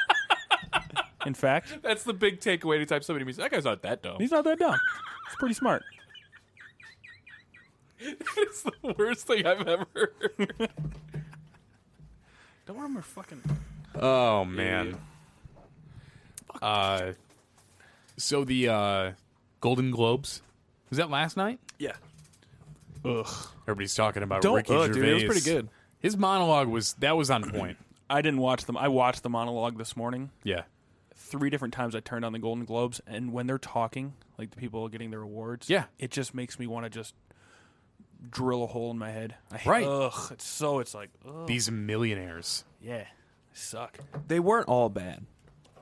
Speaker 3: In fact,
Speaker 5: That's the big takeaway anytime somebody means that guy's not that dumb.
Speaker 3: he's not that dumb. He's pretty smart.
Speaker 5: It's the worst thing I've ever heard.
Speaker 3: Don't remember fucking.
Speaker 2: Oh man. Uh, so the uh, Golden Globes was that last night?
Speaker 5: Yeah.
Speaker 3: Ugh.
Speaker 2: Everybody's talking about
Speaker 5: Don't-
Speaker 2: Ricky
Speaker 5: ugh,
Speaker 2: Gervais.
Speaker 5: dude, it was pretty good.
Speaker 2: His monologue was that was on point.
Speaker 3: I didn't watch them. I watched the monologue this morning.
Speaker 2: yeah.
Speaker 3: Three different times I turned on the Golden Globes, and when they're talking, like the people getting their awards,
Speaker 2: Yeah.
Speaker 3: it just makes me want to just drill a hole in my head. I hate,
Speaker 2: Right.
Speaker 3: Ugh. It's so. It's like, ugh,
Speaker 2: These millionaires.
Speaker 3: yeah, suck.
Speaker 6: They weren't all bad.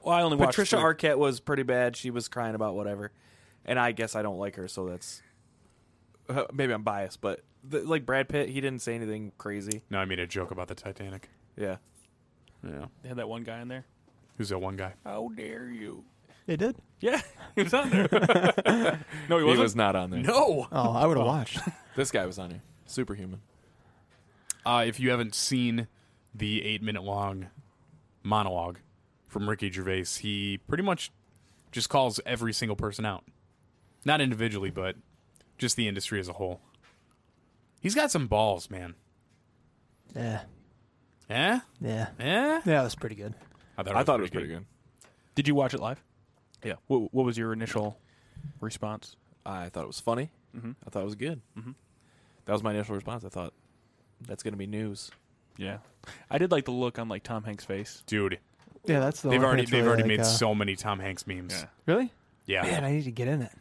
Speaker 3: Well, I only watched
Speaker 6: Patricia
Speaker 3: three.
Speaker 6: Arquette was pretty bad. She was crying about whatever, and I guess I don't like her, so that's uh, maybe I'm biased, but the, like Brad Pitt, he didn't say anything crazy.
Speaker 2: No, I made a joke about the Titanic.
Speaker 6: Yeah,
Speaker 2: Yeah.
Speaker 3: They had that one guy in there.
Speaker 2: Who's that one guy?
Speaker 5: How dare you?
Speaker 4: They did.
Speaker 3: Yeah, he was on there. no, he
Speaker 5: He
Speaker 3: wasn't.
Speaker 5: was not on there.
Speaker 2: No.
Speaker 4: Oh, I would have watched.
Speaker 5: This guy was on here. Superhuman.
Speaker 2: Uh, if you haven't seen the eight minute long monologue from Ricky Gervais, he pretty much just calls every single person out. Not individually, but just the industry as a whole. He's got some balls, man.
Speaker 4: Yeah,
Speaker 2: Eh?
Speaker 4: yeah,
Speaker 2: Eh?
Speaker 4: yeah. That was pretty good.
Speaker 2: I thought
Speaker 5: I thought it was pretty good.
Speaker 3: Did you watch it live?
Speaker 5: Yeah.
Speaker 3: What, what was your initial response?
Speaker 5: I thought it was funny. I thought it was good.
Speaker 2: Mm-hmm.
Speaker 5: That was my initial response. I thought that's going to be news.
Speaker 3: Yeah, I did like the look on like Tom Hanks' face.
Speaker 2: Dude,
Speaker 4: Yeah, that's the.
Speaker 2: they've
Speaker 4: one
Speaker 2: already
Speaker 4: that's
Speaker 2: they've
Speaker 4: really,
Speaker 2: already
Speaker 4: like,
Speaker 2: made
Speaker 4: uh,
Speaker 2: so many Tom Hanks memes.
Speaker 4: Really?
Speaker 2: Yeah.
Speaker 4: Man, I need to get in it.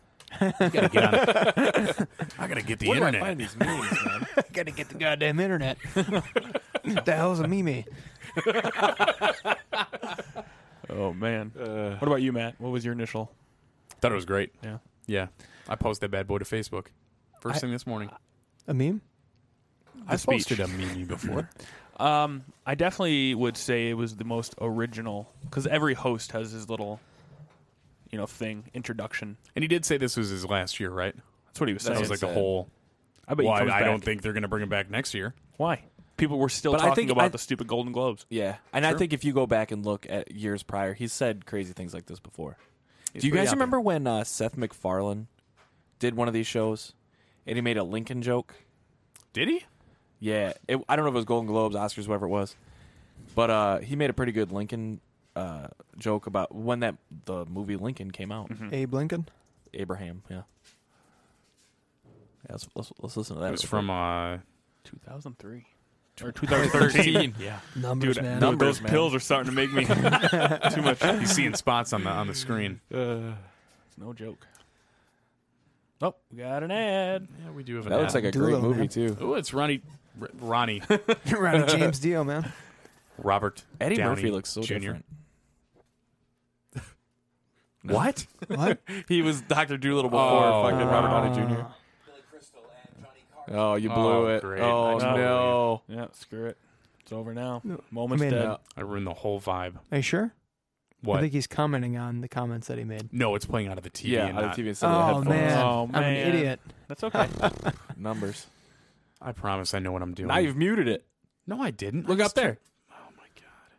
Speaker 2: gotta get on. I gotta get the
Speaker 5: Where do I
Speaker 2: internet.
Speaker 5: find these memes, man?
Speaker 4: Gotta get the goddamn internet. what the hell's a meme?
Speaker 3: Oh man.
Speaker 5: Uh,
Speaker 3: What about you, Matt? What was your initial?
Speaker 2: Thought it was great.
Speaker 3: Yeah.
Speaker 2: Yeah. I posted that bad boy to Facebook. First thing this morning.
Speaker 4: A meme?
Speaker 3: I
Speaker 2: posted a meme before.
Speaker 3: Um, I definitely would say it was the most original because every host has his little, you know, thing introduction.
Speaker 2: and he did say this was his last year, right?
Speaker 3: That's what he was
Speaker 2: That
Speaker 5: That
Speaker 3: saying.
Speaker 2: was like the
Speaker 5: sad.
Speaker 2: whole.
Speaker 3: I bet
Speaker 2: Well,
Speaker 3: he comes
Speaker 2: I, I
Speaker 3: back.
Speaker 2: don't think they're going to bring him back next year.
Speaker 3: why people were still
Speaker 5: But I
Speaker 3: talking
Speaker 5: think
Speaker 3: about
Speaker 5: I-
Speaker 3: the stupid Golden Globes.
Speaker 5: yeah. And I think if you go back and look at years prior, he's said crazy things like this before. Do you
Speaker 2: pretty
Speaker 5: guys
Speaker 2: out
Speaker 5: remember when uh, Seth MacFarlane did one of these shows and he made a Lincoln joke?
Speaker 2: Did he?
Speaker 5: Yeah, it, I don't know if it was Golden Globes, Oscars, whatever it was, but uh, he made a pretty good Lincoln uh, joke about when that the movie Lincoln came out.
Speaker 2: Mm-hmm.
Speaker 4: Abe Lincoln?
Speaker 5: Abraham, yeah. yeah let's, let's let's listen to that.
Speaker 2: It was from uh,
Speaker 3: 2003 or 2013. yeah,
Speaker 4: Numbers, man.
Speaker 5: num- Numbers,
Speaker 3: those
Speaker 5: man.
Speaker 3: pills are starting to make me too much.
Speaker 2: he's seeing spots on the on the screen.
Speaker 5: Uh,
Speaker 3: No joke. Oh, we got an ad.
Speaker 2: Yeah, we do have an
Speaker 5: that looks like a
Speaker 4: Doolittle,
Speaker 5: great movie
Speaker 4: man.
Speaker 5: too.
Speaker 2: Oh, it's Ronnie, R- Ronnie,
Speaker 4: Ronnie James Dio, man.
Speaker 2: Robert.
Speaker 5: Eddie
Speaker 2: Downey
Speaker 5: Murphy looks so
Speaker 2: Jr.
Speaker 5: different.
Speaker 2: What?
Speaker 4: What?
Speaker 5: He was Doctor Doolittle before
Speaker 2: Oh.
Speaker 5: fucking Robert Downey Jr. Oh, you blew
Speaker 2: Oh,
Speaker 5: it!
Speaker 2: great.
Speaker 5: Oh
Speaker 2: I totally-
Speaker 5: no!
Speaker 3: Yeah, screw it. It's over now.
Speaker 4: No,
Speaker 3: Moment's
Speaker 4: I mean,
Speaker 3: dead.
Speaker 4: uh,
Speaker 2: I ruined the whole vibe.
Speaker 4: Are you sure? I
Speaker 2: What?
Speaker 4: think he's commenting on the comments that he made.
Speaker 2: no, it's playing out of the TV.
Speaker 5: yeah,
Speaker 2: and
Speaker 5: on
Speaker 2: not-
Speaker 5: the TV instead
Speaker 4: Oh
Speaker 5: of the headphones.
Speaker 4: man.
Speaker 3: Oh,
Speaker 4: I'm an
Speaker 3: man.
Speaker 4: idiot.
Speaker 3: That's okay.
Speaker 5: Numbers.
Speaker 2: I promise, I know what I'm doing.
Speaker 5: Oh, Now you've muted it.
Speaker 2: no, I didn't. I
Speaker 5: Look up
Speaker 2: just-
Speaker 5: there.
Speaker 2: Oh my god.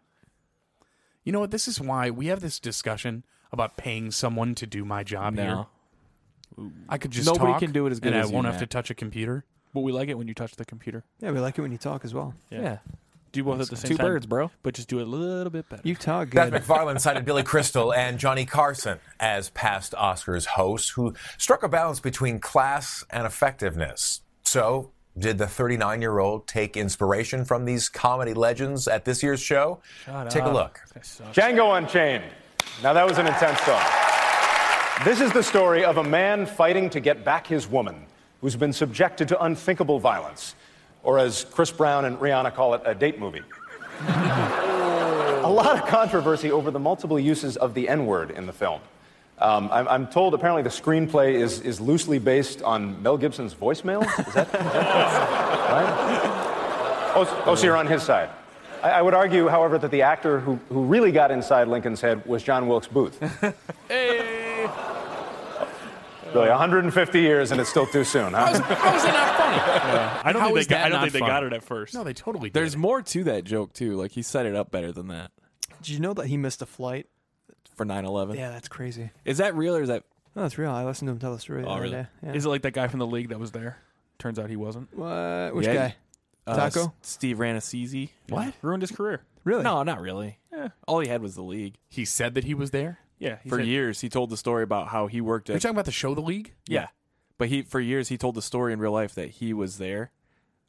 Speaker 2: You know what? This is why we have this discussion about paying someone to do my job here.
Speaker 5: No.
Speaker 2: I could just
Speaker 5: Nobody
Speaker 2: talk,
Speaker 5: can do it as good
Speaker 2: and
Speaker 5: as
Speaker 2: I
Speaker 5: you,
Speaker 2: won't have to
Speaker 5: Matt.
Speaker 2: touch a computer.
Speaker 3: but we like it when you touch the computer.
Speaker 4: Yeah, we like it when you talk as well.
Speaker 3: Yeah. Do both at the same
Speaker 5: Two
Speaker 3: time.
Speaker 5: birds, bro.
Speaker 3: But just do it a little bit better.
Speaker 4: You talk good.
Speaker 7: Seth MacFarlane cited Billy Crystal and Johnny Carson as past Oscars hosts who struck a balance between class and effectiveness. So, Did the 39 year old take inspiration from these comedy legends at this year's show? Take a look.
Speaker 8: Django Unchained. Now that was an intense song. This is the story of a man fighting to get back his woman who's been subjected to unthinkable violence, or as Chris Brown and Rihanna call it, a date movie. a lot of controversy over the multiple uses of the N word in the film. Um, I'm, I'm told apparently the screenplay is, is loosely based on Mel Gibson's voicemail. Is that? Right? Oh, s- oh, so you're on his side. I, I would argue, however, that the actor who, who really got inside Lincoln's head was John Wilkes Booth. Really, 150 years and it's still too soon, huh?
Speaker 2: How is it not funny?
Speaker 3: I don't
Speaker 2: How
Speaker 3: think
Speaker 2: is
Speaker 3: they got,
Speaker 2: that
Speaker 3: I don't
Speaker 2: not
Speaker 3: think they
Speaker 2: funny?
Speaker 3: got it at first.
Speaker 2: No, they totally.
Speaker 5: There's more to that joke too. Like he set it up better than that
Speaker 4: Did you know that he missed a flight?
Speaker 5: for 9/11.
Speaker 4: Yeah, that's crazy.
Speaker 5: Is that real or is that?
Speaker 4: No, that's real. I listened to him tell the story the
Speaker 5: Oh,
Speaker 4: other
Speaker 5: really?
Speaker 4: day. Yeah.
Speaker 3: Is it like that guy from the league that was there? Turns out he wasn't.
Speaker 4: what? Which
Speaker 5: Yeah,
Speaker 4: guy?
Speaker 5: Uh,
Speaker 4: Taco?
Speaker 5: S- Steve Ranasisi.
Speaker 2: What?
Speaker 3: Ruined his career.
Speaker 4: Really?
Speaker 5: No, not really. All he had was the league.
Speaker 2: He said that he was there.
Speaker 3: Yeah, he
Speaker 5: for
Speaker 3: said-
Speaker 5: years, he told the story about how he worked
Speaker 2: Are you
Speaker 5: at.
Speaker 2: talking about the show, The League?
Speaker 5: yeah, but he for years he told the story in real life that he was there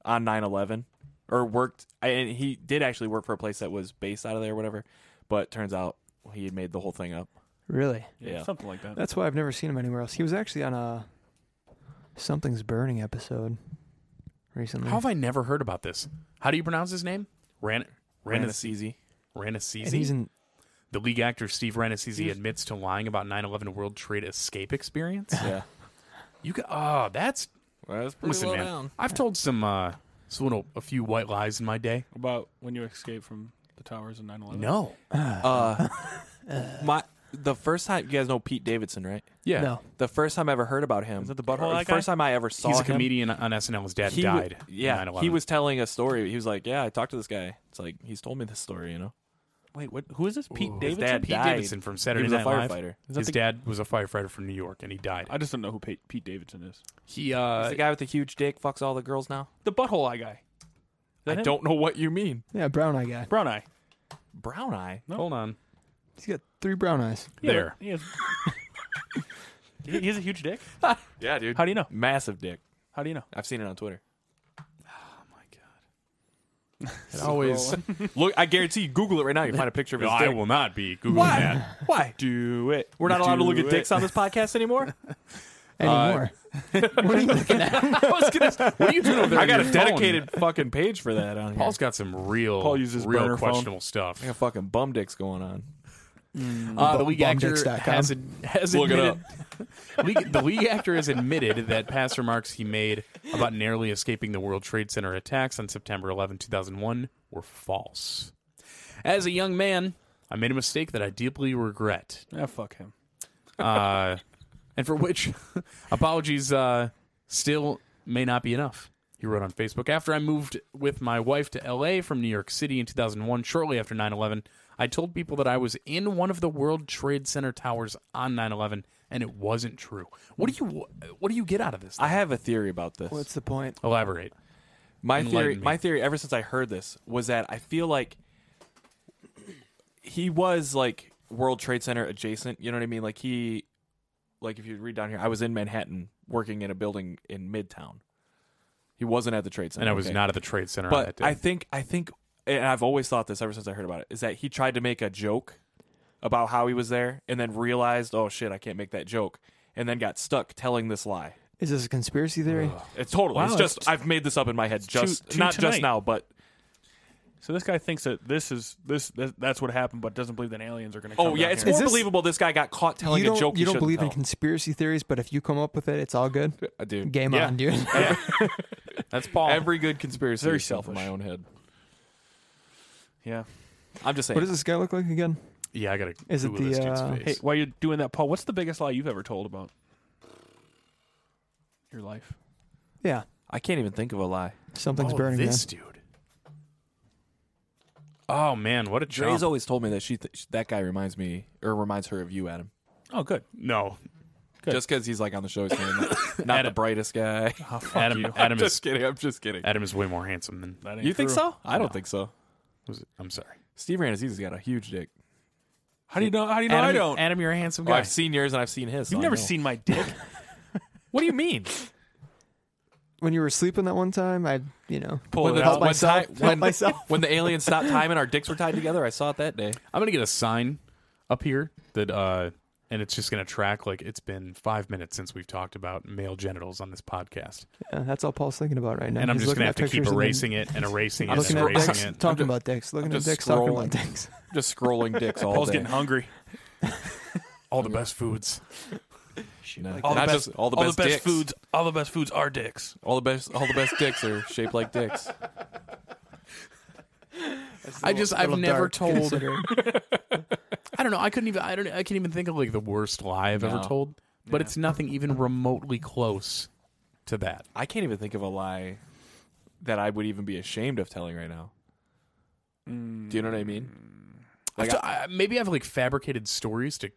Speaker 5: on 9/11 or worked, and he did actually work for a place that was based out of there, or whatever. But turns out he had made the whole thing up.
Speaker 4: Really?
Speaker 5: Yeah.
Speaker 3: something like that.
Speaker 4: That's why I've never seen him anywhere else. He was actually on a Something's Burning episode
Speaker 5: Mm.
Speaker 4: recently.
Speaker 2: How have I never heard about this? How do you pronounce his name? Ran Ranasisi.
Speaker 5: Ranasisi.
Speaker 4: and he's
Speaker 2: Ranasisi.
Speaker 4: in
Speaker 2: The league actor Steve Ranasisi admits to lying about 9/11 World Trade escape experience.
Speaker 5: Yeah.
Speaker 2: You got oh, that's
Speaker 5: Well, that's pretty
Speaker 2: listen,
Speaker 5: well
Speaker 2: man.
Speaker 5: down.
Speaker 2: I've told some uh, some little a few white lies in my day.
Speaker 3: About when you escaped from the towers in 9 11.
Speaker 2: No,
Speaker 5: Uh, My the first time you guys know Pete Davidson, right?
Speaker 2: yeah,
Speaker 4: No.
Speaker 5: The first time I ever heard about him. Is
Speaker 3: that the butthole
Speaker 5: The
Speaker 3: that guy?
Speaker 5: first time I ever saw
Speaker 2: he's a
Speaker 5: him,
Speaker 2: comedian on SNL. His dad
Speaker 5: He wa-
Speaker 2: died. in
Speaker 5: yeah,
Speaker 2: 9/11.
Speaker 5: he was telling a story. He was like, "Yeah, I talked to this guy. It's like he's told me this story, you know."
Speaker 3: Wait, what? Who is this? Pete
Speaker 5: His
Speaker 3: Davidson?
Speaker 5: dad
Speaker 2: Pete
Speaker 5: died.
Speaker 2: Davidson from Saturday
Speaker 5: he was
Speaker 2: Night
Speaker 5: a
Speaker 2: Live.
Speaker 5: firefighter. Is that
Speaker 2: His
Speaker 5: the-
Speaker 2: dad was a firefighter from New York, and he died.
Speaker 3: I just don't know who Pete, Pete Davidson is.
Speaker 2: he uh,
Speaker 5: the guy with the huge dick fucks all the girls now.
Speaker 3: The butthole eye guy.
Speaker 5: I
Speaker 3: him?
Speaker 5: don't know what you mean.
Speaker 4: yeah, brown eye guy.
Speaker 3: Brown eye.
Speaker 5: Brown eye.
Speaker 2: hold on
Speaker 4: He's got three brown eyes.
Speaker 2: there.
Speaker 3: He, has, he has a huge dick.
Speaker 5: Yeah, dude.
Speaker 3: How do you know?
Speaker 5: Massive dick.
Speaker 3: How do you know?
Speaker 5: I've seen it on Twitter.
Speaker 2: It always.
Speaker 5: Look, I guarantee you Google it right now. You find a picture of
Speaker 2: No,
Speaker 5: his
Speaker 2: I
Speaker 5: dick.
Speaker 2: will not be googling that.
Speaker 5: Why?
Speaker 3: Do it.
Speaker 5: We're not allowed to look
Speaker 3: Do
Speaker 5: at dicks
Speaker 3: it.
Speaker 5: on this podcast anymore.
Speaker 2: uh,
Speaker 4: Anymore. what are you looking at?
Speaker 2: What are you doing over there?
Speaker 5: I
Speaker 2: on
Speaker 5: got a
Speaker 2: your phone?
Speaker 5: dedicated fucking page for that on
Speaker 2: Paul's got some real,
Speaker 3: Paul uses
Speaker 2: real
Speaker 3: burner phone.
Speaker 2: questionable stuff.
Speaker 5: here. Fucking bum dicks going on.
Speaker 2: Uh, the league actor
Speaker 4: bumdicks.com.
Speaker 2: has, ad- has
Speaker 5: Look it
Speaker 2: admitted. league, the league actor has admitted that past remarks he made about narrowly escaping the World Trade Center attacks on September 11, 2001, were false. As a young man, I made a mistake that I deeply regret,
Speaker 3: Ah, fuck him.
Speaker 2: uh, and for which apologies uh, still may not be enough. He wrote on Facebook After I moved with my wife to LA from New York City in 2001, shortly after 9 11, I told people that I was in one of the World Trade Center towers on 9 11, and it wasn't true. What do you what do you get out of this?
Speaker 5: I have a theory about this.
Speaker 4: What's the point?
Speaker 2: Elaborate.
Speaker 5: My
Speaker 2: Enlighten
Speaker 5: theory,
Speaker 2: me.
Speaker 5: my theory, ever since I heard this, was that I feel like he was like World Trade Center adjacent. You know what I mean? Like he, like if you read down here, I was in Manhattan working in a building in Midtown. He wasn't at the Trade Center,
Speaker 2: And I was
Speaker 5: okay.
Speaker 2: not at the Trade Center on that
Speaker 5: But
Speaker 2: day.
Speaker 5: I think, I think, and I've always thought this ever since I heard about it, is that he tried to make a joke about how he was there, and then realized, oh shit, I can't make that joke, and then got stuck telling this lie.
Speaker 4: Is this a conspiracy theory?
Speaker 5: It's totally.
Speaker 3: Wow,
Speaker 5: it's
Speaker 3: that's
Speaker 5: just I've made this up in my head. Just
Speaker 3: two
Speaker 5: not just
Speaker 3: tonight.
Speaker 5: now, but
Speaker 3: So this guy thinks that this is this, this that's what happened, but doesn't believe that aliens are going to.
Speaker 5: Oh yeah, it's
Speaker 4: here.
Speaker 5: more
Speaker 4: Is this-
Speaker 5: believable. This guy got caught telling
Speaker 4: you don't,
Speaker 5: a joke.
Speaker 4: you don't believe in
Speaker 5: in
Speaker 4: conspiracy theories, but if you come up with it, it's all good.
Speaker 5: dude.
Speaker 4: Game on, dude.
Speaker 2: That's Paul.
Speaker 5: Every good conspiracy.
Speaker 3: Very
Speaker 5: is stuff
Speaker 3: selfish.
Speaker 5: in my own head.
Speaker 3: yeah.
Speaker 5: I'm just saying.
Speaker 4: what does this guy look like again?
Speaker 2: yeah, I gotta.
Speaker 4: Is it
Speaker 2: Google this
Speaker 4: the,
Speaker 2: dude's
Speaker 4: uh,
Speaker 2: face.
Speaker 3: Hey, while you're doing that, Paul, what's the biggest lie you've ever told about your life?
Speaker 4: Yeah,
Speaker 5: I can't even think of a lie.
Speaker 4: something's
Speaker 2: oh,
Speaker 4: burning. Man.
Speaker 2: this dude. Oh man, what a
Speaker 5: Dre's
Speaker 2: joke!
Speaker 5: always told me that she th- that guy reminds me or reminds her of you, Adam.
Speaker 3: Oh, good.
Speaker 2: no,
Speaker 5: Just because he's like on the show, he's saying that- not the
Speaker 2: Adam.
Speaker 5: brightest guy.
Speaker 2: Adam. Adam is
Speaker 5: just kidding. I'm just kidding.
Speaker 2: Adam is way more handsome than that.
Speaker 3: That ain't
Speaker 5: You think
Speaker 3: true.
Speaker 5: so? I don't think so.
Speaker 2: Was it? I'm sorry.
Speaker 5: Steve Ranazzi's got a huge dick.
Speaker 3: How do you know? How do you know? I don't. Oh,
Speaker 2: Adam, you're a handsome
Speaker 5: Well,
Speaker 2: guy.
Speaker 5: I've seen yours and I've seen his. so
Speaker 3: You've
Speaker 5: I
Speaker 3: never
Speaker 5: know.
Speaker 3: seen my dick.
Speaker 5: What do you mean?
Speaker 4: when you were sleeping that one time, I you know
Speaker 5: When the-
Speaker 4: help
Speaker 5: when
Speaker 4: myself.
Speaker 5: ti-
Speaker 4: help
Speaker 5: when-
Speaker 4: myself.
Speaker 5: When the aliens stopped time and our dicks were tied together, I saw it that day.
Speaker 2: I'm gonna get a sign up here that uh and it's just gonna track like it's been five minutes since we've talked about male genitals on this podcast.
Speaker 4: Yeah, that's all Paul's thinking about right now.
Speaker 2: And I'm
Speaker 4: He's
Speaker 2: just
Speaker 4: looking
Speaker 2: gonna have to
Speaker 4: at
Speaker 2: keep
Speaker 4: pictures and then
Speaker 2: erasing it and erasing it
Speaker 4: Looking
Speaker 2: and
Speaker 4: at dicks,
Speaker 2: erasing it.
Speaker 4: talking about dicks. Looking at
Speaker 5: just
Speaker 4: dicks, talking about
Speaker 5: scrolling.
Speaker 4: dicks.
Speaker 5: Just scrolling dicks all
Speaker 3: Paul's
Speaker 5: day.
Speaker 3: getting hungry.
Speaker 2: All the best foods.
Speaker 5: Not
Speaker 3: All the best,
Speaker 5: just all the best, dicks.
Speaker 3: foods. All the best foods are dicks.
Speaker 5: All the best. All the best dicks are shaped like dicks.
Speaker 2: I just I've
Speaker 4: Little
Speaker 2: never
Speaker 4: dark,
Speaker 2: told
Speaker 4: considering.
Speaker 2: I don't know, I couldn't even I don't I can't even think of like the worst lie I've ever
Speaker 5: No.
Speaker 2: told. But it's nothing even remotely close to that.
Speaker 5: I can't even think of a lie that I would even be ashamed of telling right now. Do you know what I mean?
Speaker 3: Mm.
Speaker 5: Like,
Speaker 2: So I, maybe I've like fabricated stories to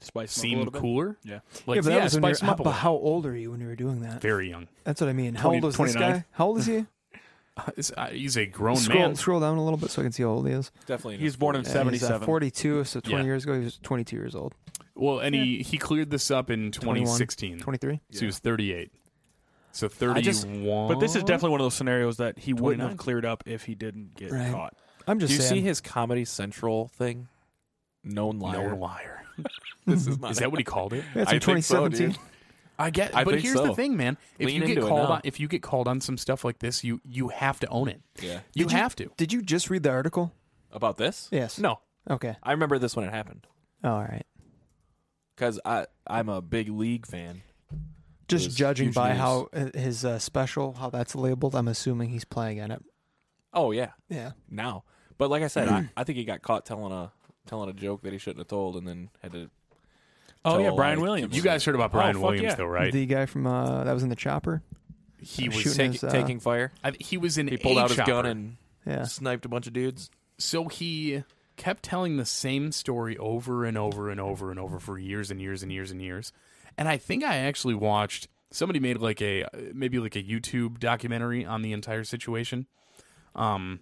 Speaker 3: Spice them up a
Speaker 2: seem
Speaker 3: little bit.
Speaker 2: cooler.
Speaker 3: Yeah.
Speaker 2: like
Speaker 4: yeah, but that was when you
Speaker 2: spice
Speaker 4: were,
Speaker 2: them up a
Speaker 4: but
Speaker 2: little.
Speaker 4: how old are you when you were doing that?
Speaker 2: Very young.
Speaker 4: That's what I mean. How
Speaker 3: 20
Speaker 4: old is this
Speaker 3: 29.
Speaker 4: guy? How old is he?
Speaker 2: It's- uh, He's a grown
Speaker 4: Scroll,
Speaker 2: man.
Speaker 4: scroll down a little bit so I can see how old he is.
Speaker 5: definitely.
Speaker 3: He was born in
Speaker 4: Yeah, he's, uh,
Speaker 3: '77.
Speaker 4: 42, so 20
Speaker 2: Yeah.
Speaker 4: years ago, he was 22 years old.
Speaker 2: Well, and he he cleared this up in 2016.
Speaker 4: 23?
Speaker 2: So he was 38. So
Speaker 5: I
Speaker 2: 31.
Speaker 5: just-
Speaker 3: but
Speaker 5: Oh.
Speaker 3: this is definitely one of those scenarios that he wouldn't
Speaker 2: 29.
Speaker 3: have cleared up if he didn't get
Speaker 4: Right.
Speaker 3: caught.
Speaker 4: I'm
Speaker 5: Do
Speaker 4: just
Speaker 5: you see
Speaker 4: saying.
Speaker 5: his Comedy Central thing? Known liar.
Speaker 2: no liar.
Speaker 5: This is not.
Speaker 2: Is that what he called it?
Speaker 4: That's
Speaker 5: I
Speaker 4: in
Speaker 5: think so,
Speaker 4: 2017.
Speaker 5: dude.
Speaker 2: I get.
Speaker 5: I
Speaker 2: but
Speaker 5: think
Speaker 2: here's the
Speaker 5: so.
Speaker 2: thing, man. If
Speaker 5: Lean
Speaker 2: you get
Speaker 5: into it
Speaker 2: called
Speaker 5: now.
Speaker 2: on, if you get called on some stuff like this, you you have to own it.
Speaker 5: Yeah.
Speaker 2: You
Speaker 4: Did
Speaker 2: have to.
Speaker 4: Did you just read the article?
Speaker 5: About this?
Speaker 4: Yes.
Speaker 5: No,
Speaker 4: Okay.
Speaker 5: I remember this when it happened
Speaker 4: all right.
Speaker 5: because I I'm a big league fan.
Speaker 4: Just
Speaker 5: was
Speaker 4: judging
Speaker 5: huge
Speaker 4: by
Speaker 5: news.
Speaker 4: how uh, his uh, special, how that's labeled, I'm assuming he's playing in it.
Speaker 5: Oh yeah,
Speaker 4: Yeah.
Speaker 5: now. But like I said, I, I think he got caught telling a telling a joke that he shouldn't have told, and then had to.
Speaker 3: Oh
Speaker 5: tell
Speaker 3: yeah,
Speaker 5: all
Speaker 3: Brian
Speaker 5: the
Speaker 3: Williams.
Speaker 2: You guys heard about Brian
Speaker 3: fuck
Speaker 2: Williams
Speaker 3: yeah.
Speaker 2: though, right?
Speaker 4: The guy from uh, that was in the chopper.
Speaker 2: he was
Speaker 4: shooting
Speaker 5: take,
Speaker 4: his, uh,
Speaker 5: taking fire.
Speaker 2: I- he was in
Speaker 5: He pulled
Speaker 2: a
Speaker 5: out his gun
Speaker 2: chopper.
Speaker 5: and
Speaker 4: Yeah.
Speaker 5: sniped a bunch of dudes.
Speaker 2: so he kept telling the same story over and over and over and over for years and years and years and years. And I think I actually watched somebody made like a maybe like a YouTube documentary on the entire situation. Um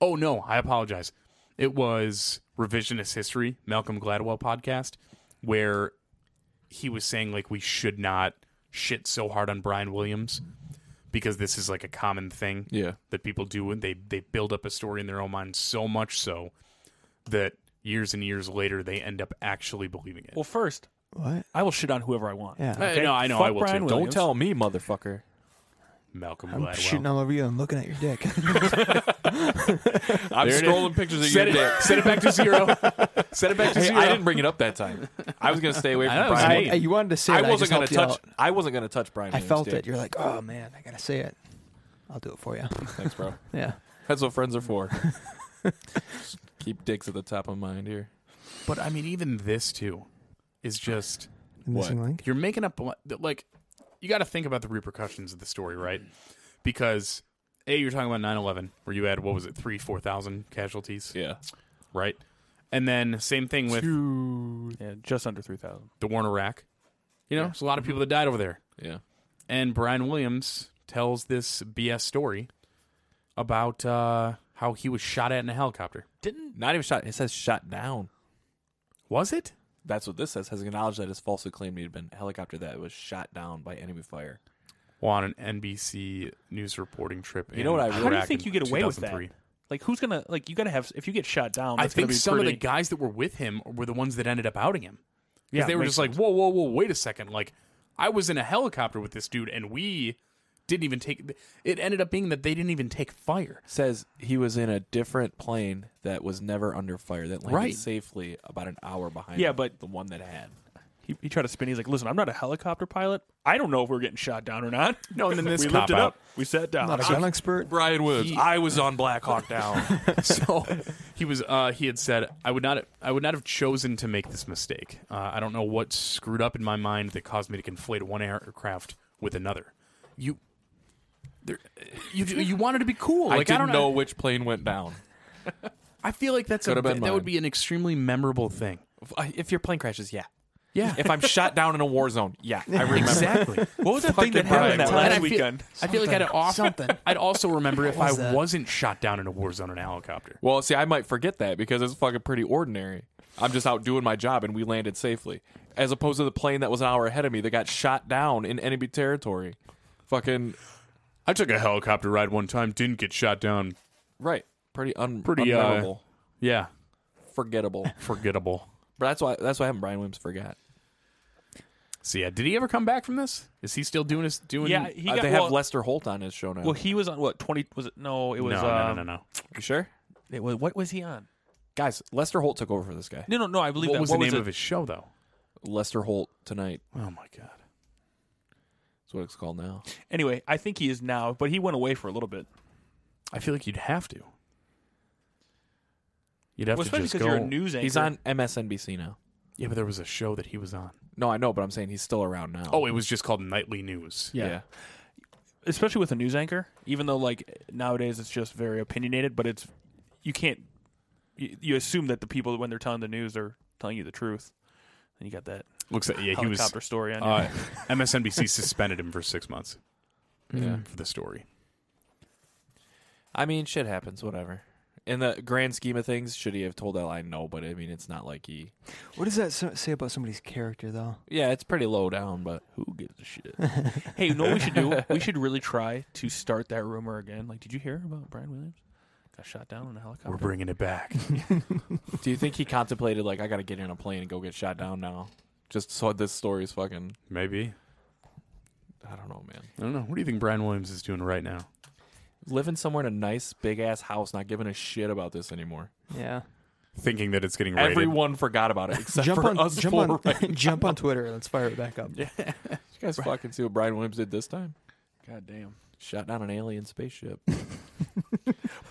Speaker 2: oh no, I apologize. It was Revisionist History, Malcolm Gladwell podcast where he was saying like we should not shit so hard on Brian Williams because this is like a common thing
Speaker 5: Yeah.
Speaker 2: that people do and they they build up a story in their own mind so much so that years and years later they end up actually believing it.
Speaker 3: Well, first,
Speaker 4: What?
Speaker 3: I will shit on whoever I want.
Speaker 4: Yeah.
Speaker 2: I know, I know,
Speaker 3: Fuck
Speaker 2: I will
Speaker 3: Brian
Speaker 2: too.
Speaker 3: Williams.
Speaker 5: Don't tell me, motherfucker.
Speaker 2: Malcolm
Speaker 4: I'm
Speaker 2: Gladwell.
Speaker 4: shooting all over you and looking at your dick.
Speaker 5: I'm scrolling pictures of
Speaker 2: Set
Speaker 5: your dick.
Speaker 2: it, set it back to zero. set it back to
Speaker 5: Hey,
Speaker 2: zero.
Speaker 5: I didn't bring it up that time. I was gonna stay away
Speaker 2: I know,
Speaker 5: from
Speaker 2: I-
Speaker 5: Brian.
Speaker 4: Hey, you wanted to say
Speaker 5: I
Speaker 4: it,
Speaker 5: wasn't
Speaker 4: just
Speaker 5: gonna
Speaker 4: helped you
Speaker 5: touch.
Speaker 4: out.
Speaker 5: I wasn't gonna touch Brian.
Speaker 4: I
Speaker 5: Williams'
Speaker 4: felt
Speaker 5: dick.
Speaker 4: it. You're like, oh man, I gotta say it. I'll do it for you.
Speaker 5: Thanks, bro.
Speaker 4: Yeah.
Speaker 5: That's what friends are for. Just Keep dicks at the top of mind here.
Speaker 2: But I mean, even this too is just
Speaker 4: Missing link.
Speaker 2: you're making up like you got to think about the repercussions of the story, right? Because a you're talking about 9/11, where you had what was it three four thousand casualties,
Speaker 5: Yeah.
Speaker 2: right? And then same thing with
Speaker 3: Yeah, just under three thousand.
Speaker 2: the war in Iraq. You know, there's a lot of people that died over there.
Speaker 5: Yeah.
Speaker 2: And Brian Williams tells this BS story about uh, how he was shot at in a helicopter.
Speaker 5: Didn't not even shot. It says shot down.
Speaker 2: Was it?
Speaker 5: That's what this says. Has acknowledged that it's falsely claimed he had been a helicopter that was shot down by enemy fire.
Speaker 2: Well, on an NBC news reporting trip.
Speaker 5: You know what I
Speaker 2: Iraq
Speaker 5: really-
Speaker 3: How do you think
Speaker 2: in
Speaker 3: you get away with that?
Speaker 2: 2003.
Speaker 3: Like, who's gonna like? You gotta have. If you get shot down,
Speaker 2: I
Speaker 3: that's gonna
Speaker 2: think
Speaker 3: be
Speaker 2: some of
Speaker 3: pretty,
Speaker 2: the guys that were with him were the ones that ended up outing him. Because
Speaker 3: Yeah,
Speaker 2: they were
Speaker 3: makes
Speaker 2: just like, whoa, whoa, whoa, wait a second. Like, I was in a helicopter with this dude, and we didn't even take. It ended up being that they didn't even take fire.
Speaker 5: Says he was in a different plane that was never under fire that landed
Speaker 2: Right.
Speaker 5: safely about an hour behind.
Speaker 3: Yeah, but-
Speaker 5: the one that had.
Speaker 3: He, he tried to spin. He's like, "Listen, I'm not a helicopter pilot. I don't know if we're getting shot down or not."
Speaker 2: No, and then this
Speaker 3: we lifted
Speaker 2: cop-out.
Speaker 3: up. We sat down.
Speaker 4: Not a gun expert.
Speaker 5: Brian Williams. I was on Black Hawk Down.
Speaker 2: so he was uh, he had said I would not I would not have chosen to make this mistake. Uh, I don't know what screwed up in my mind that caused me to conflate one aircraft with another. You there, you you wanted to be cool.
Speaker 5: I
Speaker 2: Like I,
Speaker 5: didn't
Speaker 2: don't
Speaker 5: know
Speaker 2: know.
Speaker 5: which plane went down.
Speaker 2: I feel like that's a,
Speaker 5: Coulda been
Speaker 2: that
Speaker 5: mine.
Speaker 2: would be an extremely memorable thing.
Speaker 5: If your plane crashes, yeah.
Speaker 2: Yeah.
Speaker 5: If I'm shot down in a war zone, yeah. I remember.
Speaker 2: Exactly.
Speaker 5: What was that thing that
Speaker 3: happened that last
Speaker 2: I feel,
Speaker 3: weekend?
Speaker 2: I feel like I'd off,
Speaker 4: Something.
Speaker 2: I'd also remember if I
Speaker 4: was that?
Speaker 2: wasn't shot down in a war zone in a helicopter.
Speaker 5: Well, see, I might forget that because it's fucking pretty ordinary. I'm just out doing my job and we landed safely. As opposed to the plane that was an hour ahead of me that got shot down in enemy territory. Fucking
Speaker 2: I took a helicopter ride one time, didn't get shot down.
Speaker 5: right. Pretty un
Speaker 2: Pretty, uh,
Speaker 5: unmemorable.
Speaker 2: Yeah,
Speaker 5: forgettable.
Speaker 2: forgettable.
Speaker 5: but that's why that's why having Brian Williams forgot.
Speaker 2: So yeah, did he ever come back from this? Is he still doing his doing?
Speaker 3: Yeah, he
Speaker 5: Uh,
Speaker 3: got
Speaker 5: they
Speaker 3: well,
Speaker 5: have Lester Holt on his show now.
Speaker 3: well, he was on what twenty? Was it no? It was
Speaker 2: no, no,
Speaker 3: um,
Speaker 2: no, no, no.
Speaker 5: you sure?
Speaker 3: It was what was he on?
Speaker 5: Guys, Lester Holt took over for this guy.
Speaker 3: No, no, no. I believe
Speaker 2: What
Speaker 3: that
Speaker 2: was
Speaker 3: what
Speaker 2: the
Speaker 3: was
Speaker 2: name
Speaker 3: it?
Speaker 2: of his show though?
Speaker 5: Lester Holt tonight
Speaker 2: Oh my god.
Speaker 5: is what it's called now.
Speaker 3: Anyway, I think he is now, but he went away for a little bit.
Speaker 2: I feel like you'd have to. You'd have
Speaker 3: Well,
Speaker 2: to
Speaker 3: especially
Speaker 2: just
Speaker 3: because
Speaker 2: go.
Speaker 3: you're a news anchor.
Speaker 5: He's on MSNBC now.
Speaker 2: yeah, but there was a show that he was on.
Speaker 5: No, I know, but I'm saying he's still around now.
Speaker 2: Oh, it was just called Nightly News.
Speaker 5: yeah.
Speaker 3: especially with a news anchor. Even though like nowadays it's just very opinionated, but it's you can't you, you assume that the people when they're telling the news are telling you the truth. And you got that
Speaker 2: Looks like yeah, he was.
Speaker 3: helicopter story on.
Speaker 2: Uh,
Speaker 3: you.
Speaker 2: MSNBC suspended him for six months
Speaker 3: Mm-hmm.
Speaker 5: Yeah.
Speaker 2: for the story.
Speaker 5: I mean, shit happens, whatever. In the grand scheme of things, should he have told that lie? No, but I mean, it's not like he.
Speaker 4: What does that so- say about somebody's character, though?
Speaker 5: Yeah, it's pretty low down, but
Speaker 3: Who gives a shit? hey, you know what we should do? We should really try to start that rumor again. Like, did you hear about Brian Williams? Got shot down in a helicopter.
Speaker 2: We're bringing it back.
Speaker 5: do you think he contemplated like I got to get in a plane and go get shot down now? Just so this story's fucking.
Speaker 2: Maybe.
Speaker 5: I don't know, man.
Speaker 2: I don't know. What do you think Brian Williams is doing right now?
Speaker 5: Living somewhere in a nice big ass house, not giving a shit about this anymore.
Speaker 4: Yeah.
Speaker 2: Thinking that it's getting raided.
Speaker 5: Everyone forgot about it except
Speaker 4: jump
Speaker 5: for
Speaker 4: on,
Speaker 5: us
Speaker 4: jump
Speaker 5: four.
Speaker 4: on,
Speaker 5: right?
Speaker 4: jump on Twitter and let's fire it back up.
Speaker 5: You guys fucking see what Brian Williams did this time?
Speaker 3: God damn.
Speaker 5: Shot down an alien spaceship.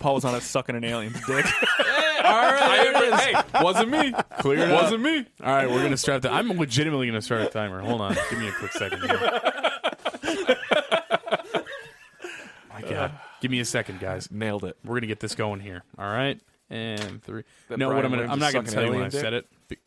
Speaker 3: Paul was on it sucking an alien's dick.
Speaker 5: All right, hey, wasn't me.
Speaker 2: Clear it
Speaker 5: Wasn't me.
Speaker 2: All right, we're gonna start the. I'm legitimately gonna start a timer. Hold on, give me a quick second. Here. My God, give me a second, guys.
Speaker 5: Nailed it.
Speaker 2: We're gonna get this going here. All right, and three.
Speaker 5: That
Speaker 2: no, what
Speaker 5: Brian
Speaker 2: I'm gonna.
Speaker 5: Williams
Speaker 2: I'm
Speaker 5: is
Speaker 2: not gonna
Speaker 5: sucking
Speaker 2: tell you when I
Speaker 5: alien
Speaker 2: said it. Be-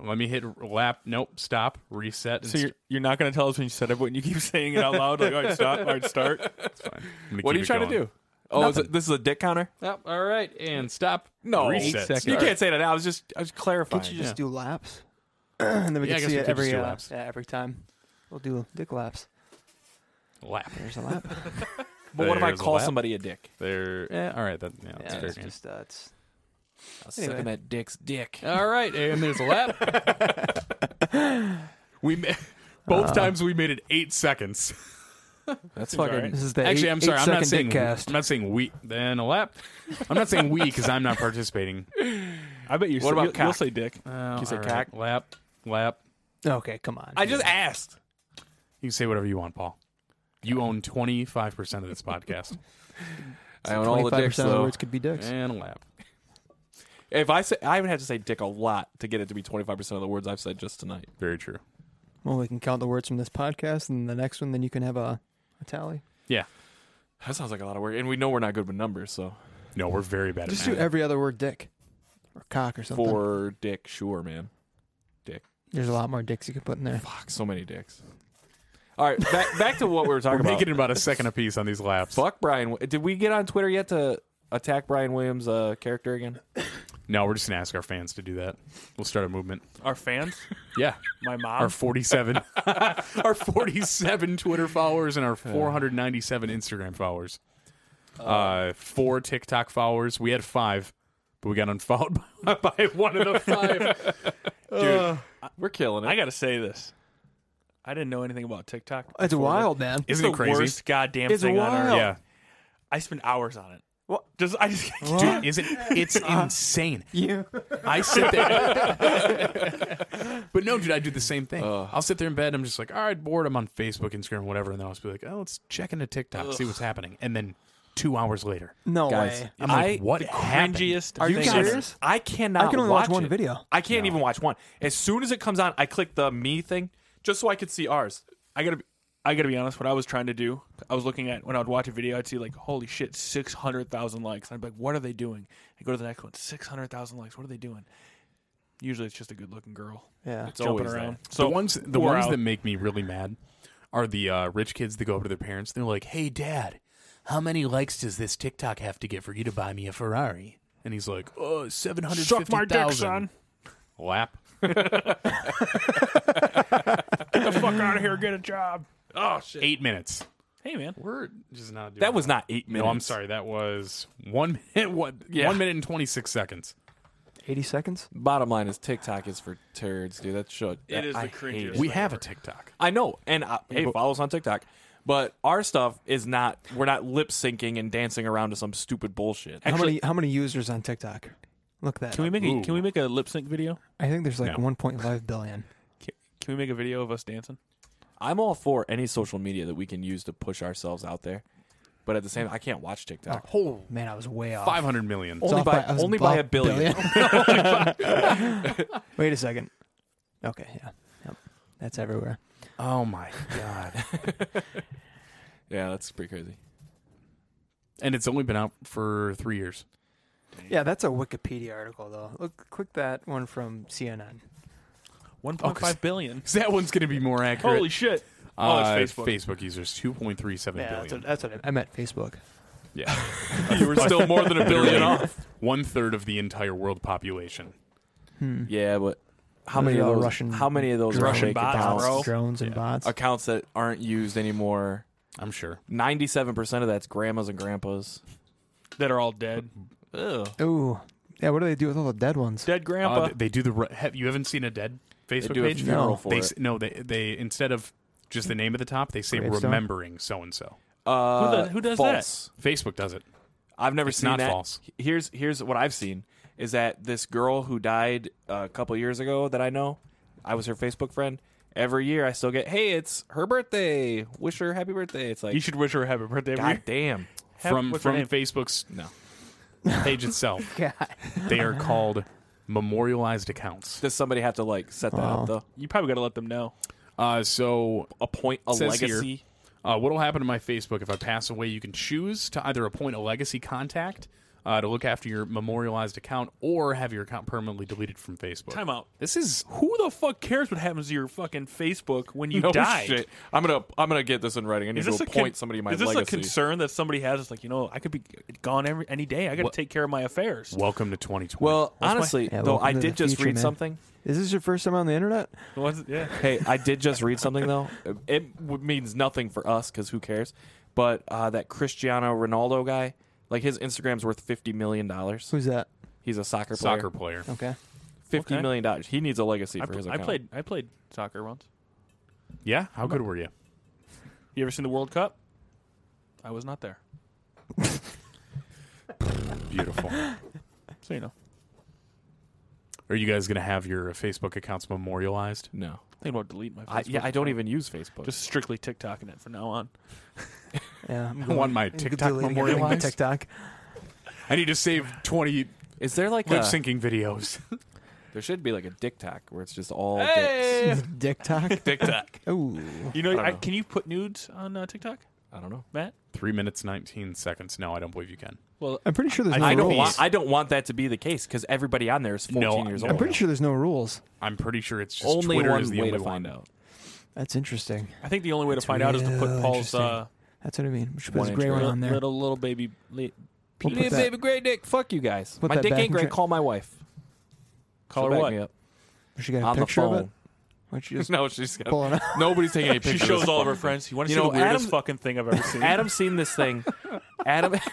Speaker 2: Let me hit lap. Nope. Stop. Reset. and
Speaker 3: So you're, you're not going to tell us when you set up when you keep saying it out loud, like, all right, stop, all right, start.
Speaker 2: start. I'm gonna
Speaker 5: What
Speaker 2: keep
Speaker 5: are you
Speaker 2: it
Speaker 5: trying to
Speaker 2: going.
Speaker 5: do? Oh, is it, this is a dick counter.
Speaker 2: Yep. All right, and stop.
Speaker 5: No,
Speaker 2: Reset.
Speaker 5: Eight seconds. you can't say that. I was just, I was clarifying.
Speaker 4: Can't you just
Speaker 2: yeah.
Speaker 4: do laps? and then we
Speaker 2: Yeah, I guess
Speaker 4: can see
Speaker 2: we
Speaker 4: it
Speaker 2: could just
Speaker 4: every
Speaker 2: do
Speaker 4: uh,
Speaker 2: laps.
Speaker 4: Yeah, every time. We'll do dick laps.
Speaker 2: Lap.
Speaker 4: There's a lap.
Speaker 5: but what if I
Speaker 2: There's a
Speaker 5: call
Speaker 2: lap.
Speaker 5: somebody a dick?
Speaker 2: There. eh, all right. That, yeah, that's
Speaker 4: yeah,
Speaker 2: fair
Speaker 4: it's
Speaker 2: game.
Speaker 4: just uh, it's
Speaker 5: I was
Speaker 4: Anyway.
Speaker 5: sucking that dick's dick.
Speaker 2: All right, and there's a lap. we ma- both
Speaker 4: Uh,
Speaker 2: times we made it eight seconds.
Speaker 5: That's
Speaker 3: all
Speaker 5: fucking.
Speaker 3: right.
Speaker 4: this is the
Speaker 2: Actually,
Speaker 4: eight,
Speaker 2: I'm sorry. I'm not saying
Speaker 4: cast.
Speaker 2: I'm not saying we. Then a lap. I'm not saying we because I'm not participating.
Speaker 3: I bet you
Speaker 5: What about
Speaker 3: you'll, you'll
Speaker 5: cock?
Speaker 3: say dick.
Speaker 2: Uh,
Speaker 5: you say
Speaker 2: alright,
Speaker 5: cack?
Speaker 2: Lap, lap.
Speaker 4: Okay, come on.
Speaker 5: I just asked.
Speaker 2: You can say whatever you want, Paul. You own 25 percent of this podcast.
Speaker 5: I own all
Speaker 4: twenty
Speaker 5: the
Speaker 4: five
Speaker 5: dicks
Speaker 4: percent of the
Speaker 5: though.
Speaker 4: words could be dicks.
Speaker 2: and a lap.
Speaker 5: If I say, I would have to say dick a lot to get it to be twenty five percent of the words I've said just tonight.
Speaker 2: Very true.
Speaker 4: Well, we can count the words from this podcast, and the next one, then you can have a, a tally.
Speaker 5: That sounds like a lot of work, and we know we're not good with numbers, so
Speaker 2: No, we're very bad
Speaker 4: Just
Speaker 2: at
Speaker 4: do
Speaker 2: math.
Speaker 4: every other word, dick, or cock, or something.
Speaker 5: for dick, sure, man.
Speaker 4: There's a lot more dicks you could put in there.
Speaker 5: Fuck, so many dicks. All right, back back to what we were talking
Speaker 2: We're
Speaker 5: about.
Speaker 2: making it about a second apiece on these laps.
Speaker 5: Fuck Brian. Wi- Did we get on Twitter yet to attack Brian Williams' uh, character again?
Speaker 2: No, we're just gonna ask our fans to do that. We'll start a movement.
Speaker 3: Our fans,
Speaker 2: Yeah,
Speaker 3: my mom.
Speaker 2: our 47 our 47 twitter followers and our 497 instagram followers uh, four tiktok followers we had five but we got unfollowed by, by one of the five
Speaker 5: We're killing it.
Speaker 3: I got to say this. I didn't know anything about TikTok.
Speaker 4: It's
Speaker 3: before
Speaker 4: wild,
Speaker 3: this.
Speaker 4: man.
Speaker 3: It's
Speaker 2: Isn't it
Speaker 3: the
Speaker 2: crazy?
Speaker 3: worst goddamn
Speaker 5: It's
Speaker 3: thing on earth.
Speaker 5: wild.
Speaker 2: yeah
Speaker 3: I spend hours on it. Well, just I just
Speaker 2: dude is it it's insane
Speaker 4: Yeah.
Speaker 2: i sit there but no dude i do the same thing i'll sit there in bed and i'm just like all right bored i'm on facebook instagram whatever and then i'll just be like oh let's check into tiktok see what's happening and then two hours later
Speaker 4: No
Speaker 5: Guys,
Speaker 4: way.
Speaker 2: i'm like
Speaker 5: I-
Speaker 2: what happened
Speaker 3: cringiest.
Speaker 4: Are you
Speaker 3: thing
Speaker 4: guys-
Speaker 3: ever.
Speaker 4: serious?
Speaker 5: I cannot.
Speaker 4: I can only watch
Speaker 5: watch
Speaker 4: one
Speaker 5: it.
Speaker 4: video.
Speaker 5: I can't even watch one. As soon as it comes on, I click the me thing just so I could see ours.
Speaker 3: I gotta, be, I gotta be honest. What I was trying to do, I was looking at when I would watch a video, I'd see like, holy shit, six hundred thousand likes. I'd be like, what are they doing? I go to the next one, six hundred thousand likes. What are they doing? Usually, it's just a good-looking girl
Speaker 4: Yeah.
Speaker 5: It's
Speaker 3: jumping
Speaker 5: always
Speaker 3: around.
Speaker 2: the ones the
Speaker 3: we're
Speaker 2: ones
Speaker 3: out.
Speaker 2: that make me really mad are the uh, rich kids that go up to their parents and they're like, "Hey, dad, how many likes does this TikTok have to get for you to buy me a Ferrari?" And he's like, "Oh, seven hundred
Speaker 3: Suck my
Speaker 2: fifty
Speaker 3: dick,
Speaker 2: thousand."
Speaker 3: son.
Speaker 2: Lap.
Speaker 3: Get the fuck out of here. Get a job.
Speaker 5: That. Oh shit!
Speaker 2: Eight minutes.
Speaker 3: Hey, man.
Speaker 2: We're just not doing
Speaker 5: That was not eight minutes.
Speaker 2: No, I'm sorry. That was one minute. One, one minute and 26 seconds.
Speaker 6: 80 seconds?
Speaker 5: Bottom line is TikTok is for turds, dude. That should.
Speaker 3: It
Speaker 5: that-
Speaker 3: is the
Speaker 5: I hate
Speaker 3: cringiest
Speaker 5: it.
Speaker 2: We have a TikTok.
Speaker 5: I know, and uh, hey, follow us on TikTok. But our stuff is not. We're not lip syncing and dancing around to some stupid bullshit.
Speaker 4: how many how many users on TikTok? Look that.
Speaker 3: Can we
Speaker 4: up.
Speaker 3: make a Can we make a lip sync video?
Speaker 4: I think there's like
Speaker 2: No.
Speaker 4: 1.5 billion.
Speaker 3: Can, can we make a video of us dancing?
Speaker 5: I'm all for any social media that we can use to push ourselves out there. But at the same, I can't watch TikTok.
Speaker 4: Man, I was way off.
Speaker 2: 500 million.
Speaker 4: It's
Speaker 5: only
Speaker 4: off
Speaker 5: by-
Speaker 4: I "Oh, was
Speaker 5: only by
Speaker 4: bu-
Speaker 5: a billion.
Speaker 4: billion. Wait a second. Okay, yeah, yep. that's everywhere.
Speaker 2: Oh my god!
Speaker 5: Yeah, that's pretty crazy.
Speaker 2: and it's only been out for three years.
Speaker 4: Yeah, that's a Wikipedia article though. Look, click that one from CNN.
Speaker 3: One point five billion.
Speaker 2: 'Cause That one's going to be more accurate.
Speaker 3: Holy shit! Oh, it's
Speaker 2: Uh,
Speaker 3: Facebook.
Speaker 2: users, two point three seven
Speaker 4: Yeah,
Speaker 2: billion.
Speaker 4: that's what, that's what I, I meant. Facebook.
Speaker 2: yeah, you were still more than a billion off. One third of the entire world population.
Speaker 5: Yeah, but how
Speaker 4: Those
Speaker 5: many
Speaker 4: are
Speaker 5: of
Speaker 4: the
Speaker 5: those
Speaker 4: Russian-
Speaker 5: How many of those
Speaker 3: Russian
Speaker 5: are fake
Speaker 3: bots,
Speaker 5: accounts,
Speaker 3: bro.
Speaker 4: Drones and bots.
Speaker 5: accounts that aren't used anymore?
Speaker 2: I'm sure.
Speaker 5: Ninety-seven percent of that's grandmas and grandpas.
Speaker 3: That are all dead.
Speaker 5: Ugh.
Speaker 4: Ooh, yeah. What do they do with all the dead ones?
Speaker 3: Dead grandpa.
Speaker 2: Uh, they- they do the. re- Have, you haven't seen a dead Facebook
Speaker 5: do a
Speaker 2: page?
Speaker 5: funeral
Speaker 2: no,
Speaker 5: for
Speaker 2: they,
Speaker 5: it.
Speaker 2: s- no. They they instead of just the name at the top, they say
Speaker 4: Gravestone?
Speaker 2: remembering so and so.
Speaker 5: Uh,
Speaker 3: does- who does that?
Speaker 5: false.
Speaker 2: Facebook does it.
Speaker 5: I've never
Speaker 2: It's
Speaker 5: seen
Speaker 2: not
Speaker 5: that.
Speaker 2: false.
Speaker 5: H- Here's here's what I've seen is that this girl who died a couple years ago that I know, I was her Facebook friend. Every year I still get, hey, it's her birthday. Wish her happy birthday. It's
Speaker 3: you
Speaker 5: like,
Speaker 3: should wish her a happy birthday. every
Speaker 5: god
Speaker 3: year.
Speaker 5: damn.
Speaker 3: Happy-
Speaker 2: from
Speaker 3: what's her
Speaker 2: from
Speaker 3: name?
Speaker 2: Facebook's
Speaker 5: No.
Speaker 2: page itself. They are called memorialized accounts.
Speaker 5: Does somebody have to like set that
Speaker 4: Wow.
Speaker 5: up though?
Speaker 3: You probably got to let them know.
Speaker 2: Uh, so
Speaker 5: Appoint a
Speaker 2: Says here-
Speaker 5: legacy.
Speaker 2: Uh, what will happen to my Facebook if I pass away? You can choose to either appoint a legacy contact uh, to look after your memorialized account, or have your account permanently deleted from Facebook.
Speaker 3: Time out.
Speaker 2: This is
Speaker 3: Who the fuck cares what happens to your fucking Facebook when you
Speaker 5: No
Speaker 3: die?
Speaker 5: shit. I'm gonna I'm gonna get this in writing. I need
Speaker 3: Is
Speaker 5: to
Speaker 3: this a
Speaker 5: appoint
Speaker 3: con-
Speaker 5: somebody in my
Speaker 3: Is this
Speaker 5: legacy.
Speaker 3: a concern that somebody has? It's like you know, I could be gone every any day. I got to
Speaker 2: What-
Speaker 3: take care of my affairs.
Speaker 2: welcome to 2020.
Speaker 5: well, honestly,
Speaker 4: Yeah,
Speaker 5: though
Speaker 4: welcome
Speaker 5: I
Speaker 4: to
Speaker 5: did
Speaker 4: the
Speaker 5: just
Speaker 4: future,
Speaker 5: read
Speaker 4: man.
Speaker 5: something.
Speaker 4: Is this your first time on the internet?
Speaker 3: Was it- yeah.
Speaker 5: hey, I did just read something though. It w- means nothing for us because who cares? But uh, that Cristiano Ronaldo guy, like his Instagram's worth fifty million dollars.
Speaker 4: Who's that?
Speaker 5: He's a soccer player.
Speaker 2: soccer player.
Speaker 4: Okay.
Speaker 5: Fifty
Speaker 3: Okay.
Speaker 5: million dollars. He needs a legacy
Speaker 3: I,
Speaker 5: for his
Speaker 3: I
Speaker 5: account.
Speaker 3: played. I played soccer once.
Speaker 2: Yeah, how good were you?
Speaker 3: You ever seen the World Cup? I was not there,
Speaker 2: Beautiful.
Speaker 3: so you know.
Speaker 2: Are you guys gonna have your Facebook accounts memorialized?
Speaker 5: No,
Speaker 3: I think about delete my. Facebook
Speaker 5: I, yeah, I don't even use Facebook.
Speaker 3: Just strictly TikToking it from now on.
Speaker 4: Yeah. I'm
Speaker 2: I
Speaker 4: going-
Speaker 2: want my
Speaker 4: I'm
Speaker 2: TikTok
Speaker 4: deleting everything but
Speaker 2: memorialized.
Speaker 4: TikTok.
Speaker 2: I need to save 20
Speaker 5: is there like
Speaker 2: lip
Speaker 5: a,
Speaker 2: syncing videos.
Speaker 5: there should be like a dick tac where it's just all dicks.
Speaker 4: TikTok.
Speaker 5: TikTok.
Speaker 4: Ooh.
Speaker 3: You know,
Speaker 5: don't
Speaker 3: I,
Speaker 5: know.
Speaker 3: can you put nudes on uh, TikTok,
Speaker 5: I don't know.
Speaker 3: Matt?
Speaker 2: Three minutes, 19 seconds. No, I don't believe you can.
Speaker 3: Well,
Speaker 4: I'm pretty sure there's no
Speaker 5: I don't
Speaker 4: rules.
Speaker 5: want. I don't want that to be the case because everybody on there is
Speaker 2: No,
Speaker 5: fourteen years
Speaker 2: no.
Speaker 5: old.
Speaker 4: I'm pretty sure there's no rules.
Speaker 2: I'm pretty sure it's just
Speaker 5: only
Speaker 2: Twitter
Speaker 5: one
Speaker 2: is the
Speaker 5: way
Speaker 2: only
Speaker 5: to
Speaker 2: one.
Speaker 5: find out.
Speaker 4: That's interesting.
Speaker 3: I think the only way to
Speaker 4: That's
Speaker 3: find out is to put
Speaker 4: real
Speaker 3: Paul's uh,
Speaker 4: That's what I mean. We should put
Speaker 5: One
Speaker 4: this
Speaker 5: inch
Speaker 4: gray one
Speaker 5: rule.
Speaker 3: little,
Speaker 4: on there.
Speaker 3: little little baby. Li-
Speaker 4: We'll put
Speaker 5: Little
Speaker 4: that-
Speaker 5: baby great dick. Fuck you guys.
Speaker 4: Put
Speaker 5: my
Speaker 4: that
Speaker 5: dick
Speaker 4: back
Speaker 5: ain't
Speaker 4: in
Speaker 5: great.
Speaker 4: check.
Speaker 5: Call my wife.
Speaker 3: Call
Speaker 5: She'll
Speaker 3: her
Speaker 5: back
Speaker 3: what?
Speaker 5: me up.
Speaker 4: she got a
Speaker 5: on the
Speaker 4: picture
Speaker 5: phone.
Speaker 4: of it. Why don't you just
Speaker 5: No, she's got
Speaker 4: pull it out?
Speaker 5: nobody's taking any
Speaker 3: she
Speaker 5: pictures.
Speaker 3: shows all of her friends. You want to
Speaker 5: You
Speaker 3: see
Speaker 5: know,
Speaker 3: the weirdest
Speaker 5: Adam-
Speaker 3: fucking thing I've ever seen?
Speaker 5: Adam's seen this thing. Adam,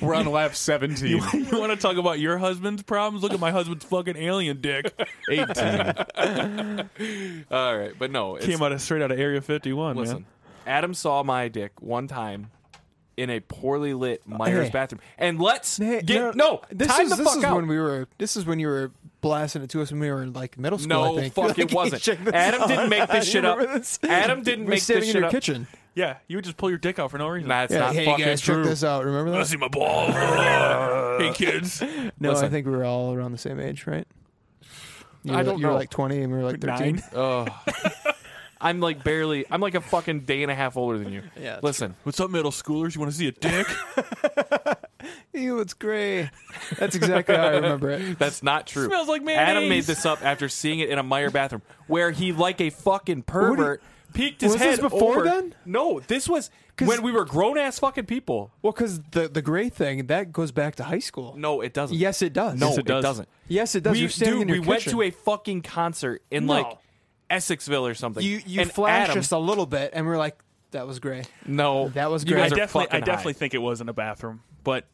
Speaker 2: We're on lap 17.
Speaker 3: you want to talk about your husband's problems? Look at my husband's fucking alien dick.
Speaker 2: 18.
Speaker 5: all right, but no, it's,
Speaker 3: Came out of straight out of Area 51.
Speaker 5: listen.
Speaker 3: man.
Speaker 5: Adam saw my dick one time in a poorly lit Myers
Speaker 4: Uh, Hey.
Speaker 5: bathroom, and let's
Speaker 4: Hey,
Speaker 5: get no,
Speaker 4: this
Speaker 5: time
Speaker 4: is
Speaker 5: the
Speaker 4: this
Speaker 5: fuck
Speaker 4: is
Speaker 5: out.
Speaker 4: when we were. This is when you were blasting it to us when we were in like middle school.
Speaker 5: no,
Speaker 4: I think.
Speaker 5: fuck,
Speaker 4: Like,
Speaker 5: it wasn't.
Speaker 4: check this
Speaker 5: Adam
Speaker 4: out.
Speaker 5: didn't make this
Speaker 4: You
Speaker 5: shit up.
Speaker 4: remember this?
Speaker 5: Adam didn't
Speaker 4: We were
Speaker 5: make
Speaker 4: sitting
Speaker 5: this
Speaker 4: in
Speaker 5: shit
Speaker 4: your
Speaker 5: up.
Speaker 4: kitchen.
Speaker 3: Yeah, you would just pull your dick out for no reason.
Speaker 5: Nah, it's
Speaker 4: Yeah,
Speaker 5: not
Speaker 4: hey
Speaker 5: fucking
Speaker 4: guys,
Speaker 5: true.
Speaker 4: check this out. Remember
Speaker 3: I
Speaker 4: that?
Speaker 3: see my balls. hey kids.
Speaker 4: No, I
Speaker 5: Listen.
Speaker 4: think we were all around the same age, right? You
Speaker 5: I
Speaker 4: were,
Speaker 5: don't
Speaker 4: you were
Speaker 5: know.
Speaker 4: like 20 and we were like 13.
Speaker 3: Nine.
Speaker 5: I'm like barely. I'm like a fucking day and a half older than you.
Speaker 4: Yeah, that's
Speaker 5: listen,
Speaker 3: What's up, middle schoolers? You want to see a dick?
Speaker 4: Ew, it's gray. That's exactly how I remember it.
Speaker 5: That's not true.
Speaker 3: Smells like
Speaker 5: Adam made
Speaker 3: mayonnaise.
Speaker 5: this up after seeing it in a Meyer bathroom, where he, like a fucking pervert, peeked his
Speaker 4: Was
Speaker 5: head
Speaker 4: this before
Speaker 5: over-
Speaker 4: then?
Speaker 5: No, this was when we were grown ass fucking people.
Speaker 4: Well, because the, the gray thing, that goes back to high school.
Speaker 5: No, it doesn't.
Speaker 4: Yes, it does.
Speaker 5: No,
Speaker 4: Yes,
Speaker 5: it,
Speaker 4: it
Speaker 5: does.
Speaker 4: does.
Speaker 5: not
Speaker 4: Yes, it does.
Speaker 5: We,
Speaker 4: You're standing
Speaker 5: dude,
Speaker 4: in your
Speaker 5: we went
Speaker 4: kitchen.
Speaker 5: to a fucking concert in
Speaker 4: No.
Speaker 5: like Essexville or something.
Speaker 4: You you
Speaker 5: and
Speaker 4: flashed
Speaker 5: Adam,
Speaker 4: us a little bit and we're like, That was great.
Speaker 2: No,
Speaker 4: That was
Speaker 5: You
Speaker 4: great.
Speaker 5: guys
Speaker 3: I
Speaker 5: are
Speaker 3: definitely, I
Speaker 5: fucking
Speaker 3: definitely
Speaker 5: high.
Speaker 3: think it was in a bathroom, but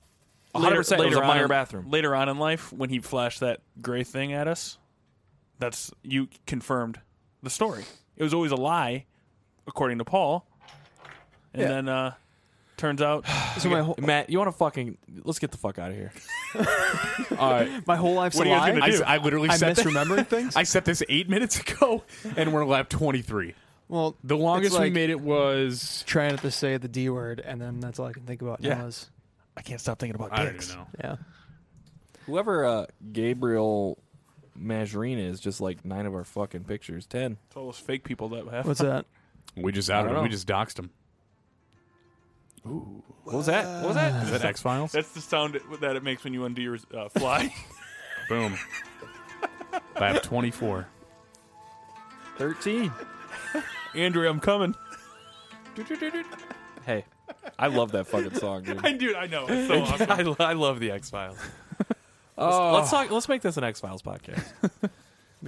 Speaker 5: 100% it was a
Speaker 3: on
Speaker 5: minor
Speaker 3: in-
Speaker 5: bathroom.
Speaker 3: Later on in life, when he flashed that gray thing at us, that's you confirmed the story. It was always a lie, according to Paul. And
Speaker 4: Yeah.
Speaker 3: then uh, turns out,
Speaker 4: So my whole
Speaker 5: Matt, you want to fucking let's get the fuck out of here. All right,
Speaker 4: my whole life's
Speaker 2: What
Speaker 4: a
Speaker 2: are you
Speaker 4: lie.
Speaker 2: guys gonna do? I, literally
Speaker 4: I'm
Speaker 2: said that-
Speaker 4: misremembering things.
Speaker 2: I set this eight minutes ago, and we're lap twenty three.
Speaker 4: well,
Speaker 2: The longest
Speaker 4: it's
Speaker 2: we
Speaker 4: like
Speaker 2: made it was
Speaker 4: Trying not to say the D word, and then that's all I can think about. now
Speaker 3: Yeah.
Speaker 4: is-
Speaker 3: I can't stop thinking about
Speaker 2: I don't
Speaker 3: dicks.
Speaker 2: even know.
Speaker 4: yeah.
Speaker 5: whoever uh, Gabriel Mazarine is, just like nine of our fucking pictures, ten.
Speaker 3: It's all those fake people that have.
Speaker 4: What's that?
Speaker 2: We just outed
Speaker 5: don't
Speaker 2: him.
Speaker 5: know.
Speaker 2: We just doxed him.
Speaker 5: What was that? What was
Speaker 2: Is
Speaker 5: that?
Speaker 2: that X Files?
Speaker 3: That's the sound that it makes when you undo your uh, fly.
Speaker 2: Boom. Lap twenty four.
Speaker 5: Thirteen.
Speaker 3: Andrew, I'm coming.
Speaker 5: Hey, I love that fucking song, dude.
Speaker 3: Dude, I know. It's so awesome.
Speaker 5: I, I love the X Files. Let's talk. Let's make this an X Files podcast.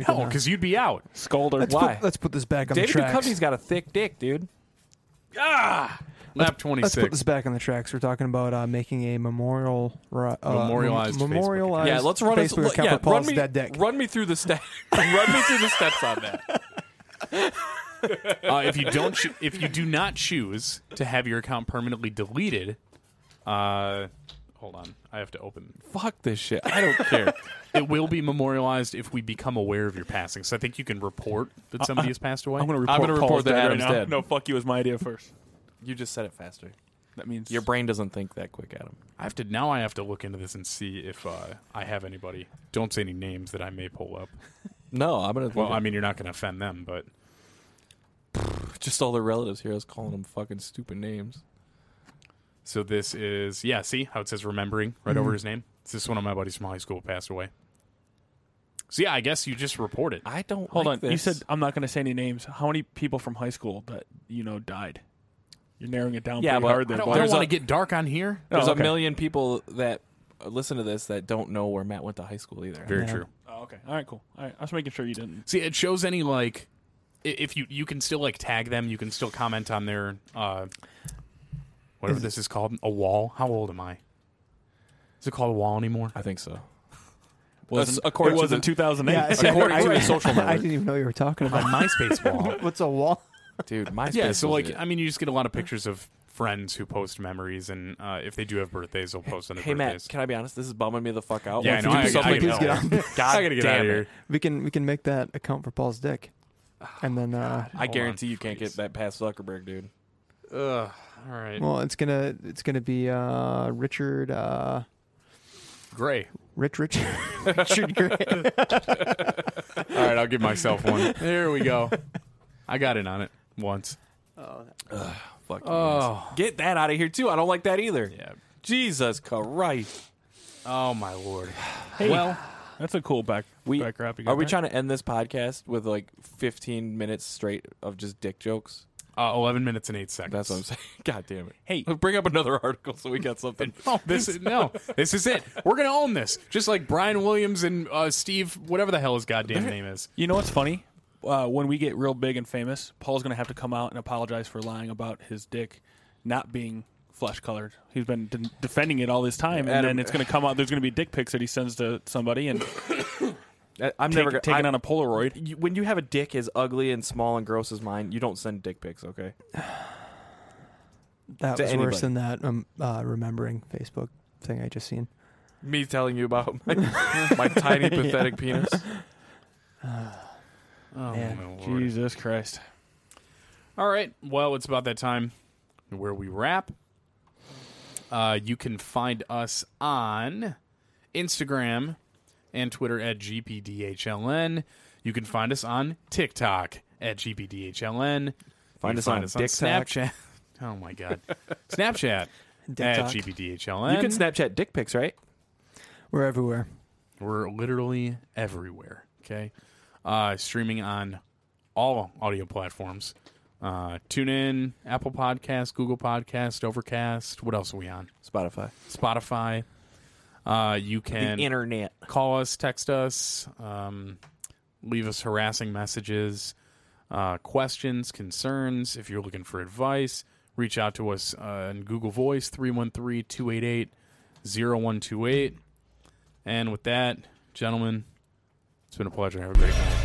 Speaker 2: No, because you'd be out.
Speaker 5: Scolder,
Speaker 4: Let's
Speaker 5: why?
Speaker 4: Put, let's put this back on
Speaker 5: David
Speaker 4: the tracks.
Speaker 5: Duchovny's got a thick dick, dude.
Speaker 2: Lap twenty
Speaker 4: Let's put this
Speaker 2: six.
Speaker 4: back on the tracks. We're talking about uh, making a memorial, ri- uh,
Speaker 2: Memorialized
Speaker 4: mem-
Speaker 2: Facebook
Speaker 4: memorialized.
Speaker 5: Yeah, let's run. us-
Speaker 4: Facebook
Speaker 5: let-
Speaker 4: account
Speaker 5: yeah,
Speaker 4: for Paul's
Speaker 5: run me,
Speaker 4: dead dick.
Speaker 5: Run me through the steps. run me through the steps on that.
Speaker 2: Uh, if you don't, cho- if you do not choose to have your account permanently deleted, uh, hold on, I have to open.
Speaker 5: Fuck this shit. I don't care.
Speaker 2: It will be memorialized if we become aware of your passing. So I think you can report that somebody has passed away.
Speaker 3: I'm going to report,
Speaker 5: I'm gonna
Speaker 3: Paul's
Speaker 5: report that
Speaker 3: dead
Speaker 5: Adam's
Speaker 3: right now.
Speaker 5: dead.
Speaker 3: No, fuck you was my idea first.
Speaker 5: You just said it faster.
Speaker 3: That means
Speaker 5: Your brain doesn't think that quick, Adam.
Speaker 2: I have to now. I have to look into this and see if uh, I have anybody. Don't say any names that I may pull up.
Speaker 5: No, I'm gonna.
Speaker 2: Well, I mean, you're not going to offend them, but
Speaker 5: just all their relatives here. I was calling them fucking stupid names.
Speaker 2: so this is yeah. See how it says remembering right over his name. It's this is one of my buddies from high school passed away. So yeah, I guess you just report it.
Speaker 5: I don't.
Speaker 3: Hold
Speaker 5: like
Speaker 3: on.
Speaker 5: This.
Speaker 3: You said I'm not going to say any names. How many people from high school that you know died? You're narrowing it down
Speaker 5: Yeah,
Speaker 3: pretty
Speaker 5: but
Speaker 3: hard
Speaker 2: I
Speaker 3: there.
Speaker 5: I
Speaker 2: don't,
Speaker 5: don't- I
Speaker 3: boy.
Speaker 5: don't
Speaker 2: want
Speaker 5: wanna
Speaker 2: to get dark on here.
Speaker 5: there's
Speaker 3: Oh, okay.
Speaker 5: a million people that listen to this that don't know where Matt went to high school either.
Speaker 2: Very
Speaker 4: Yeah.
Speaker 2: true.
Speaker 3: Oh, okay. All right. Cool. All right. I was making sure you didn't.
Speaker 2: See, it shows any like i- if you you can still like tag them, you can still comment on their uh whatever this is called, a wall. How old am I? Is it called a wall anymore?
Speaker 5: I think so.
Speaker 3: Wasn't-
Speaker 5: according
Speaker 3: it
Speaker 5: to
Speaker 3: was in
Speaker 5: the-
Speaker 3: 2008.
Speaker 4: Yeah, see,
Speaker 5: According
Speaker 4: I,
Speaker 5: to
Speaker 4: I-
Speaker 5: the social
Speaker 4: I
Speaker 5: network.
Speaker 4: didn't even know you were talking
Speaker 2: My
Speaker 4: about.
Speaker 2: MySpace wall.
Speaker 4: What's a wall?
Speaker 5: dude, my
Speaker 2: yeah, so like I mean, you just get a lot of pictures of friends who post memories, and uh, if they do have birthdays, they'll post on their
Speaker 5: hey Matt,
Speaker 2: birthdays.
Speaker 5: can I be honest? This is bumming me the fuck out.
Speaker 2: yeah, I
Speaker 5: If
Speaker 2: know.
Speaker 5: you
Speaker 2: I,
Speaker 5: do
Speaker 2: I,
Speaker 5: something-
Speaker 2: gotta get
Speaker 4: please
Speaker 2: out of
Speaker 4: get
Speaker 2: here. I gotta get out of
Speaker 5: damn
Speaker 2: here.
Speaker 5: it.
Speaker 4: We can we can make that account for Paul's dick, and then uh,
Speaker 5: Oh, I
Speaker 2: Hold
Speaker 5: guarantee
Speaker 2: on,
Speaker 5: you can't
Speaker 2: please.
Speaker 5: get that past Zuckerberg, dude.
Speaker 2: Ugh, all right,
Speaker 4: well, it's gonna it's gonna be uh, Richard uh,
Speaker 2: gray.
Speaker 4: Rich Richard Richard Gray.
Speaker 2: All right, I'll give myself one. There we go. I got in on it once.
Speaker 5: Fuck you
Speaker 2: Oh.
Speaker 5: guys. Get that out of here too. I don't like that either.
Speaker 2: Yeah.
Speaker 5: Jesus Christ.
Speaker 2: Oh my lord.
Speaker 3: well, that's a cool back.
Speaker 5: We
Speaker 3: back wrap. You got
Speaker 5: are we
Speaker 3: there.
Speaker 5: trying to end this podcast with like 15 minutes straight of just dick jokes?
Speaker 2: Uh, Eleven minutes and eight seconds.
Speaker 5: That's what I'm saying. God damn it.
Speaker 2: Hey.
Speaker 5: bring up another article so we got something.
Speaker 2: No, Oh, this is no. This is it. We're gonna own this, just like Brian Williams and uh, Steve, whatever the hell his goddamn name is.
Speaker 3: You know what's funny? Uh, when we get real big and famous, Paul's going to have to come out and apologize for lying about his dick not being flesh colored. He's been de- defending it all this time, and
Speaker 5: Adam-
Speaker 3: then it's going to come out. There's going to be dick pics that he sends to somebody, and
Speaker 5: I- I'm
Speaker 3: take,
Speaker 5: never gonna
Speaker 3: take
Speaker 5: I-
Speaker 3: it on a Polaroid.
Speaker 5: you- when you have a dick as ugly and small and gross as mine, you don't send dick pics, okay?
Speaker 4: That
Speaker 5: To
Speaker 4: was
Speaker 5: anybody.
Speaker 4: worse than that um, uh, remembering Facebook thing I just seen.
Speaker 5: Me telling you about my, my tiny pathetic penis.
Speaker 2: Oh
Speaker 4: Man.
Speaker 2: my lord.
Speaker 3: Jesus Christ.
Speaker 2: All right. Well, it's about that time where we wrap. Uh, you can find us on Instagram and Twitter at GPDHLN. You can find us on TikTok at GPDHLN.
Speaker 5: Find
Speaker 2: You
Speaker 5: us
Speaker 2: can
Speaker 5: on TikTok.
Speaker 2: Snapchat. Oh my god, Snapchat at
Speaker 4: TikTok.
Speaker 2: GPDHLN.
Speaker 5: You can Snapchat dick pics, right?
Speaker 4: We're everywhere.
Speaker 2: We're literally everywhere. Okay. Uh, streaming on all audio platforms. Uh, tune in, Apple Podcast, Google Podcast, Overcast. What else are we on?
Speaker 5: Spotify.
Speaker 2: Spotify. Uh, you can
Speaker 5: the internet.
Speaker 2: call us, text us, um, leave us harassing messages. uh, questions, concerns. If you're looking for advice, reach out to us uh, on Google Voice 313 288 0128. And with that, gentlemen, it's been a pleasure. Have a great night.